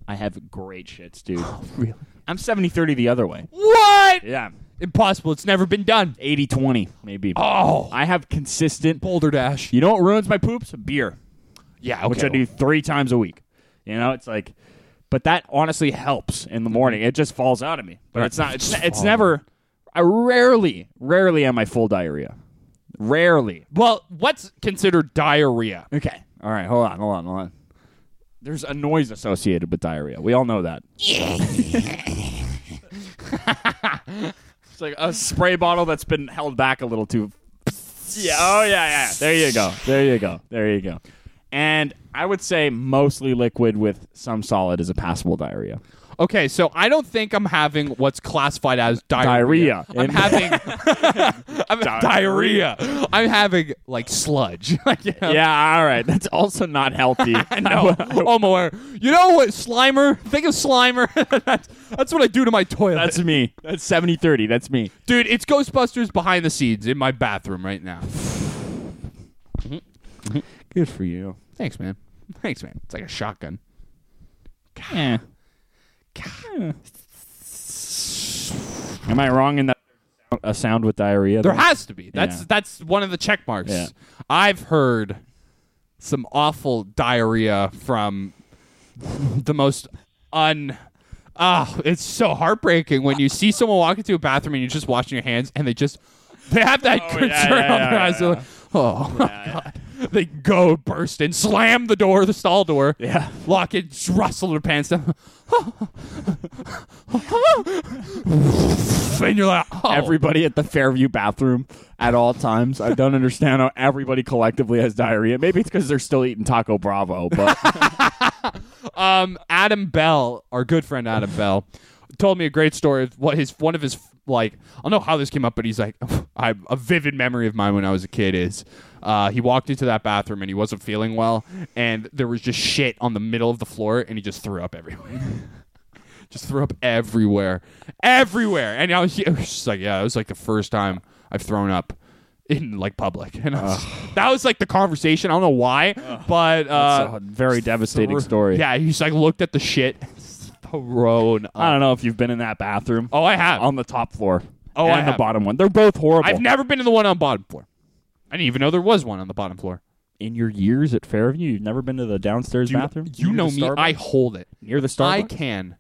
S2: I have great shits, dude.
S1: Really?
S2: I'm 70-30 the other way.
S1: What?
S2: Yeah,
S1: Impossible. It's never been done.
S2: 80-20 maybe.
S1: Oh,
S2: I have consistent.
S1: Boulder Dash.
S2: You know what ruins my poops? Beer.
S1: Yeah,
S2: which I do three times a week. You know, it's like, but that honestly helps in the morning. It just falls out of me. But it's not. It's, it's never. I rarely, rarely am I full diarrhea. Rarely.
S1: Well, what's considered diarrhea?
S2: Okay. All right. Hold on. Hold on. Hold on. There's a noise associated with diarrhea. We all know that. it's like a spray bottle that's been held back a little too. Yeah. Oh yeah. Yeah. There you go. There you go. There you go. And I would say mostly liquid with some solid is a passable diarrhea.
S1: Okay, so I don't think I'm having what's classified as diarrhea.
S2: Diarrhea.
S1: I'm
S2: And-
S1: having I'm diarrhea. I'm having like sludge. like, you know,
S2: Yeah. All right. That's also not healthy. I
S1: No, oh more. You know what, Slimer? Think of Slimer. that's, that's what I do to my toilet,
S2: That's me. That's 70-30. That's me.
S1: dude. It's Ghostbusters behind the scenes in my bathroom right now.
S2: Good for you.
S1: Thanks, man. Thanks, man. It's like a shotgun.
S2: Eh. Am I wrong in that a sound with diarrhea?
S1: There
S2: though?
S1: has to be. That's
S2: Yeah.
S1: that's one of the check marks.
S2: Yeah.
S1: I've heard some awful diarrhea from the most un. Ah, it's so heartbreaking when you see someone walking into a bathroom and you're just washing your hands and they just they have that
S2: Oh, yeah,
S1: concern
S2: yeah,
S1: on
S2: yeah,
S1: their eyes. They're
S2: yeah.
S1: like, oh my god. They go burst and slam the door, the stall door.
S2: Yeah.
S1: Lock it, just rustle their pants down. and you're like, oh.
S2: Everybody at the Fairview bathroom at all times. I don't understand how everybody collectively has diarrhea. Maybe it's because they're still eating Taco Bravo, but
S1: um, Adam Bell, our good friend Adam Bell, told me a great story of what his one of his like I don't know how this came up, but he's like I, a vivid memory of mine when I was a kid is uh, he walked into that bathroom and he wasn't feeling well, and there was just shit on the middle of the floor, and he just threw up everywhere. just threw up everywhere, everywhere, and I was, I was just like, yeah, it was like the first time I've thrown up. In like public, and I was, that was like the conversation. I don't know why, but uh,
S2: it's a very devastating
S1: thro-
S2: story.
S1: Yeah, he's like looked at the shit thrown. Up.
S2: I don't know if you've been in that bathroom
S1: oh, I have.
S2: on the top floor.
S1: Oh, I
S2: and the
S1: have.
S2: bottom one. They're both horrible.
S1: I've never been in the one on bottom floor. I didn't even know there was one on the bottom floor.
S2: in your years at Fairview, you've never been to the downstairs
S1: You,
S2: bathroom.
S1: you
S2: Near
S1: know
S2: the
S1: me.
S2: Starbucks?
S1: I hold it.
S2: near the
S1: I
S2: Starbucks.
S1: can.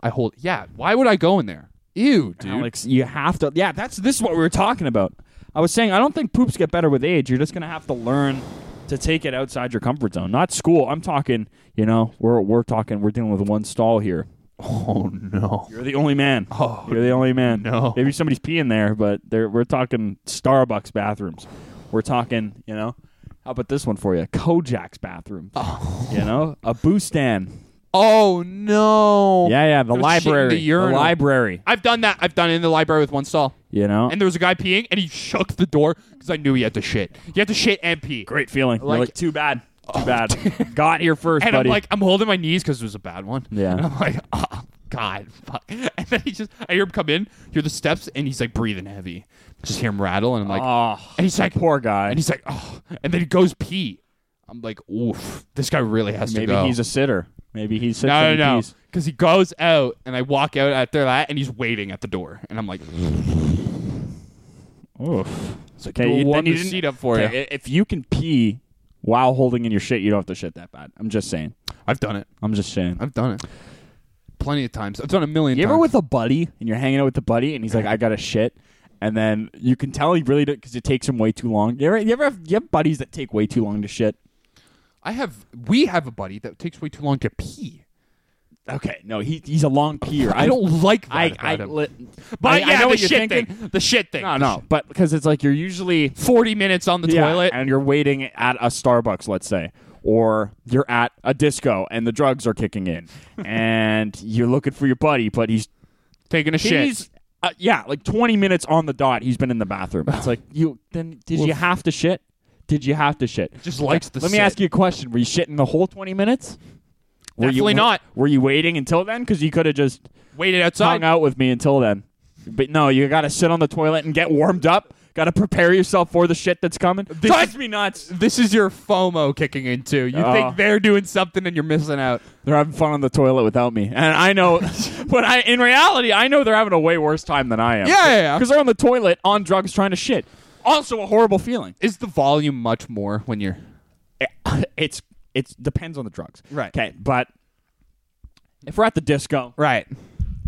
S1: I hold. Yeah. Why would I go in there? Ew, dude.
S2: Alex, you have to. Yeah, that's this is what we were talking about. I was saying I don't think poops get better with age. You're just gonna have to learn to take it outside your comfort zone. Not school. I'm talking. You know, we're we're talking. We're dealing with one stall here.
S1: Oh no.
S2: You're the only man. Oh, you're the only man.
S1: no.
S2: maybe somebody's peeing there, but they're, we're talking Starbucks bathrooms. We're talking. You know, how about this one for you? Kojak's bathroom. You know, a Bustan.
S1: Oh no.
S2: Yeah, yeah, the
S1: There was Oh. shit in
S2: library.
S1: the urinal.
S2: library.
S1: I've done that. I've done it in the library with one stall.
S2: You know?
S1: And there was a guy peeing, and he shook the door because I knew he had to shit. He had to shit and pee.
S2: Great feeling. You're
S1: Like- Oh.
S2: like, too bad. Too bad. Got here first,
S1: And
S2: buddy.
S1: I'm like, I'm holding my knees because it was a bad one.
S2: Yeah.
S1: And I'm like, oh, God, fuck. And then he just, I hear him come in, hear the steps, and he's like breathing heavy. Just hear him rattle, and I'm like,
S2: oh,
S1: and he's like,
S2: poor guy.
S1: "Ah." and he's like, oh, and then he goes pee. I'm like, oof, this guy really has to
S2: Maybe
S1: go.
S2: he's a sitter. Maybe he sits
S1: no,
S2: and he
S1: no, no,
S2: pees.
S1: because he goes out, and I walk out after that, and he's waiting at the door, and I'm like,
S2: Oof. It's
S1: "We'll
S2: okay. You,
S1: warm
S2: then you
S1: the
S2: didn't-
S1: seat up for you.
S2: okay, i- If you can pee while holding in your shit, you don't have to shit that bad. I'm just saying.
S1: I've done it.
S2: I'm just saying.
S1: I've done it. Plenty of times. I've done a million
S2: You
S1: times.
S2: ever with a buddy and you're hanging out with a buddy and he's like, I got to shit. And then you can tell he really did because it takes him way too long. You ever, you ever have, you have buddies that take way too long to shit?
S1: I have. We have a buddy that takes way too long to pee.
S2: Okay, no, he, he's a long peer.
S1: I don't like that
S2: I,
S1: about
S2: I,
S1: him.
S2: li-
S1: but
S2: I,
S1: yeah,
S2: I know
S1: the
S2: what you're
S1: shit
S2: thinking.
S1: thing. The shit thing.
S2: No,
S1: The
S2: no,
S1: shit-
S2: but because it's like you're usually
S1: Forty minutes on the
S2: Yeah,
S1: toilet.
S2: and you're waiting at a Starbucks, let's say, or you're at a disco and the drugs are kicking in, and you're looking for your buddy, but he's
S1: taking a shit.
S2: he's uh, yeah, like 20 minutes on the dot, he's been in the bathroom. It's like you then did you have to shit? Did you have to shit?
S1: Just likes the.
S2: Let me ask you a question: Were you shitting the whole 20 minutes? Were
S1: Definitely
S2: you,
S1: not.
S2: Were you waiting until then? Because you could have just
S1: Waited
S2: hung
S1: outside.
S2: out with me until then. But no, you got to sit on the toilet and get warmed up. Got to prepare yourself for the shit that's coming. Drives me nuts.
S1: This is your FOMO kicking in too. You
S2: Oh.
S1: think they're doing something and you're missing out.
S2: They're having fun on the toilet without me, and I know. but I, in reality, I know they're having a way worse time than I am.
S1: Yeah, yeah, yeah.
S2: because they're on the toilet on drugs trying to shit. Also, a horrible feeling.
S1: Is the volume much more when you're?
S2: It's it's depends on the drugs.
S1: Right.
S2: Okay, but if we're at the disco
S1: Right.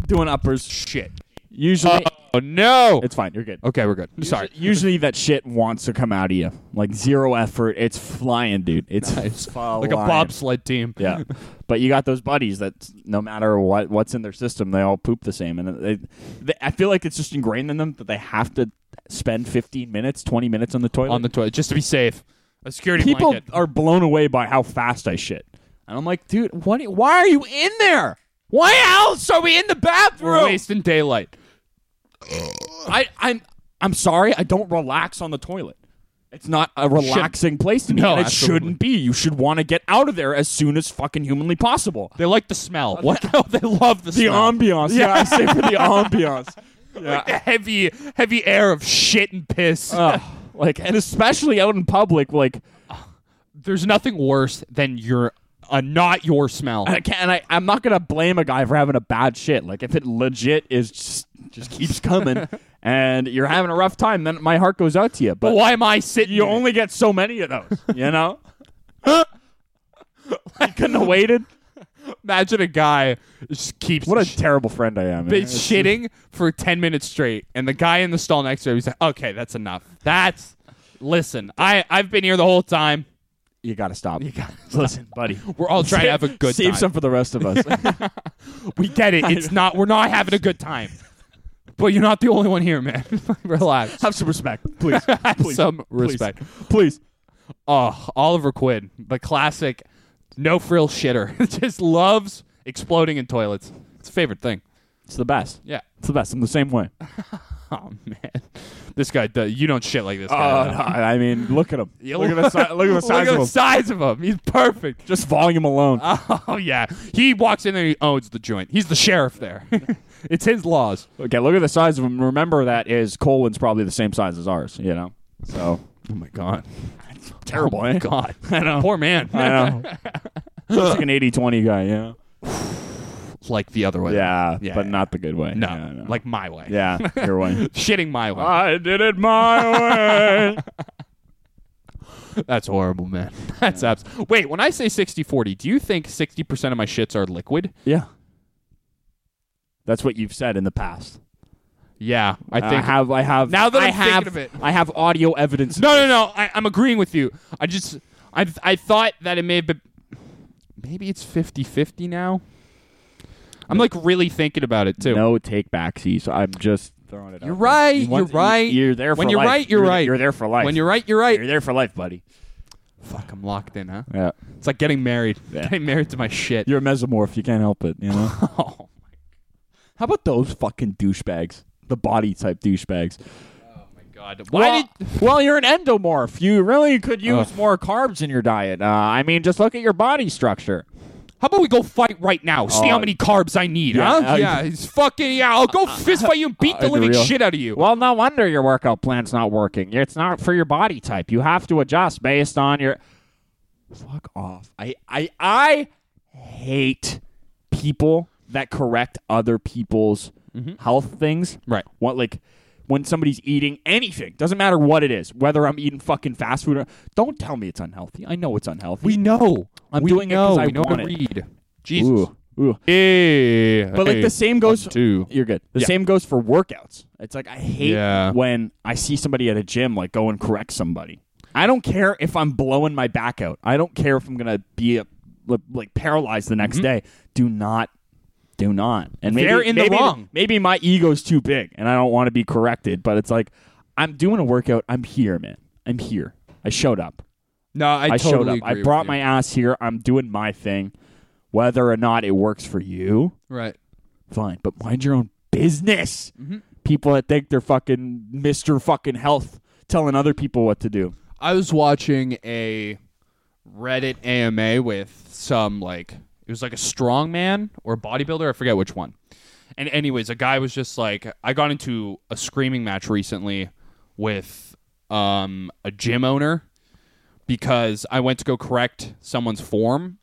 S2: doing uppers,
S1: Shit.
S2: usually
S1: Oh no.
S2: it's fine. You're good.
S1: okay, we're good. Sorry.
S2: Usually that shit wants to come out of you. Like zero effort. It's flying, dude. It's flying.
S1: Like a bobsled team.
S2: Yeah. but you got those buddies that no matter what what's in their system, they all poop the same and they, they I feel like it's just ingrained in them that they have to spend 15 minutes, 20 minutes on the toilet.
S1: On the toilet, just to be safe. A security
S2: People
S1: blanket.
S2: are blown away by how fast I shit. And I'm like, "Dude, what why are you in there? Why else are we in the
S1: We're
S2: bathroom?"
S1: wasting daylight.
S2: I, I'm I'm sorry, I don't relax on the toilet. It's not a relaxing place to be.
S1: No,
S2: and it
S1: absolutely.
S2: shouldn't be. You should want to get out of there as soon as fucking humanly possible.
S1: They like the smell. What? they love the,
S2: The
S1: smell.
S2: ambiance. Yeah, I say for the ambiance.
S1: Like the heavy, heavy air of shit and piss.
S2: Ugh. like, and especially out in public, like,
S1: There's nothing worse than your, uh, not your smell.
S2: I can't, and I, I'm not gonna blame a guy for having a bad shit. Like, if it legit is just, just keeps coming, and you're having a rough time, then my heart goes out to you. But
S1: Why am I sitting?
S2: you
S1: here?
S2: only get so many of those, you know? you couldn't have waited.
S1: imagine a guy just keeps
S2: What
S1: sh-
S2: a terrible friend I am.
S1: been shitting for ten minutes straight, and the guy in the stall next to him, he's like, "Okay, that's enough. That's listen. I I've been here the whole time.
S2: You gotta stop. You
S1: gotta
S2: Listen, buddy.
S1: We're all trying to have a good
S2: Save
S1: time.
S2: some for the rest of us.
S1: we get it. It's not. We're not having a good time. But you're not the only one here, man. Relax.
S2: have some respect, please. please.
S1: Some
S2: Please.
S1: respect.
S2: please.
S1: Oh, Oliver Quinn, the classic no frill shitter. Just loves exploding in toilets. It's a favorite thing.
S2: It's the best.
S1: Yeah.
S2: It's the best. I'm the same way.
S1: Oh man. This guy does, you don't shit like this
S2: Oh,
S1: guy.
S2: no, I mean, look at him.
S1: You-
S2: Look at the, si- Ah. look at the size
S1: Look at
S2: of
S1: the
S2: him.
S1: size of him. He's perfect.
S2: Just volume alone.
S1: Oh yeah. He walks in there he owns the joint. He's the sheriff there. it's his laws.
S2: okay, look at the size of him. Remember that is colon's probably the same size as ours. You know, so
S1: Oh my god.
S2: terrible.
S1: my
S2: eh?
S1: oh, god.
S2: I know.
S1: Poor man.
S2: I know. Just like an 80-20 guy. Yeah.
S1: like the other way.
S2: Yeah,
S1: Yeah,
S2: but
S1: yeah.
S2: not the good way.
S1: No.
S2: Yeah, I know.
S1: Like my way.
S2: yeah, Uh, your way.
S1: Shitting my way.
S2: I did it my way.
S1: That's horrible, man. That's abs. Wait, when I say 60-40, do you think 60% of my shits are liquid?
S2: yeah. That's what you've said in the past.
S1: Yeah, I
S2: I
S1: think.
S2: have. I have.
S1: Ah. Now that
S2: I
S1: I'm thinking
S2: have,
S1: of it.
S2: I have audio evidence.
S1: no, no, no. I, I'm agreeing with you. I just, I, I thought that it may have been, maybe it's 50-50 now. I'm like really thinking about it too.
S2: no take backsies. I'm just throwing it.
S1: You're
S2: out
S1: right,
S2: There. You want-
S1: you're right.
S2: You're there for
S1: When you're
S2: life.
S1: right, you're right.
S2: You're there for life.
S1: When you're right, you're right.
S2: You're there for life, buddy.
S1: Fuck, I'm locked in, huh?
S3: Yeah.
S1: It's like getting married.
S2: Yeah.
S1: Getting married to my shit.
S3: You're a mesomorph. You can't help it, you know?
S1: oh,
S3: How about those fucking douchebags? The body type douchebags.
S1: my god.
S2: Why
S1: Why did
S2: did, well, you're an endomorph. You really could use
S3: Ugh.
S2: more carbs in your diet. Uh, I mean, just look at your body structure.
S1: How about we go fight right now? See how many carbs I need,
S2: Oh. yeah,
S1: huh?
S2: I-
S1: yeah, it's fucking yeah. I'll go fist fight you and beat the
S3: in
S1: living
S3: real-
S1: shit out of you.
S2: Well, no wonder your workout plan's not working. It's not for your body type. You have to adjust based on your. Fuck off. I I I hate people that correct other people's health things.
S1: Mm-hmm. Right.
S2: What like when somebody's eating anything doesn't matter what it is, whether I'm eating fucking fast food or don't tell me it's unhealthy. I know it's unhealthy.
S1: we know.
S2: I'm
S1: we
S2: doing it
S1: know.
S2: 'cause I
S1: we know
S2: want
S1: how to
S2: it.
S1: read. Jesus.
S3: Ooh. Ooh.
S1: Hey,
S2: But like the same goes.
S1: two.
S2: You're good. The
S1: Yeah.
S2: same goes for workouts. It's like I hate
S1: Yeah.
S2: when I see somebody at a gym like go and correct somebody. I don't care if I'm blowing my back out. I don't care if I'm gonna be a, li- like paralyzed the next day. Do not, do not. And maybe,
S1: Mm-hmm. They're in the
S2: maybe-
S1: wrong.
S2: Maybe my ego's too big and I don't want to be corrected. But it's like I'm doing a workout. I'm here, man. I'm here. I showed up.
S1: No, I,
S2: I,
S1: totally
S2: showed up.
S1: agree
S2: I
S1: with
S2: brought
S1: you.
S2: my ass here. I'm doing my thing. Whether or not it works for you,
S1: right.
S2: fine, but mind your own business. People that think they're fucking Mr. fucking health telling other people what to do.
S1: I was watching a Reddit AMA with some like it was like a strongman or bodybuilder, I forget which one. And anyways, a guy was just like I got into a screaming match recently with um a gym owner because I went to go correct someone's form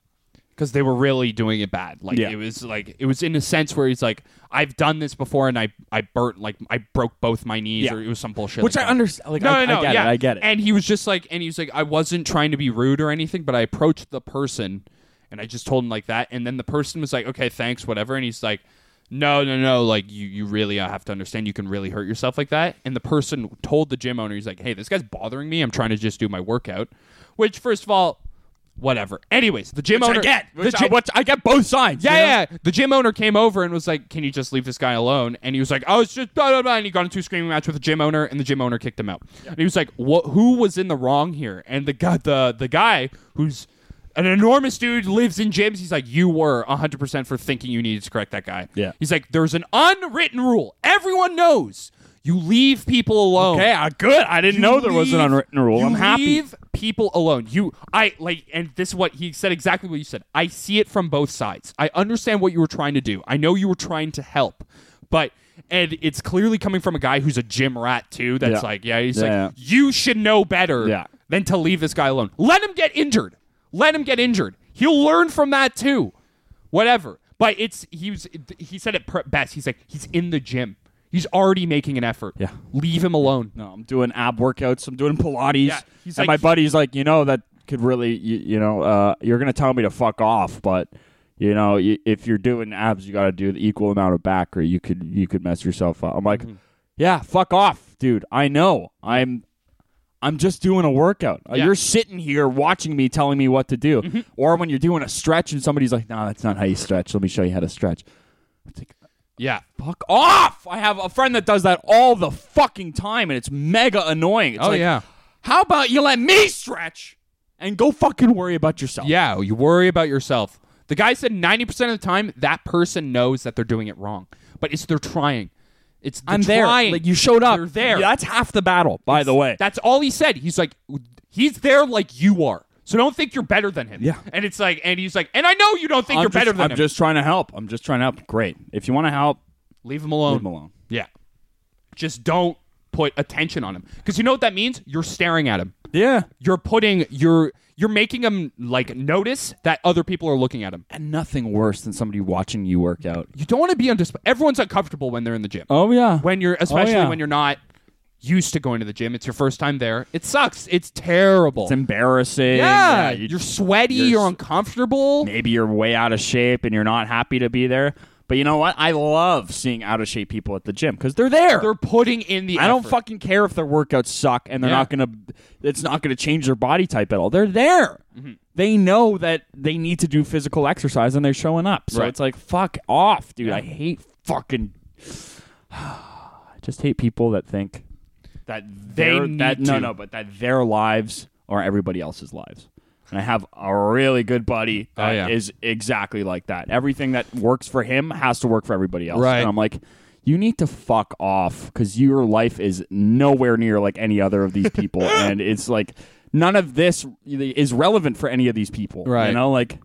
S1: because they were really doing it bad. Like
S2: Yeah.
S1: it was like it was in a sense where he's like I've done this before and I I burnt like I broke both my knees
S2: Yeah.
S1: or it was some bullshit
S2: Which
S1: like
S2: I
S1: that.
S2: understand. Like,
S1: No,
S2: I,
S1: no, no,
S2: I get
S1: yeah.
S2: it. I get it.
S1: And he was just like, and he was like, I wasn't trying to be rude or anything, but I approached the person and I just told him like that. And then the person was like, okay, thanks, whatever. And he's like, no, no, no, like you, you really uh, have to understand you can really hurt yourself like that. And the person told the gym owner, he's like, hey, this guy's bothering me. I'm trying to just do my workout. Which, first of all, whatever. Anyways, the gym
S2: Which
S1: owner.
S2: I get.
S1: the
S2: Which I,
S1: gym-
S2: which I get both sides. you
S1: yeah,
S2: know?
S1: yeah, yeah. The gym owner came over and was like, "Can you just leave this guy alone?" And he was like, "Oh, it's just blah blah blah." And he got into a screaming match with the gym owner, and the gym owner kicked him out. And he was like, "What? Who was in the wrong here?" And the guy, the the guy who's an enormous dude lives in gyms. He's like, "You were 100 percent for thinking you needed to correct that guy."
S2: Yeah.
S1: He's like, "There's an unwritten rule. Everyone knows you leave people alone."
S2: Okay, I, good. I didn't know there was an
S1: leave-
S2: unwritten rule.
S1: you
S2: I'm happy.
S1: Leave people alone. You, I like, and this is what he said exactly what you said. I see it from both sides. I understand what you were trying to do. I know you were trying to help, but and it's clearly coming from a guy who's a gym rat too. That's
S2: Yeah.
S1: like, yeah, he's
S2: Yeah,
S1: like,
S2: yeah.
S1: you should know better
S2: Yeah.
S1: than to leave this guy alone. Let him get injured. Let him get injured. He'll learn from that too. Whatever. But it's he was he said it per- best. He's like he's in the gym. He's already making an effort.
S2: Yeah.
S1: Leave him alone.
S2: No, I'm doing ab workouts. I'm doing Pilates.
S1: Yeah, he's
S2: and my
S1: like-
S2: buddy's like, you know, that could really, you, you know, uh, you're going to tell me to fuck off, but. You know, y- if you're doing abs, you got to do the equal amount of back, or you could you could mess yourself up. I'm like,
S1: Mm-hmm.
S2: yeah, fuck off, dude. I know. I'm I'm just doing a workout. Uh,
S1: Yeah. Mm-hmm.
S2: You're sitting here watching me, telling me what to do. Or when you're doing a stretch and somebody's like, no, that's not how you stretch. Let me show you how to stretch.
S1: Yeah.
S2: Fuck off! I have a friend that does that all the fucking time, and it's mega annoying. It's
S1: Oh,
S2: like,
S1: yeah.
S2: How about you let me stretch and go fucking worry about yourself?
S1: Yeah, you worry about yourself. The guy said 90% of the time that person knows that they're doing it wrong, but it's they're trying. It's they're
S2: I'm there.
S1: trying.
S2: Like you showed up.
S1: You're there.
S2: Yeah, that's half the battle. By the way,
S1: That's all he said. He's like he's there like you are. So don't think you're better than him.
S2: Yeah.
S1: And it's like and he's like and I know you don't think
S2: I'm
S1: you're
S2: just,
S1: better than
S2: I'm
S1: him.
S2: just trying to help. I'm just trying to help. Great. If you want to help,
S1: leave him alone.
S2: leave him alone.
S1: Yeah. Just don't put attention on him cuz you know what that means? You're staring at him.
S2: Yeah.
S1: You're putting you're you're making him like notice that other people are looking at him.
S2: And nothing worse than somebody watching you work out.
S1: You don't want to be on display. Everyone's uncomfortable when they're in the gym.
S2: Oh yeah.
S1: when you're especially
S2: yeah.
S1: when you're not used to going to the gym it's your first time there it sucks it's terrible
S2: it's embarrassing.
S1: yeah,
S2: you-
S1: you, are sweaty you're,
S2: you're s-
S1: uncomfortable
S2: maybe you're way out of shape and you're not happy to be there. But you know what? I love seeing out of shape people at the gym because they're there.
S1: they're putting in the
S2: I don't
S1: effort.
S2: fucking care if their workouts suck and they're
S1: Yeah.
S2: not gonna. It's not gonna change their body type at all. They're there. They know that they need to do physical exercise and they're showing up. So
S1: Right.
S2: it's like fuck off, dude. I hate fucking. I just hate people that think that
S1: They
S2: their that
S1: need
S2: no
S1: to.
S2: no, but that their lives are everybody else's lives. And I have a really good buddy that is
S1: yeah.
S2: exactly like that. Everything that works for him has to work for everybody else.
S1: Right.
S2: And I'm like, you need to fuck off because your life is nowhere near like any other of these people, and it's like none of this is relevant for any of these people.
S1: Right.
S2: You know, like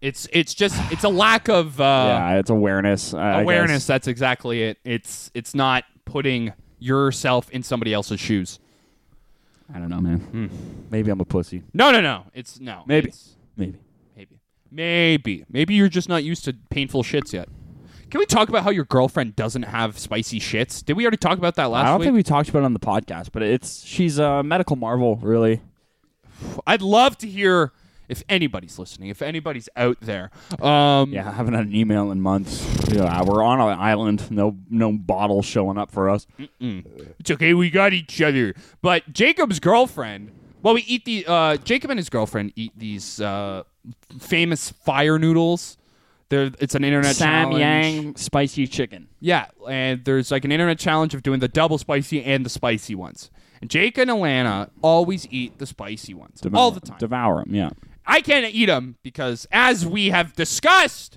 S1: It's it's just it's a lack of uh,
S2: yeah, it's awareness. I- I
S1: awareness.
S2: guess.
S1: That's exactly it. It's it's not putting yourself in somebody else's shoes.
S2: I don't know, man.
S1: Hmm.
S2: Maybe I'm a pussy.
S1: No, no, no. It's no.
S2: Maybe.
S1: It's-
S2: Maybe.
S1: maybe. Maybe. Maybe you're just not used to painful shits yet. Can we talk about how your girlfriend doesn't have spicy shits? Did we already talk about that last
S2: I don't
S1: week?
S2: think we talked about it on the podcast, but it's she's a medical marvel, really.
S1: I'd love to hear if anybody's listening, if anybody's out there. Um,
S2: Yeah, I haven't had an email in months. Yeah, we're on an island. No, no bottle showing up for us.
S1: It's okay, we got each other. But Jacob's girlfriend, well, we eat the uh, Jacob and his girlfriend eat these uh, famous fire noodles. They're, it's an internet
S2: Sam
S1: challenge.
S2: Yang spicy chicken.
S1: Yeah, and there's like an internet challenge of doing the double spicy and the spicy ones. And Jake and Alana always eat the spicy ones all the time.
S2: Devour them. Yeah,
S1: I can't eat them because, as we have discussed,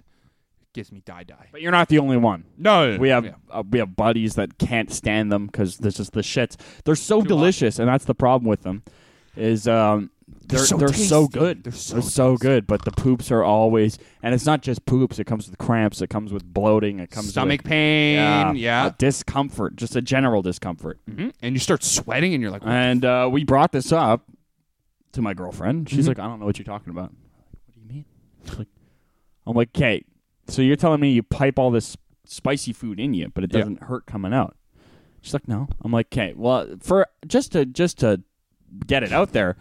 S1: it gives me die die.
S2: but you're not the only one.
S1: No,
S2: We have uh, we have buddies that can't stand them because they're just the shits. They're so delicious, and that's the problem with them. Is um, they're
S1: so tasty.
S2: good. They're
S1: They're so
S2: so, good, but the poops are always, and it's not just poops. It comes with cramps. It comes with bloating. It comes
S1: stomach
S2: with, uh,
S1: pain. Yeah,
S2: a discomfort, just a general discomfort.
S1: Mhm. and you start sweating, and you're like,
S2: And uh, we brought this up to my girlfriend. She's like, I don't know what you're talking about. What do you mean? She's like, I'm like, Kate, so you're telling me you pipe all this spicy food in you, but it
S1: Yeah.
S2: doesn't hurt coming out. She's like, no. I'm like, okay, well, for just to just to get it out there,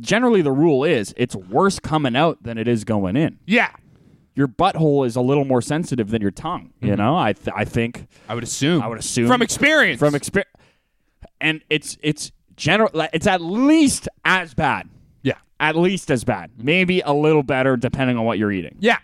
S2: generally the rule is it's worse coming out than it is going in.
S1: yeah.
S2: Your butthole is a little more sensitive than your tongue. You know, I th- I think
S1: I would assume.
S2: I would assume
S1: from experience.
S2: from experience, and it's it's general. like, It's at least as bad,
S1: yeah,
S2: at least as bad. Maybe a little better depending on what you're eating,
S1: yeah.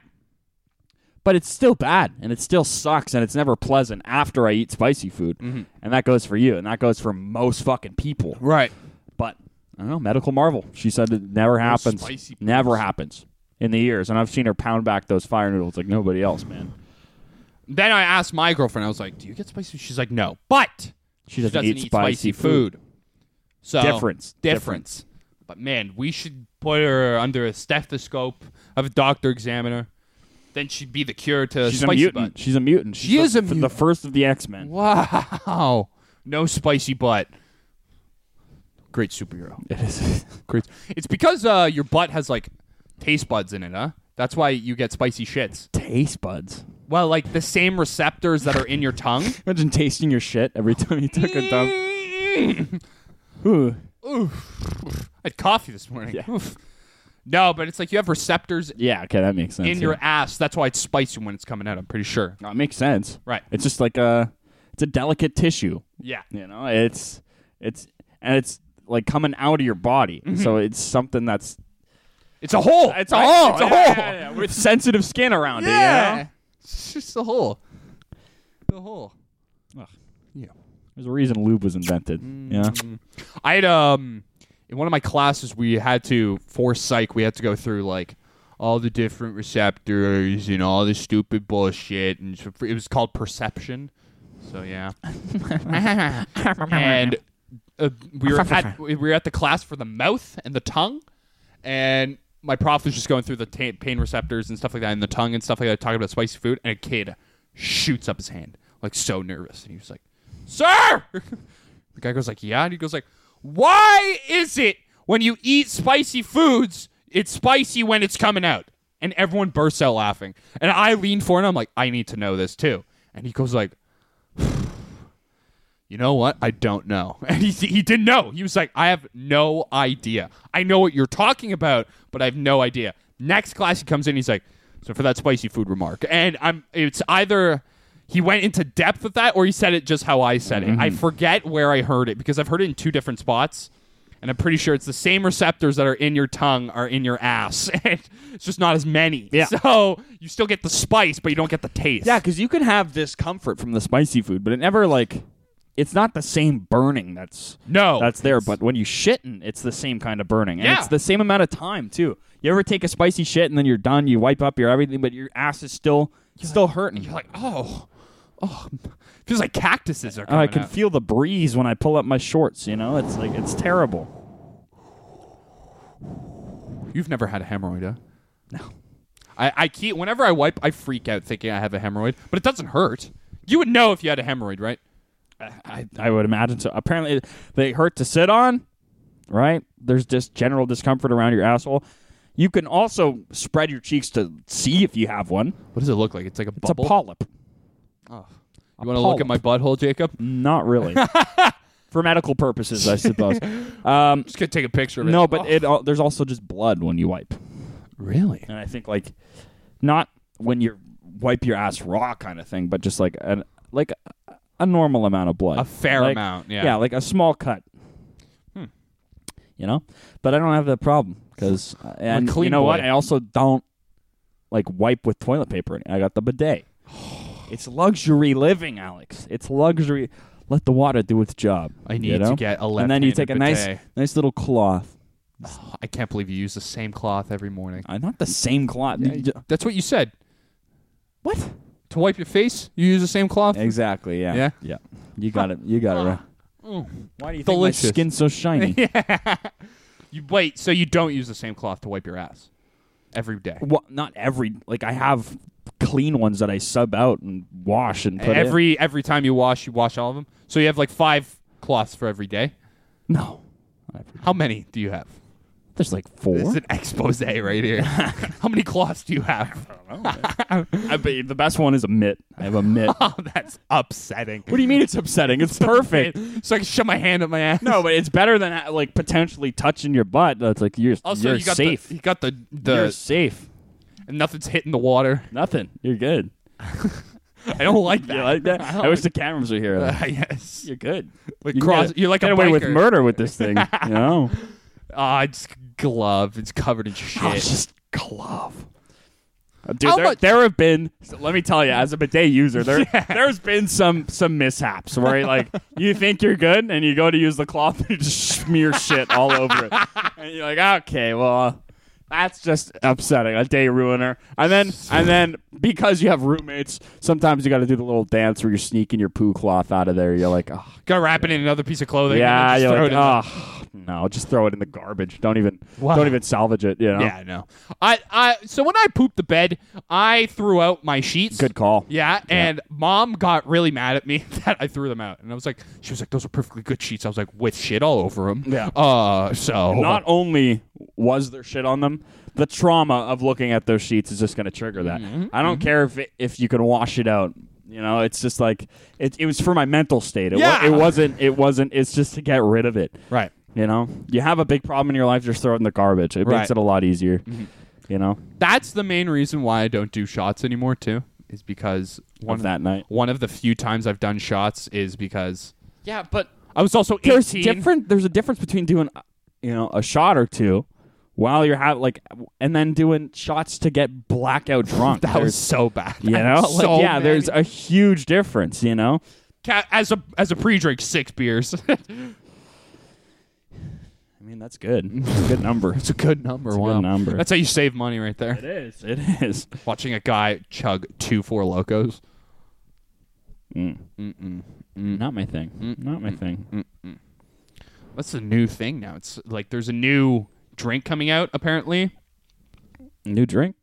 S2: but it's still bad and it still sucks and it's never pleasant after I eat spicy food,
S1: Mm-hmm.
S2: and that goes for you and that goes for most fucking people.
S1: Right.
S2: But I don't know, medical marvel. She said it never happens,
S1: spicy
S2: never happens in the years, and I've seen her pound back those fire noodles like nobody else, man.
S1: Then I asked my girlfriend. I was like, "Do you get spicy?" She's like, "No," but
S2: She
S1: she
S2: doesn't,
S1: doesn't eat, spicy food. So
S2: Difference.
S1: difference. But man, we should put her under a stethoscope of a doctor examiner. Then she'd be the cure to
S2: She's a
S1: spicy
S2: mutant. She's a mutant. She's
S1: is
S2: the,
S1: a mutant.
S2: the first of the X Men.
S1: butt. Wow, no spicy butt. Great superhero.
S2: It is.
S1: Great. It's because uh, your butt has like taste buds in it, huh? That's why you get spicy shits.
S2: taste buds.
S1: Well, like the same receptors that are in your tongue.
S2: Imagine tasting your shit every time you took a dump. Ooh.
S1: I had coffee this morning.
S2: Yeah.
S1: Oof. No, but it's like you have receptors
S2: Yeah, okay, that makes sense.
S1: in your ass. That's why it's spicy when it's coming out. I'm pretty sure.
S2: yeah. No, it makes sense.
S1: Right.
S2: It's just like a it's a delicate tissue.
S1: Yeah.
S2: You know, it's it's and it's like coming out of your body. So it's something that's
S1: It's a hole.
S2: Mm-hmm. it's a hole.
S1: It's a
S2: Yeah,
S1: hole.
S2: yeah, yeah, with sensitive skin around it, you know?
S1: It's just a hole. The hole.
S2: There's a reason lube was invented. Yeah.
S1: I had um in one of my classes we had to for psych we had to go through like all the different receptors and all this stupid bullshit and so- it was called perception. So yeah, and uh, we were at we were at the class for the mouth and the tongue, and my prof was just going through the ta pain receptors and stuff like that in the tongue and stuff like that, talking about spicy food, and a kid shoots up his hand like so nervous, and he was like, "Sir!" The guy goes like, "Yeah," and he goes like, "Why is it when you eat spicy foods, it's spicy when it's coming out?" And everyone bursts out laughing, and I lean forward, and I'm like, "I need to know this too," and he goes like you know what? I don't know. And he, he didn't know. He was like, I have no idea. I know what you're talking about, but I have no idea. Next class, he comes in. He's like, so for that spicy food remark, and I'm. It's either he went into depth with that, or he said it just how I said it. I forget where I heard it because I've heard it in two different spots, and I'm pretty sure it's the same receptors that are in your tongue are in your ass, and it's just not as many.
S2: Yeah.
S1: So you still get the spice, but you don't get the taste.
S2: Yeah, because you can have discomfort from the spicy food, but it never like it's not the same burning that's
S1: No.
S2: that's there, but when you shitting, it's the same kind of burning. And
S1: Yeah.
S2: it's the same amount of time too. You ever take a spicy shit and then you're done, you wipe up your everything, but your ass is still still hurting.
S1: You're like, oh, oh, feels like cactuses are
S2: Oh, I
S1: coming
S2: can
S1: out.
S2: feel the breeze when I pull up my shorts, you know? It's like it's terrible.
S1: You've never had a hemorrhoid, huh?
S2: No.
S1: I, I keep whenever I wipe, I freak out thinking I have a hemorrhoid, but it doesn't hurt. You would know if you had a hemorrhoid, right?
S2: I, I would imagine so. Apparently, they hurt to sit on, right? There's just general discomfort around your asshole. You can also spread your cheeks to see if you have one.
S1: What does it look like? It's like a
S2: It's a
S1: bubble.
S2: polyp.
S1: you want to look at my butthole, Jacob? I'm
S2: Not really. For medical purposes, I suppose. um,
S1: just gonna take a picture of it.
S2: no, but
S1: Oh.
S2: it al- there's also just blood when you wipe,
S1: really.
S2: and I think like not when you wipe your ass raw kind of thing, but just like an like a, a normal amount of blood,
S1: A fair
S2: Like-
S1: amount, yeah.
S2: yeah, like a small cut.
S1: Hmm.
S2: You know, but I don't have that problem because and
S1: clean
S2: you know what?
S1: boy.
S2: I also don't like wipe with toilet paper. in it. I got the bidet. it's luxury living, Alex. It's luxury. Let the water do its job.
S1: I
S2: you
S1: need
S2: know?
S1: to get a
S2: and then you take a
S1: left-handed
S2: nice,
S1: bidet.
S2: nice little cloth.
S1: Oh, I can't believe you use the same cloth every morning.
S2: Uh, not the same cloth. You ju-
S1: That's what you said.
S2: What?
S1: To wipe your face, you use the same cloth.
S2: Eh. Exactly. Yeah. Mm.
S1: Yeah?
S2: Yeah. You got it. You got it. Right. Why do you think my
S1: Delicious.
S2: skin's so shiny?
S1: You wait, so you don't use the same cloth to wipe your ass every day.
S2: Wha- not every. Like I have clean ones that I sub out and wash and put in.
S1: every every time you wash, you wash all of them. So you have like five cloths for every day.
S2: No. I forget.
S1: How many do you have?
S2: There's like four.
S1: This is an expose right here. How many cloths do you have?
S2: I bet you the best one is a mitt. I have a mitt. what
S1: Oh, that's upsetting.
S2: do you mean it's upsetting? It's perfect.
S1: So I can shove my hand up my ass.
S2: No, but it's better than uh, like potentially touching your butt. That's like you're
S1: Also,
S2: you're
S1: you got
S2: safe.
S1: the you got the
S2: you're
S1: the
S2: safe.
S1: and nothing's hitting the water.
S2: Nothing. You're good.
S1: I don't like
S2: You
S1: that.
S2: like that? I, wish the cameras were here.
S1: Uh, yes.
S2: you're good.
S1: Like
S2: You can
S1: cross-
S2: get,
S1: you're like
S2: get
S1: a
S2: away with
S1: biker.
S2: murder with this thing. you know?
S1: Ah, it's glove. It's covered in shit.
S2: Oh, it's just glove. Uh, Dude,
S1: How
S2: there,
S1: much-
S2: there have been. Let me tell you, as a bidet user, there there's been some some mishaps where like you think you're good and you go to use the cloth and you just smear shit all over it, and you're like, okay, well, uh, that's just upsetting, a day ruiner. And then and then because you have roommates, sometimes you got to do the little dance where you're sneaking your poo cloth out of there. You're like, oh,
S1: Gotta wrap it in another piece of clothing.
S2: yeah,
S1: and then just
S2: you're
S1: throw
S2: like,
S1: it in the-
S2: oh, no, just throw it in the garbage. Don't even
S1: Wow.
S2: don't even salvage it. You know,
S1: Yeah, I know. I, I so when I pooped the bed, I threw out my sheets.
S2: good call.
S1: Yeah, and mom got really mad at me that I threw them out, and I was like, she was like, "Those are perfectly good sheets." I was like, "With shit all over them."
S2: Yeah.
S1: Uh, so
S2: Not only was there shit on them, the trauma of looking at those sheets is just going to trigger that.
S1: Mm-hmm.
S2: I don't care if it, if you can wash it out. You know, it's just like it. It was for my mental state. It, wa-
S1: Yeah.
S2: it wasn't. It wasn't. It's just to get rid of it.
S1: right.
S2: You know, you have a big problem in your life, just throw it in the garbage. It
S1: Right. Mm-hmm.
S2: makes it a lot easier. You know,
S1: That's the main reason why I don't do shots anymore too, is because one
S2: of that night.
S1: one of the few times I've done shots is because yeah, but I was also
S2: There's
S1: 18.
S2: different. There's a difference between doing, uh, you know, a shot or two, while you're having like, and then doing shots to get blackout drunk.
S1: That was
S2: There's-
S1: so bad.
S2: you know,
S1: I'm
S2: like,
S1: so
S2: yeah.
S1: mad
S2: There's a huge difference. You know.
S1: Ca- as a as a pre-drink six beers.
S2: I mean, that's good. It's a good number.
S1: It's a good number.
S2: a
S1: wow.
S2: good number.
S1: Mm. That's how you save money right there.
S2: is. It is.
S1: Watching a guy chug two four locos. Mm.
S2: Not my thing. Not my thing.
S1: That's a new thing now. It's like there's a new drink coming out apparently, Mm.
S2: New drink.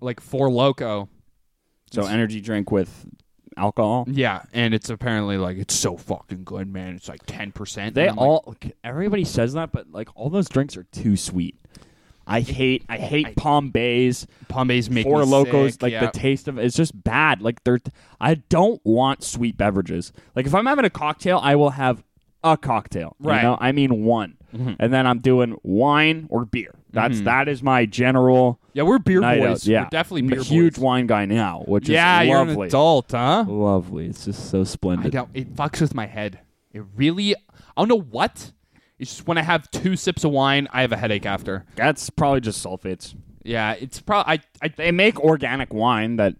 S1: like four loco.
S2: So energy drink with alcohol.
S1: Yeah, and it's apparently like it's so fucking good, man. It's like ten percent.
S2: They all. like, Everybody says that, but like all those drinks are too sweet. I hate. I hate Palm Bays.
S1: Pombe's make
S2: Four
S1: me
S2: Locos.
S1: sick,
S2: Like
S1: yeah.
S2: the taste of it's just bad. Like they're. I don't want sweet beverages. Like if I'm having a cocktail, I will have a cocktail. you
S1: Right. Mm-hmm.
S2: know? I mean one, and then I'm doing wine or beer. That's that is my general.
S1: yeah, we're Mm-hmm. beer
S2: night
S1: boys.
S2: out. Yeah,
S1: we're definitely
S2: I'm
S1: beer
S2: a huge
S1: boys.
S2: wine guy now, which
S1: Yeah,
S2: is
S1: you're
S2: lovely.
S1: an adult, huh?
S2: Lovely. It's just so
S1: I
S2: splendid.
S1: don't. It fucks with my head. It really. I don't know what. It's just when I have two sips of wine, I have a headache after.
S2: That's probably just sulfates.
S1: Yeah, it's probably. I, I
S2: They make organic wine that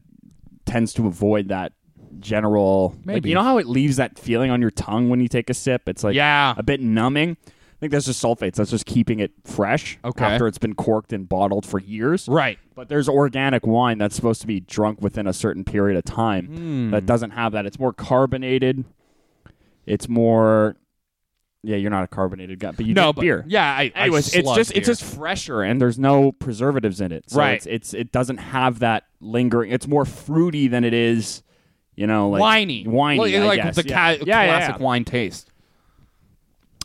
S2: tends to avoid that general. like,
S1: Maybe.
S2: you know how it leaves that feeling on your tongue when you take a sip. It's like
S1: Yeah.
S2: a bit numbing. I think that's just sulfates. That's just keeping it fresh
S1: Okay.
S2: after it's been corked and bottled for years.
S1: Right.
S2: But there's organic wine that's supposed to be drunk within a certain period of time
S1: Hmm.
S2: that doesn't have that. It's more carbonated. It's more. Yeah, you're not a carbonated guy, but you
S1: no,
S2: drink
S1: but
S2: beer.
S1: yeah. I, I
S2: Anyways, it's
S1: slug
S2: just it's
S1: beer.
S2: just fresher, and there's no preservatives in it. So
S1: Right.
S2: It's, it's it doesn't have that lingering. It's more fruity than it is, you know, like
S1: winey,
S2: whiny.
S1: like,
S2: I
S1: like
S2: guess.
S1: the
S2: yeah.
S1: ca-
S2: yeah, yeah,
S1: classic
S2: yeah.
S1: wine taste.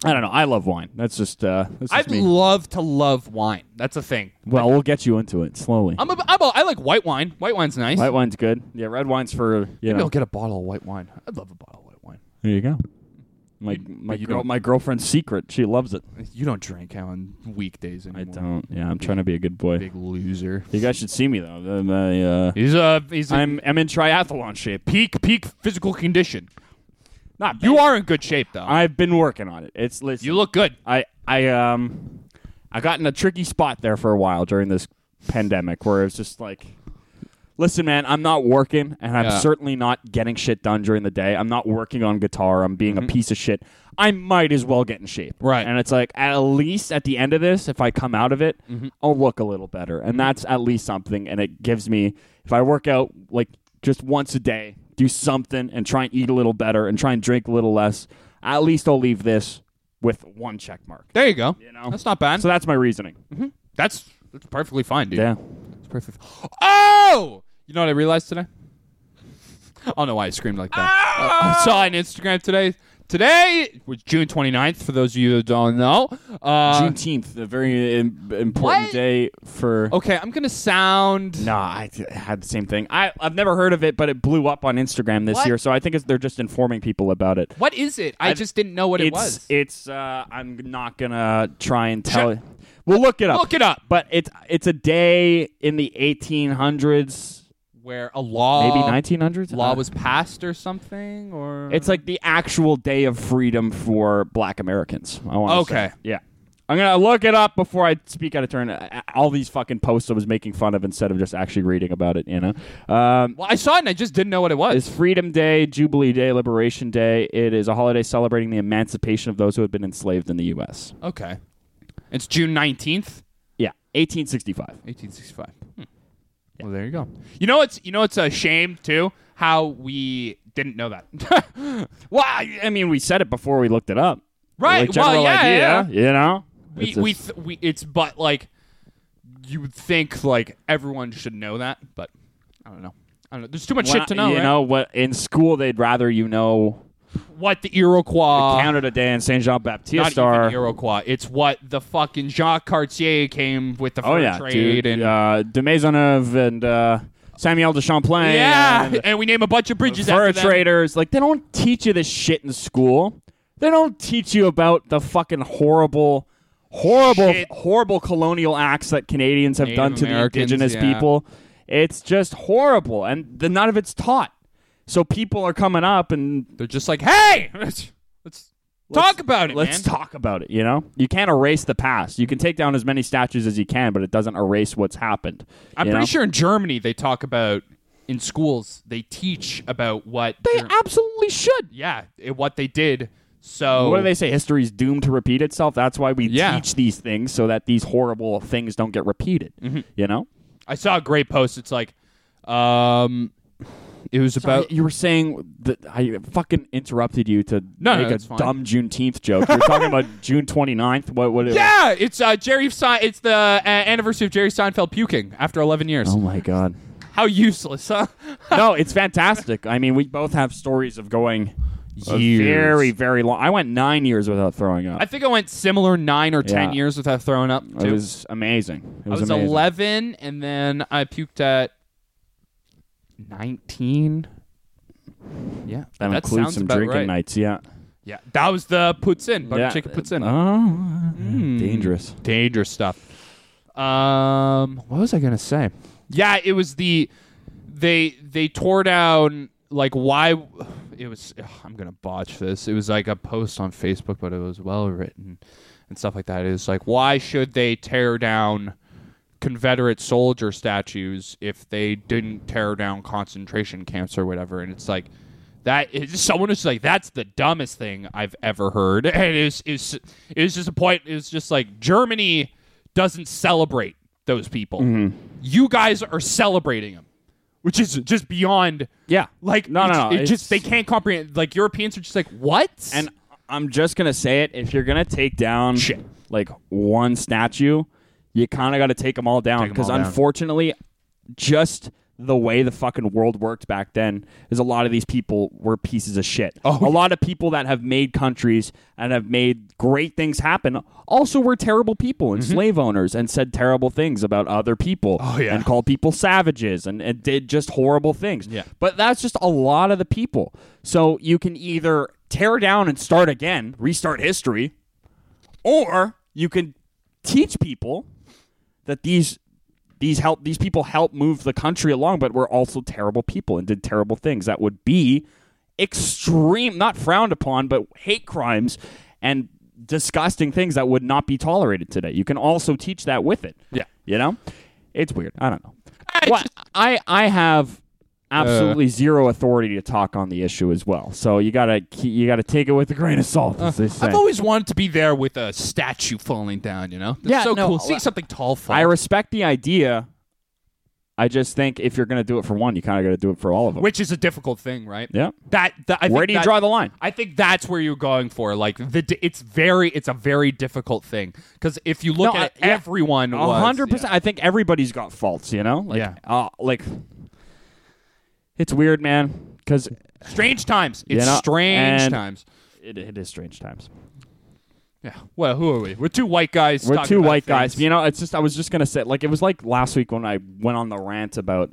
S2: I don't know. I love wine. That's just uh, that's just
S1: I'd
S2: me.
S1: love to love wine. That's a thing.
S2: well, we'll get you into it slowly.
S1: I'm a, I'm a, I like white wine. White wine's nice.
S2: White wine's good. Yeah, red wine's for you
S1: Maybe
S2: know.
S1: I'll get a bottle of white wine. I'd love a bottle of white wine.
S2: There you go. My my
S1: you
S2: girl,
S1: don't-
S2: my girlfriend's secret. She loves it.
S1: You don't drink on weekdays
S2: I
S1: anymore.
S2: don't. Yeah, I'm trying to be a good boy.
S1: Big loser.
S2: You guys should see me though. Um, I, uh,
S1: He's a he's a
S2: I'm I'm in triathlon shape.
S1: peak peak physical condition.
S2: Not
S1: You are in good shape though.
S2: I've been working on it. It's listen,
S1: you look good.
S2: I I um I got in a tricky spot there for a while during this pandemic where it's just like listen man, I'm not working and I'm
S1: Yeah.
S2: certainly not getting shit done during the day. I'm not working on guitar. I'm being a piece of shit. I might as well get in shape.
S1: Mm-hmm. Right.
S2: And it's like at least at the end of this if I come out of it,
S1: Mm-hmm.
S2: I'll look a little better. And that's at least something and it gives me if I work out like just once a day, do something and try and eat a little better and try and drink a little less, at least I'll leave this with one check mark.
S1: There you go.
S2: You know?
S1: That's not bad.
S2: So that's my reasoning.
S1: Mm-hmm. that's that's perfectly fine, dude.
S2: Yeah.
S1: It's perfect. Oh, you know what I realized today? I don't know why I screamed like that. Uh, I saw on Instagram today. Today was June 29th. For those of you that don't know, uh,
S2: Juneteenth, a very im- important
S1: What? Oh,
S2: day for.
S1: okay, I'm gonna sound.
S2: Nah, I th- had the same thing. I, I've never heard of it, but it blew up on Instagram this
S1: What?
S2: year, so I think it's, they're just informing people about it.
S1: What is it? I
S2: I've-
S1: just didn't know what
S2: it's,
S1: it was.
S2: It's. Uh, I'm not gonna try and tell.
S1: Shut-
S2: it. We'll look it up.
S1: Look it up.
S2: But it's it's a day in the 1800s,
S1: Where a law,
S2: maybe 1900s.
S1: law
S2: Uh,
S1: was passed or something, or
S2: It's like the actual day of freedom for black Americans. I want
S1: Okay.
S2: Yeah. I'm going to look it up before I speak out of turn. Uh, All these fucking posts I was making fun of instead of just actually reading about it, you know? Um,
S1: Well, I saw it and I just didn't know what it was.
S2: it's Freedom Day, Jubilee Day, Liberation Day. It is a holiday celebrating the emancipation of those who had been enslaved in the U.S.
S1: Okay. It's June 19th,
S2: Yeah, 1865.
S1: 1865. Hmm. Well, there you go. You know it's you know it's a shame too how we didn't know that.
S2: Well, I I mean, we said it before we looked it up.
S1: Right,
S2: Like,
S1: well,
S2: general
S1: yeah,
S2: idea,
S1: yeah.
S2: you know?
S1: we
S2: It's a-
S1: we, th- we it's but like you would think like everyone should know that, but I don't know. I don't know. There's too much shit to know.
S2: You
S1: right?
S2: know what? In school, they'd rather you know
S1: what the Iroquois
S2: Canada Day and Saint Jean Baptiste
S1: Uh, not
S2: are.
S1: even Iroquois. It's what the fucking Jacques Cartier came with the fur
S2: Oh yeah,
S1: trade
S2: dude.
S1: and
S2: uh, de Maisonneuve and uh, Samuel de Champlain.
S1: yeah,
S2: and
S1: and we name a bunch of bridges
S2: fur
S1: after them.
S2: traders. Like they don't teach you this shit in school. They don't teach you about the fucking horrible, horrible,
S1: Shit.
S2: horrible colonial acts that Canadians have
S1: Native
S2: done to
S1: Americans,
S2: the indigenous
S1: yeah.
S2: people. It's just horrible, and the, none of it's taught. So people are coming up and
S1: They're just like, hey, let's, let's talk about it,
S2: Let's
S1: man.
S2: talk about it. You know, you can't erase the past. You can take down as many statues as you can, but it doesn't erase what's happened.
S1: I'm
S2: you
S1: pretty
S2: know?
S1: sure in Germany they talk about in schools they teach about what
S2: they
S1: Ger-
S2: absolutely should.
S1: yeah it- what they did. So
S2: What do they say? History's doomed to repeat itself. That's why we
S1: Oh. Yeah.
S2: teach these things so that these horrible things don't get repeated.
S1: Mm-hmm.
S2: You know,
S1: I saw a great post. It's like, um, it was about
S2: you were saying that I fucking interrupted you to
S1: No, no,
S2: make a
S1: that's fine.
S2: dumb Juneteenth joke. You're talking about June 29th. What? What? it-
S1: yeah. It's uh, Jerry. Se- it's the uh, anniversary of Jerry Seinfeld puking after 11 years.
S2: Oh my god.
S1: How useless, huh?
S2: no, it's fantastic. I mean, we both have stories of going a
S1: Years.
S2: very, very long. I went nine years without throwing up.
S1: I think I went similar nine or ten
S2: Yeah.
S1: years without throwing up.
S2: it
S1: too.
S2: was amazing. It
S1: I
S2: was,
S1: was
S2: amazing.
S1: 11, and then I puked at 19. Yeah,
S2: That, includes some
S1: about
S2: drinking
S1: right.
S2: nights. Yeah.
S1: Yeah, that was the puts in, butter
S2: yeah.
S1: chicken puts in. Hmm.
S2: Oh, dangerous.
S1: Dangerous stuff. Um, what was I gonna say? Yeah, it was the they they tore down like why it was. ugh, I'm gonna botch this. It was like a post on Facebook, but it was well written and stuff like that. It was like why should they tear down Confederate soldier statues if they didn't tear down concentration camps or whatever? And it's like that is someone was like, that's the dumbest thing I've ever heard. And it was, it was, it was just a point. It was just like Germany doesn't celebrate those people.
S2: Mm-hmm.
S1: You guys are celebrating them, which is just beyond.
S2: Yeah.
S1: Like
S2: No, no,
S1: it's-
S2: no,
S1: It
S2: it's-
S1: just they can't comprehend. Like Europeans are just like what?
S2: And I'm just gonna say it: if you're gonna take down
S1: Shit.
S2: like one statue, you kind of got to take them all down
S1: 'em
S2: because
S1: all down.
S2: unfortunately, just the way the fucking world worked back then is a lot of these people were pieces of shit. a
S1: Oh,
S2: lot of people that have made countries and have made great things happen also were terrible people and slave owners and said terrible things about other people
S1: Mm-hmm. Oh, yeah.
S2: and called people savages and, and did just horrible things.
S1: Yeah.
S2: But that's just a lot of the people. So you can either tear down and start again, restart history, or you can teach people that these these help these people help move the country along, but were also terrible people and did terrible things that would be extreme, not frowned upon, but hate crimes and disgusting things that would not be tolerated today. You can also teach that with it.
S1: Yeah.
S2: you know, it's weird. I don't know.
S1: I
S2: Well, I I have
S1: Uh.
S2: absolutely zero authority to talk on the issue as well. So you gotta ke- you gotta take it with a grain of salt. As they say.
S1: Uh, I've always wanted to be there with a statue falling down. You know, That's
S2: Yeah,
S1: so
S2: no,
S1: cool.
S2: I-
S1: See something tall fall.
S2: I respect the idea. I just think if you're gonna do it for one, you kind of gotta do it for all of them.
S1: which is a difficult thing, right?
S2: Yeah.
S1: That, that I
S2: Where
S1: think
S2: do you
S1: that-
S2: draw the line?
S1: I think that's where you're going for. Like the, d- it's very, it's a very difficult thing because if you look
S2: No,
S1: at
S2: I- yeah.
S1: everyone,
S2: A
S1: was-
S2: hundred
S1: yeah.
S2: percent. I think everybody's got faults. You know. Like,
S1: Yeah.
S2: uh, like it's weird, man. Because
S1: Strange times. It's
S2: You know,
S1: strange
S2: and-
S1: times.
S2: it, it is strange times.
S1: Yeah. Well, who are we? We're two white guys.
S2: We're
S1: talking
S2: two
S1: about
S2: white guys.
S1: things.
S2: You know, it's just I was just gonna say like it was like last week when I went on the rant about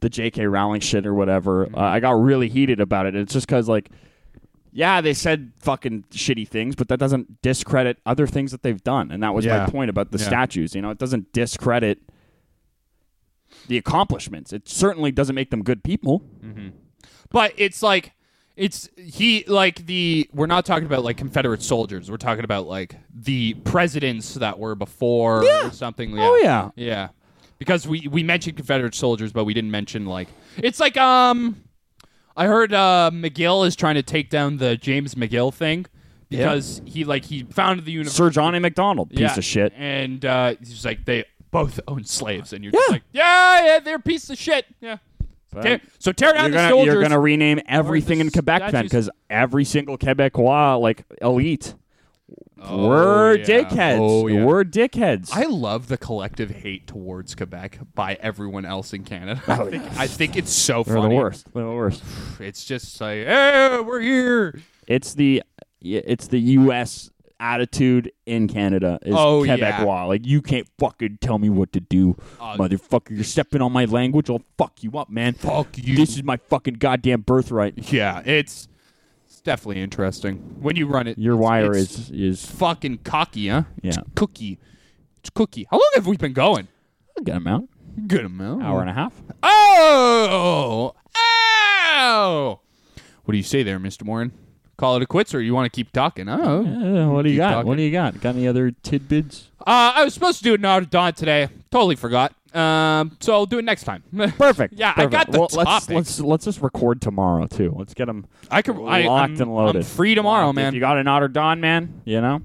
S2: the J.K. Rowling shit or whatever.
S1: Mm-hmm.
S2: Uh, I got really heated about it. It's just because like, yeah, they said fucking shitty things, but that doesn't discredit other things that they've done. And that was
S1: Yeah.
S2: my point about the
S1: Yeah.
S2: statues. You know, it doesn't discredit the accomplishments. It certainly doesn't make them good people.
S1: but it's like it's he like the we're not talking about like Confederate soldiers. We're talking about like the presidents that were before or something. Yeah.
S2: Oh, yeah.
S1: Yeah. Because we we mentioned Confederate soldiers, but we didn't mention like it's like um I heard uh McGill is trying to take down the James McGill thing because he like he founded the university
S2: Sir John A. McDonald, piece
S1: yeah.
S2: of shit.
S1: And uh he's like they both own slaves and you're just like, Yeah, yeah, they're a piece of shit. Yeah. Tear- so tear down
S2: You're
S1: the
S2: gonna,
S1: soldiers.
S2: you're gonna rename everything in
S1: s-
S2: Quebec then,
S1: statues-
S2: because every single Quebecois, like elite, we're
S1: Oh, yeah.
S2: dickheads.
S1: Oh, yeah.
S2: We're dickheads.
S1: I love the collective hate towards Quebec by everyone else in Canada. I, think, I think it's so
S2: Oh, They're
S1: funny.
S2: the worst. They're the worst.
S1: It's just like, hey, we're here.
S2: It's the yeah, it's the U.S. attitude in Canada is
S1: Oh, yeah.
S2: Quebecois. Like you can't fucking tell me what to do,
S1: Uh,
S2: motherfucker. You're stepping on my language. I'll fuck you up, man.
S1: Fuck you.
S2: This is my fucking goddamn birthright.
S1: yeah, it's it's definitely interesting when you run it.
S2: Your
S1: it's-
S2: wire
S1: it's
S2: is is
S1: fucking cocky, huh? It's
S2: Yeah.
S1: cookie. It's cookie. How long have we been going?
S2: good amount,
S1: Good amount.
S2: hour and a half.
S1: Oh, ow! What do you say there, Mister Morin? Call it a quits, or you want to keep talking? Oh,
S2: Uh, what do you
S1: Keep
S2: got?
S1: talking.
S2: What do you got? Got any other tidbits?
S1: Uh, I was supposed to do an autodont today. Totally forgot. Um, so I'll do it next time.
S2: Perfect.
S1: Yeah, I got the
S2: well, let's,
S1: topics.
S2: let's let's just record tomorrow too. Let's get them
S1: I could. I,
S2: locked
S1: I'm-
S2: and loaded.
S1: I'm free tomorrow,
S2: Locked. If
S1: man.
S2: you got an otter don, man, you know.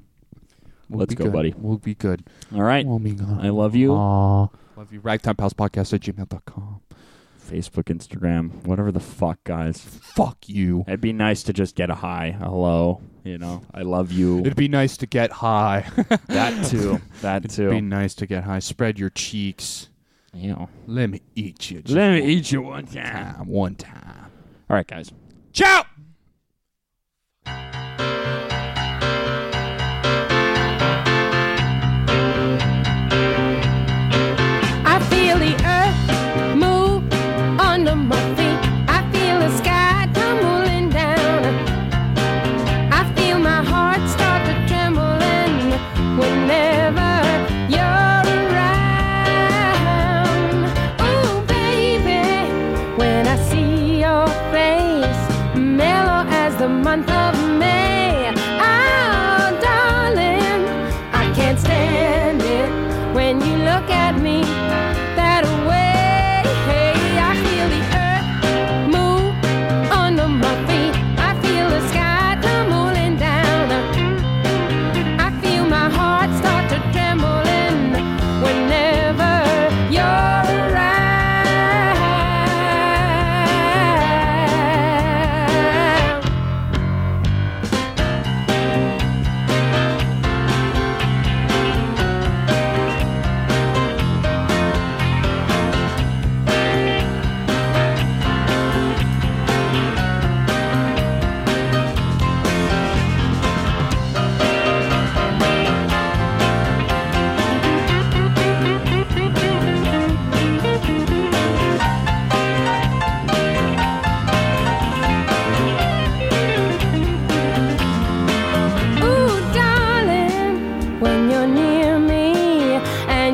S2: Let's
S1: Be
S2: go,
S1: good.
S2: buddy.
S1: We'll be good.
S2: All right.
S1: Warming up.
S2: I love you.
S1: Aw. Love you. Podcast at gmail.com.
S2: Facebook, Instagram, whatever the fuck, guys.
S1: Fuck you.
S2: It'd be nice to just get a hi, a hello. You know, I love you.
S1: It'd be nice to get high.
S2: that too. That
S1: It'd be
S2: too.
S1: nice to get high. Spread your cheeks.
S2: You know.
S1: Let me eat you. just
S2: Let me eat you one time.
S1: time. One time.
S2: All right, guys.
S1: Ciao.
S4: I feel the earth move under my feet. I feel the sky tumbling down. I feel my heart start to tremble, and whenever you're around, oh baby, when I see your face, mellow as the month of May. Oh, darling, I can't stand it when you look at me that way. I feel the earth move under my feet.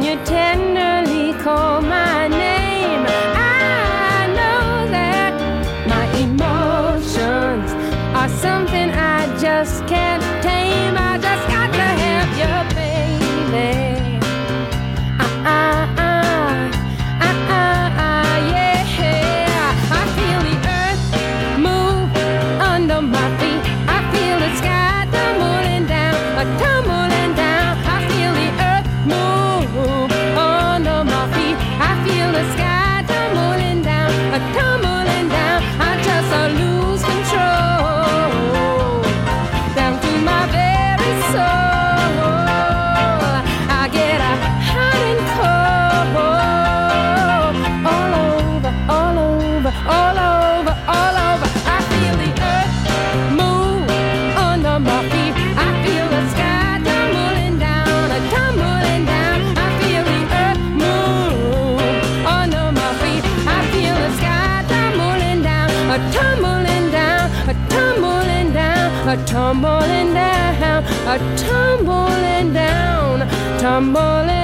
S4: you tenderly call my name. I know that my emotions are something I just can't tame. I just got to have you, baby. Ah, ah, ah. Ah, ah, ah, yeah. I feel the earth move under my feet. I feel the sky tumbling down, a tumbling down. I feel the earth move under my feet. I feel the sky tumbling down, a tumbling down. I just uh, lose control down to my very soul. I get a hot and cold all over, all over, all over, all over. I feel the earth move under my feet. I feel the sky tumbling down, a tumbling down. I feel the earth move under my feet. I feel the sky tumbling down, a tumbling down, a tumbling down, a tumbling down, a tumbling down, tumbling